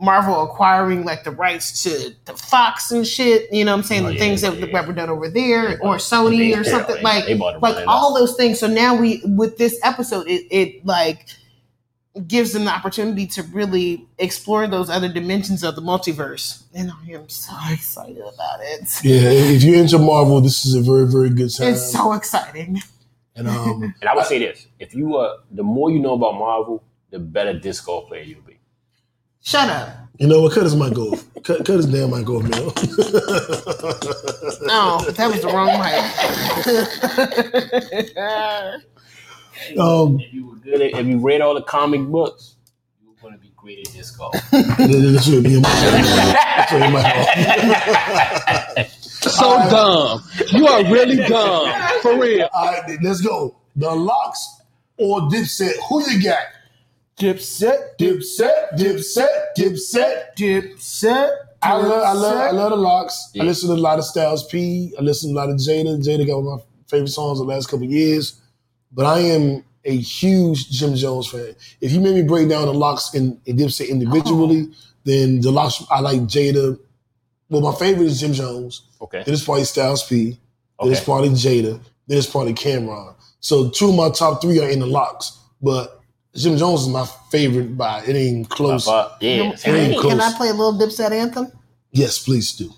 A: Marvel acquiring like the rights to the Fox and shit. You know what I'm saying?
B: Oh,
A: the
B: yeah,
A: things
B: yeah,
A: that
B: yeah.
A: were done over there
B: They
A: or
B: bought-
A: Sony
B: they- yeah,
A: or something
B: they-
A: like
B: they bought it
A: like
B: running
A: all those things. So now we with this episode it, it like gives them the opportunity to really explore those other dimensions of the multiverse. And I am so excited about it.
C: Yeah, if you're into Marvel, this is a very, very good time.
A: It's so exciting.
C: and um,
B: And I would say this: if you are, the more you know about Marvel, the better disc golf player you'll be.
A: Shut up.
C: you know what? Cut his mic off. Cut, cut his damn mic off, man.
A: Oh, that was the wrong mic.
C: um,
B: If you were good, at, if you read all the comic books, you're going to be great at disc golf.
C: that's what me and my that's what me and my-
I: So dumb. You are really dumb. For real.
C: All right, let's go. The locks or Dipset? Who you got? Dipset, Dipset, Dipset, Dipset, Dipset. I love, I love, I love the locks. I listen to a lot of Styles P. I listen to a lot of Jada. Jada got one of my favorite songs the last couple of years. But I am a huge Jim Jones fan. If you made me break down the locks and, and Dipset individually, then the locks I like Jada. Well, my favorite is Jim Jones.
B: Okay.
C: Then it's probably Styles P. Then it's
B: Okay.
C: probably Jada. Then it's probably Cameron. So two of my top three are in the locks, but Jim Jones is my favorite by it ain't
B: But,
C: close.
B: but, yeah.
C: It ain't close.
A: Can I play a little Dipset anthem?
C: Yes, please do.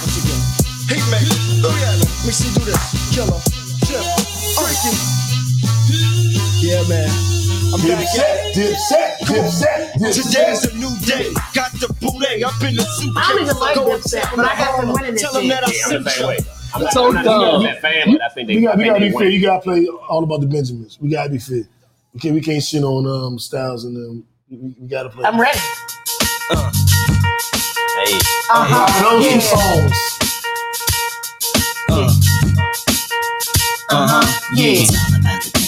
F: Hitmaker. Look at him. Make she do this. Kill him. Chip. Freaking. Yeah, man. I'm back at
C: Dipset, dipset, dipset,
F: it. Today's
C: dipset.
F: a new day. Got the booty up in the suitcase.
A: I don't even like
F: Go
A: Dipset,
F: attack
A: but I
F: my
A: got the
F: mama.
A: one in this
F: Tell him
A: shit.
F: that I
B: Yeah, I'm the
F: sent
B: same way.
F: you.
B: I'm not,
I: So
B: I'm not, I'm not
I: dumb.
B: that fan, but I think they.
C: We got,
B: I
C: we
B: think
C: gotta
B: they
C: be fair.
B: win.
C: You gotta play all about the Benjamins. We gotta be fair. We can't, we can't shit on um Styles and them. We, we- we gotta play.
A: I'm ready.
B: Hey,
A: Uh-huh.
C: I know some songs.
A: Yeah.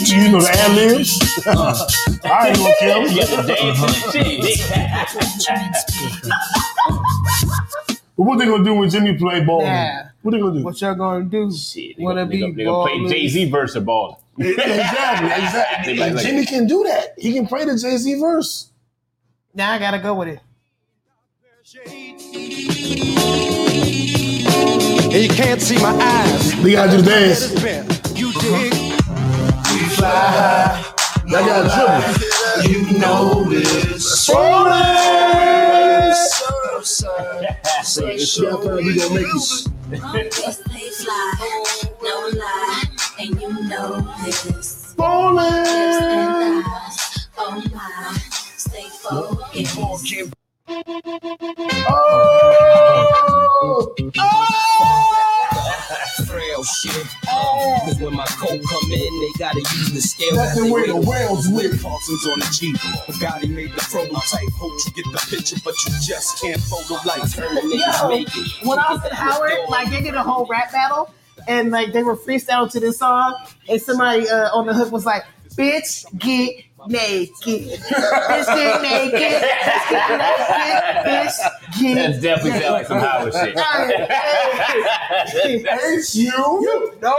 C: You know the ad libs. I ain't gonna kill
B: you
C: him.
B: got the dance and the
C: But what they gonna do when Jimmy play ball?
A: Yeah.
C: What they gonna do?
A: What y'all gonna do?
B: shit. Shit,
A: What
B: nigga,
A: it be,
B: nigga, nigga play
A: ballin'?
B: Jay Z verse of ball.
C: exactly,
B: They
C: exactly.
B: like- like-
C: Jimmy can do that. He can play the Jay Z verse.
A: Now I gotta go with it.
E: And you can't see my eyes.
C: We gotta do the dance. Uh-huh.
E: Bent. You dig?
C: Y'all gotta dribble.
F: You know this.
C: Y'all probably we gonna make it. Ballin'. Oh.
E: Frail shit. Cause when my coat come in, they gotta use the scale.
C: That's the way the whales
E: With
C: live.
E: Parsons on the Jeep. Bugatti made the prototype. Hope you get the picture, but you just can't photo like her. Niggas
A: Yo,
E: make it.
A: when I was in Howard, like they did a whole rap battle, and like they were freestyling to this song, and somebody uh, on the hook was like, "Bitch, get naked, bitch, get naked, bitch, get naked, bitch, get."
B: That's definitely sound like some Howard shit.
A: naked."
C: Ain't you?
A: no,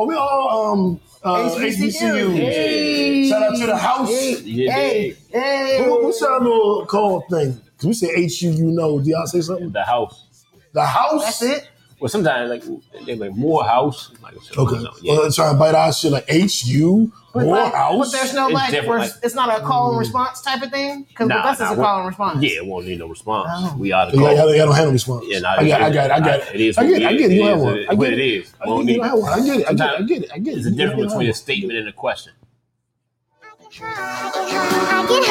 C: Oh, we all um uh, HBCU.
A: Hey.
C: Shout out to the house.
B: Yeah,
A: Hey, hey.
C: What- what's our little call thing? Can we say HU? You know? Did y'all say something?
B: The house.
C: The house.
A: That's it.
B: Well, sometimes like they like more house. Like,
C: Okay.
B: Yeah.
C: Well, they're trying to bite our shit like HU
A: But,
C: or
A: like, but
C: house.
A: there's no
B: It's
A: like,
B: different,
A: res-
B: like-
A: it's not a call and response type of thing because
B: Nah,
A: with us
B: nah,
A: it's a
B: we're-
A: call and response.
B: yeah, it won't need no response.
A: Oh.
B: We are the
C: Yeah,
B: call.
C: y'all, y'all don't handle response.
B: Yeah, nah,
C: I got, I got, I got.
B: It is.
C: I
B: what
C: get, it, I
B: is.
C: get. It, you
B: is
C: have one. I
B: What
C: get
B: it
C: it.
B: is.
C: I
B: We don't
C: get it.
B: need
C: You have one. I get it. I get it. I
B: Sometimes
C: get it. I get it.
B: There's a
C: You have
B: difference
C: one.
B: between a statement and a question. Hey,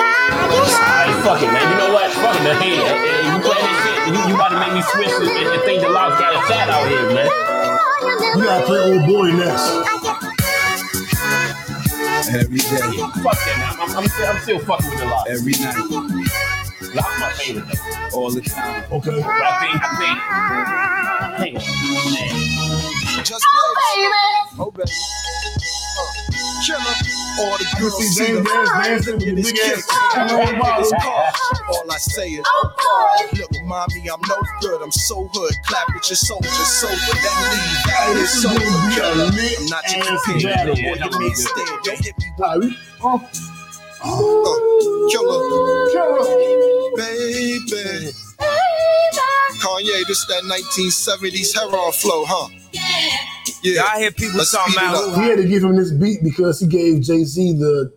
J: I
B: fuck it, man. You know what? Fuck it, man. Hey, hey, you playing this shit? You, you about to make me switch and, and think the lob's got a fat out here, man.
C: You gotta play old boy next.
F: Every day,
B: Fuck that. man. I'm, I'm, still, I'm still fucking with the lob.
F: every night,
B: Lob's my favorite though.
F: all the time.
C: Okay.
B: But I think, I think, hang on, man.
F: Just play. Oh, baby. Uh, Killer. All the girls
C: See
F: see
C: James
F: the
C: Dance dancing with the
F: This
C: big
F: kid
C: ass. I know
F: can't
C: about
F: get his
C: it.
F: car. All I say is, look, mommy, I'm no good. I'm so hood. Clap with your soldier, sober. That lead, that
C: This
F: is
C: is
F: so
C: gonna be a
F: killer.
C: lit
F: I'm not your
C: ass
F: companion.
C: battle.
F: Boy, your man stare. Don't hit me with
C: All right,
F: uh, killer,
C: Kara,
F: baby. Kanye, this that 1970s Herod flow, huh? Yeah.
E: I hear people
F: Let's
E: talking
F: speed it
E: about
F: up.
C: We had to give him this beat because he gave Jay Z the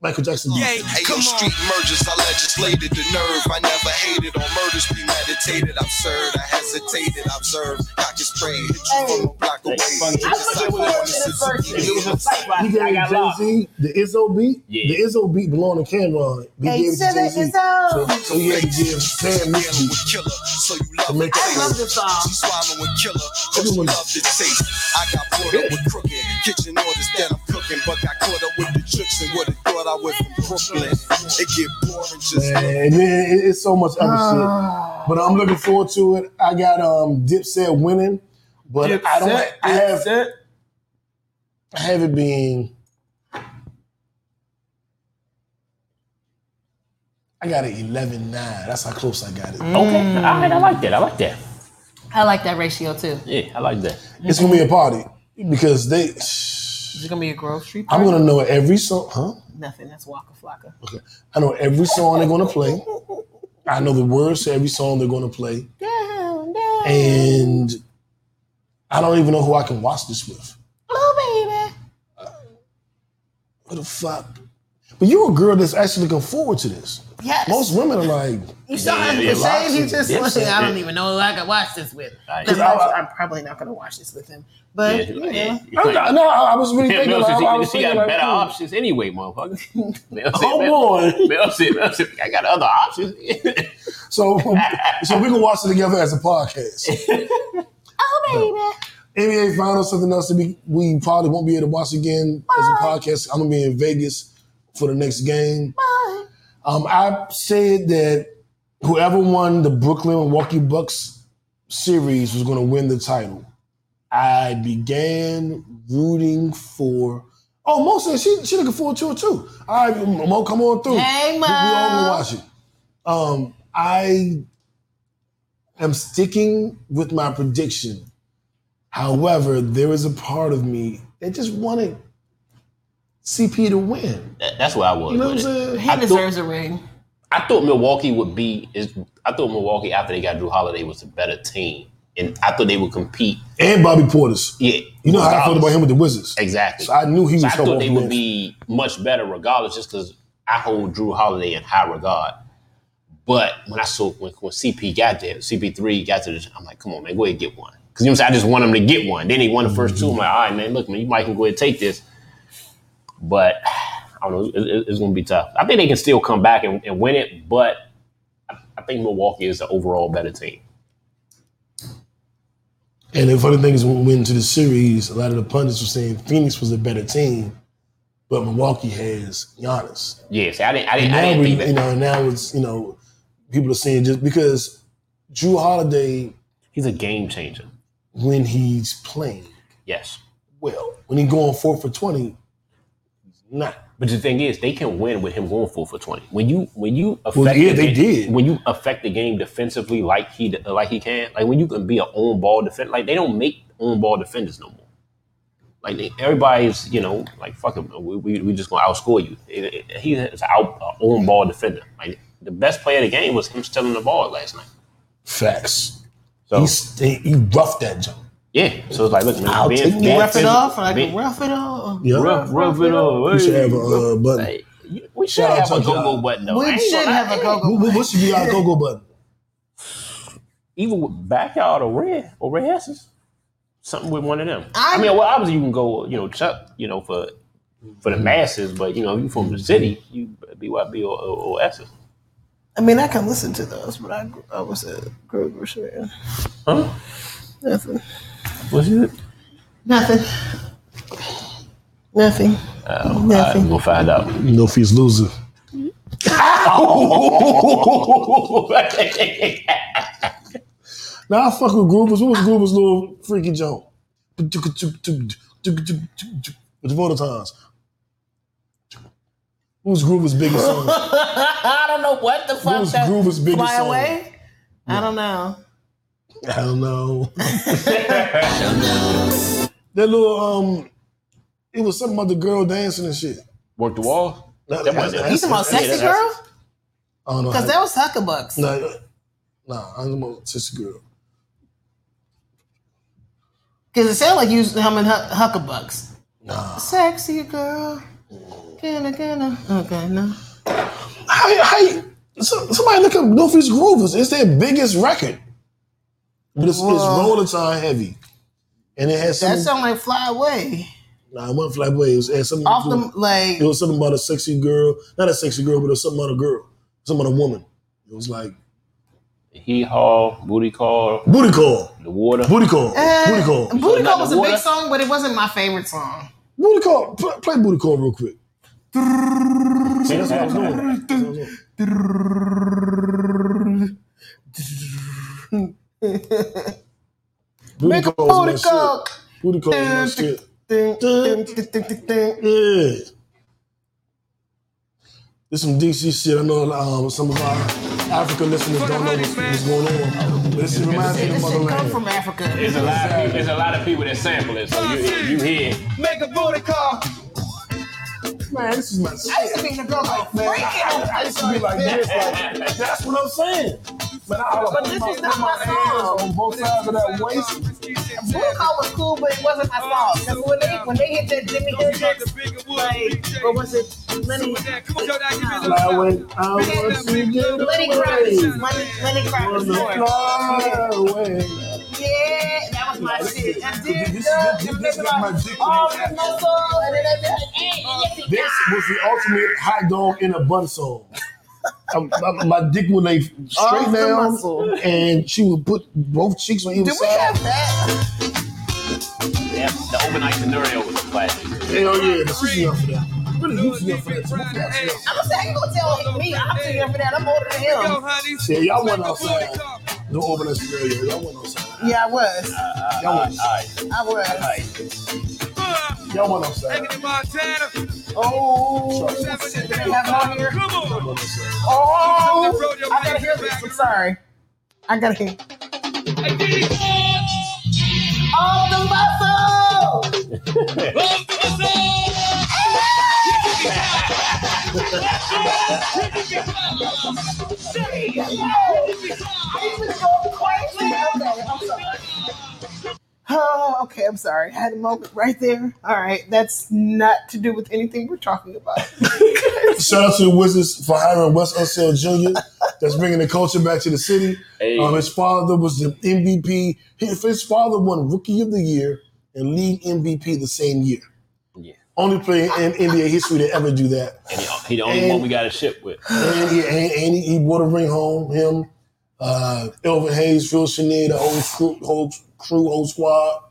C: Michael Jackson. beat.
E: Yay,
F: Hey,
E: come
F: yo,
E: on.
F: street mergers, I legislated the nerve. I never hated on murders premeditated. Absurd, I hesitated, I observed. Cock is prayed, hit you from a block away.
B: Hey,
A: I'm looking forward to this version.
B: If it was a fight,
C: He
B: I got
C: gave Jay
B: lobbed.
C: Z the Izzo beat.
B: Yeah.
C: The Izzo beat belonged to Cameron. He
A: Hey,
C: gave it to
A: Sugar
C: Jay Z.
A: Izzo.
C: So, so he had to give Sam
F: Dealing
C: Mitchell
F: with killer, so you
C: to
F: love
C: make
F: it.
A: I love this song.
F: She swallowing with killer, cause she
C: Everyone-
F: loved the taste. I got caught up with crooked kitchen orders that I'm cooking, but got caught up with the tricks and what I thought I was from Brooklyn. It get boring just
C: Man, and then it- it's so much other
A: Ah.
C: shit. But I'm looking forward to it. I got um Dipset winning, but I don't. I have. I have it being. I got it 11 9. That's how close I got it.
B: Okay, all right, I like that. I like that.
A: I like that ratio too.
B: Yeah, I like that.
C: It's going to be a party because they.
A: Is it gonna be a Grove Street?
C: I'm
A: party?
C: going to know every song. Huh?
A: nothing. That's Waka Flocka.
C: Okay. I know every song they're going to play. I know the words to every song they're going to play.
A: Down, down,
C: And I don't even know who I can watch this with.
A: blue Oh, baby.
C: What the fuck? But you're a girl that's actually looking forward to this.
A: Yes.
C: Most women are like,
A: you saw
B: Yeah,
A: him
B: yeah,
A: say he
B: lots of
A: just like,
B: Dipset,
A: I don't
B: yeah.
A: even know who I could watch this with.
B: Right.
A: Like,
B: 'Cause
C: I-
A: I'm probably not gonna watch this with him. But
B: Yeah,
A: you know,
B: yeah.
C: I'm not- no, I I was really
B: Yeah,
C: thinking.
B: Mel
C: like,
B: said
C: I was
B: she, she got
C: thinking like,
B: better
C: hmm.
B: options anyway, motherfucker. Mel said,
C: Oh,
B: Mel-
C: boy.
B: Mel said, Mel said, I got other options.
C: So, so we can watch it together as a podcast.
A: oh
C: NBA Finals, something else that we, we probably won't be able to watch again as a podcast. I'm gonna be in Vegas for the next game. Um, I said that whoever won the Brooklyn Milwaukee Bucks series was gonna win the title. I began rooting for. Oh, Mo said she she looking forward to it too. All right, Mo, come on through.
A: Hey, Mo.
C: We, we all gonna watch it. Um, I am sticking with my prediction. However, there is a part of me that just wanted CP to win.
B: That- that's where I was.
C: You know what I'm
B: with it.
C: saying?
A: He deserves a ring.
B: I thought Milwaukee would be is I thought Milwaukee after they got Drew Holiday was a better team, and I thought they would compete.
C: And Bobby Portis.
B: Yeah,
C: You know how I felt about
B: regardless.
C: him with the Wizards.
B: Exactly.
C: So I knew he was
B: So I
C: coming
B: thought
C: off
B: they
C: the
B: would
C: bench.
B: be much better regardless, just because I hold Drew Holiday in high regard. But when I saw when, when CP got there, CP three got to the, I'm like, come on, man, go ahead and get one. Because you know what I'm saying? I just want him to get one. Then he won the 1st two. I'm like, all right, man, look, man, you might can go ahead and take this. But I don't know, it- it- it's going to be tough. I think they can still come back and, and win it, but I, I think Milwaukee is the overall better team.
C: And the funny thing is, when we went into the series, a lot of the pundits were saying Phoenix was the better team, but Milwaukee has Giannis.
B: Yeah, see, I didn't, I didn't, I
C: now
B: didn't
C: we,
B: think that.
C: you know, now it's you know, people are saying just because Drew Holiday,
B: He's a game changer.
C: when he's playing
B: Yes.
C: well, when he's going four for twenty,
B: Nah. But the thing is, they can win with him going four for twenty. When you when you affect
C: yeah,
B: the
C: they
B: game-
C: did.
B: when you affect the game defensively like he like he can, like when you can be an on ball defender, like they don't make on ball defenders no more. Like they, everybody's you know like fuck him, we, we, we just gonna outscore you. It- it- He is out an on ball defender. Like the best play of the game was him stealing the ball last night.
C: facts.
B: So
C: He's, he, he roughed that jump.
B: yeah, so it's like look, man,
C: I'll take
B: being,
C: you
B: being
A: Rough it
B: physical-
A: off. I
B: being-
A: can rough it off.
C: Yeah,
B: rough, rough it up.
C: we should
B: hey.
C: have a uh, button.
B: Hey, we should
C: Shout out
B: have a
C: to
B: go go
C: John.
B: button though. I
A: We
B: ain't
A: should
B: gonna
A: have
B: lie.
A: a go
C: What, what- what should be our go-go button?
B: even with backyard or red or red S's, something with one of them. I,
A: I-
B: mean, well, obviously you can go, you know, Chuck, you know, for for the masses, but you know, you from the city, you BYB or, or, or S's.
A: I mean, I can listen to those, but I, I was a Grover fan.
B: Huh?
A: Nothing.
B: What's it?
A: Nothing. Nothing.
B: I'm
A: Nothing.
B: gonna find out.
C: No fees loser. Now I fuck with Groovers. What was Groovers' little freaky joke? With the voter times. What was Groover's biggest song?
A: I don't know what the
C: What
A: fuck
C: was
A: that.
C: Groover's biggest
A: Fly
C: song?
A: away. I don't know.
C: I don't know. that little um, it was something about the girl dancing and shit.
B: Work the wall.
C: That-
B: That wasn't-
C: that's-
A: You talking about
C: that's-
A: sexy girl?
C: I don't know.
A: Because that was Huckabucks.
C: no, nah, I'm about sister girl.
A: Because it sounded like you was humming Huck- Huckabucks.
C: Nah.
A: Sexy girl. Gonna, gonna. Okay, no.
C: How, how you- so, somebody look up No Fees Groovers. It's their biggest record, but it's, it's
A: Well-
C: roller time heavy, and it has
A: That
C: something.
A: sound like Fly Away.
C: Nah, it wasn't flat It was it had something. to
A: Off
C: do-
A: the, like,
C: it was something about a sexy girl. Not a sexy girl, but it was something about a girl. Something about a woman. It was like
B: Hee haw, booty call,
C: booty call,
B: the water.
C: booty call,
A: Uh,
C: booty call,
A: Booty
B: not
A: Call
B: the
A: was a big
B: water?
A: song, but it wasn't my favorite song.
C: booty call. Play, play booty call real quick. Booty
A: Make a
C: call
A: booty
C: was my
A: call.
C: shit. Booty call was my shit. Yeah. There's some DC shit. I know um, some of our Africa listeners don't know what's, what's going on. But this reminds me
A: This shit
C: of the
A: come
C: motherland.
A: from Africa.
B: There's a lot. Of people, there's a lot of people that sample it, so you you hear.
E: Make a booty call.
C: Man, this is my
A: I used to
C: shit.
A: be in the girl like freaking.
C: I used to be like this. Like, that's what I'm saying. Man, I would
A: But
C: put
A: this
C: my,
A: is
C: put
A: not
C: my
A: my
C: hands
A: song.
C: on both sides of that waist.
A: Booty Call was cool, but it wasn't my song. 'Cause when they, when they hit that Jimmy Hendrix, like, what was it? Lenny,
C: Fly away. I want to get
A: Lenny Kravitz. Lenny, Lenny Kravitz. sorry.
C: Fly away.
A: Yeah, that was my shit. And then,
C: This-
A: uh,
C: this-
A: and
C: this
A: then
C: got
A: like,
C: my dick in
A: oh, that's
C: the ass.
A: my song. And then they be like, hey, yes, it
C: This was the ultimate hot dog in a bun song. Um, my, my dick would lay straight
A: Off the
C: down,
A: muscle.
C: and she would put both cheeks on either
A: Did we
C: side.
A: have that?
B: Yeah, the overnight scenario was a classic.
C: Hell yeah, but she's young for that. Really, you's young for that. Both y'all young for that.
A: I'm saying you gonna tell me I'm too young for that. I'm older than him.
C: Yeah, y'all went outside. No overnight scenario. Y'all went outside.
A: Yeah, I was.
C: Y'all
B: All
C: went outside.
B: right,
A: I
B: all
A: was.
B: right.
C: Y'all went outside.
A: Oh,
C: Sorry.
A: we have it on here.
C: Y'all went outside.
A: Oh, I gotta hear this. I'm sorry. I gotta hear. Off the muscle. I used to go crazy. Okay, I'm sorry. Oh, okay. I'm sorry. I had a moment right there. All right, that's not to do with anything we're talking about.
C: Shout out to the Wizards for hiring Wes Unseld Jr. That's bringing the culture back to the city.
B: Hey.
C: Um, his father was the MVP. His, his father won Rookie of the Year and League MVP the same year.
B: Yeah.
C: Only player in NBA history to ever do that.
B: And he, he the only
C: And-
B: one we got a ship with.
C: And, he, and, and he, he brought a ring home. Him, uh, Elvin Hayes, Phil Chenier, the whole crew, whole crew, whole squad.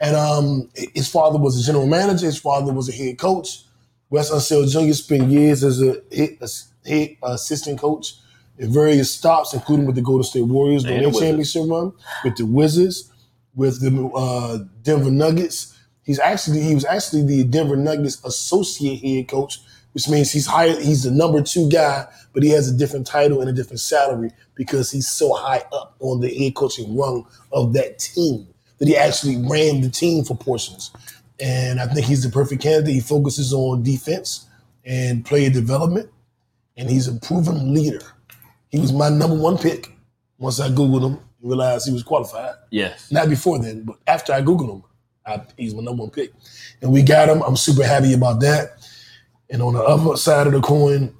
C: And um, his father was a general manager. His father was a head coach. Wes Unseld Jr. spent years as a head, as head assistant coach at various stops, including with the Golden State Warriors during
B: And the
C: their championship run, with the Wizards, with the uh, Denver Nuggets. He's actually he was actually the Denver Nuggets associate head coach, which means he's hired. He's the number two guy, but he has a different title and a different salary because he's so high up on the head coaching rung of that team that he actually ran the team for portions. And I think he's the perfect candidate. He focuses on defense and player development, and he's a proven leader. He was my number one pick once I Googled him and realized he was qualified.
B: Yes.
C: Not before then, but after I Googled him, I, he's my number one pick. And we got him. I'm super happy about that. And on the other side of the coin,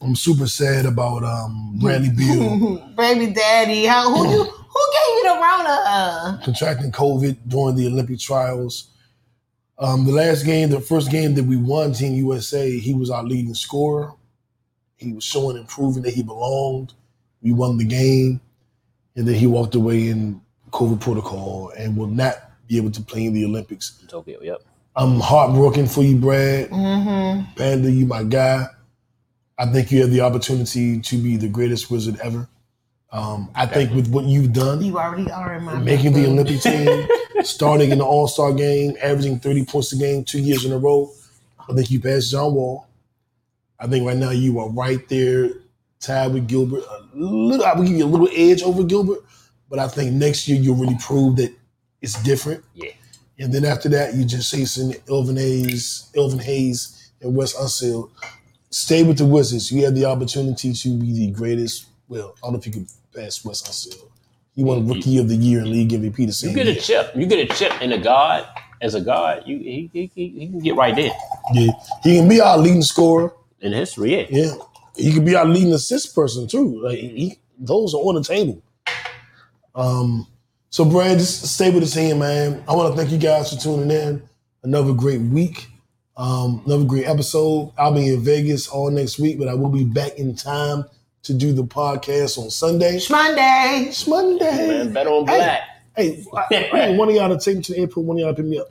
C: I'm super sad about um, Bradley Beal
A: Baby daddy, how who you who gave you the Rona? Uh,
C: contracting COVID during the Olympic trials. Um, the last game, the first game that we won, Team USA, he was our leading scorer. He was showing and proving that he belonged. We won the game, and then he walked away in COVID protocol and will not be able to play in the Olympics.
B: Tokyo, yep.
C: I'm heartbroken for you, Brad.
A: mm-hmm.
C: Panda, you my guy. I think you have the opportunity to be the greatest wizard ever. Um, I think with what you've done,
A: You already are in my
C: making the Olympic team, starting in the All Star game, averaging 30 points a game two years in a row. I think you passed John Wall. I think right now you are right there, tied with Gilbert. A little, I would give you a little edge over Gilbert, but I think next year you'll really prove that it's different.
B: Yeah.
C: And then after that, you're just chasing Elvin Hayes, Elvin Hayes, and Wes Unseld. Stay with the Wizards. You have the opportunity to be the greatest. Well, I don't know if you can pass Wes Unseld. He won Rookie of the Year and League MVP the
B: You
C: same
B: get
C: year.
B: a chip. You get a chip in a god as a god. You he, he, he, he can get right there
C: Yeah. He can be our leading scorer.
B: in history. Yeah.
C: Yeah. He could be our leading assist person too. Like he, those are on the table. Um, so Brad, just stay with the team, man. I want to thank you guys for tuning in. Another great week. Um, another great episode. I'll be in Vegas all next week, but I will be back in time to do the podcast on Sunday.
A: Monday.
C: It's Monday.
B: Man, bet on black.
C: Hey, I, I need one of y'all to take me to the airport, one of y'all to pick me up.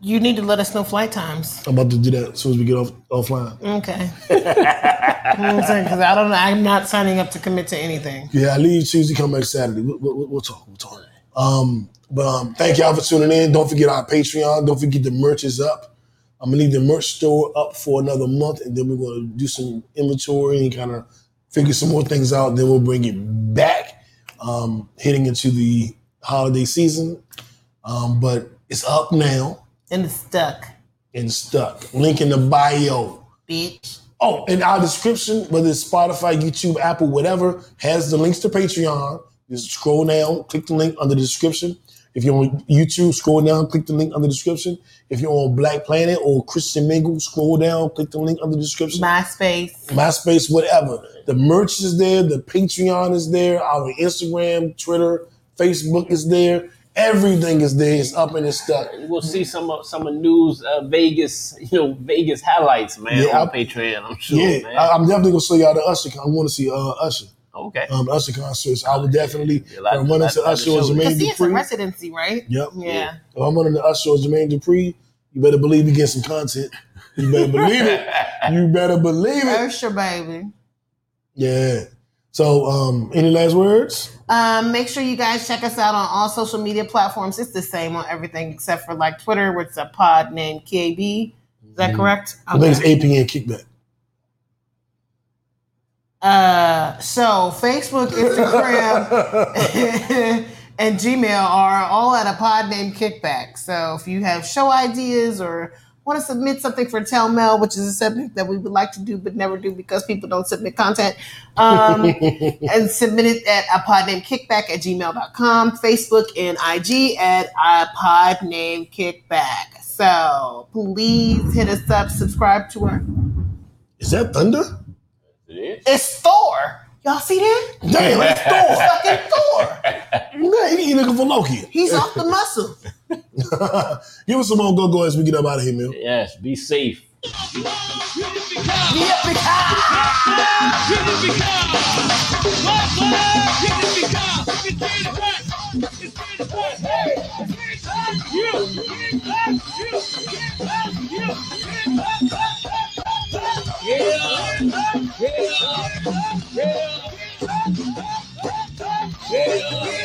A: You need to let us know flight times.
C: I'm about to do that as soon as we get off offline.
A: Okay. Because I don't know. I'm not signing up to commit to anything.
C: Yeah, I leave Tuesday, come back Saturday. We'll, we'll, we'll talk. We'll talk. Um, but um, thank y'all for tuning in. Don't forget our Patreon. Don't forget the merch is up. I'm gonna leave the merch store up for another month, and then we're gonna do some inventory and kind of figure some more things out. Then we'll bring it back, um, heading into the holiday season. Um, but it's up now
A: And it's stuck,
C: and stuck. Link in the bio.
A: bitch.
C: Oh, in our description, whether it's Spotify, YouTube, Apple, whatever, has the links to Patreon. Just scroll down, click the link under the description. If you're on YouTube, scroll down, click the link under the description. If you're on Black Planet or Christian Mingle, scroll down, click the link under the description.
A: MySpace.
C: MySpace, whatever. The merch is there, the Patreon is there, our Instagram, Twitter, Facebook is there. Everything is there. It's up and it's stuck.
B: You will see some of some of news uh, Vegas, you know, Vegas highlights, man,
C: Yeah,
B: on
C: I-
B: Patreon. I'm sure,
C: Yeah,
B: man.
C: I, am definitely gonna show y'all the Usher. 'cause I want to see uh, Usher.
B: Okay.
C: um, Usher concerts. I would definitely
B: Oh, Yeah, a lot-
C: if I'm running
B: lot-
C: to
B: lot of
C: Usher or
B: shows.
C: Jermaine
A: Because he is in
C: Dupri.
A: residency, right?
C: Yep.
A: Yeah.
C: If I'm running to Usher or Jermaine Dupri, you better believe you get some content. You better believe it. You better believe it.
A: Ursha, baby.
C: Yeah. So, um, any last words?
A: Um, make sure you guys check us out on all social media platforms. It's the same on everything except for like Twitter, where it's a pod named KAB. Is that correct?
C: I think it's APN kickback.
A: Uh, so Facebook, Instagram, and Gmail are all at a pod named Kickback. So if you have show ideas or want to submit something for Tell Mel, which is a subject that we would like to do but never do because people don't submit content, um, and submit it at a pod named Kickback at gmail.com, Facebook and IG at a pod named Kickback. So please hit us up, subscribe to our.
C: Is that thunder?
B: It
A: It's Thor. Y'all see that?
C: Damn, that's Thor.
A: Fucking Thor.
C: Man, he, he looking for Loki.
A: He's off the muscle.
C: Give us some more go go as we get up out of here, man.
B: is. Yes. Be safe.
A: Be up and high.
E: Yeah. Yeah. Yeah.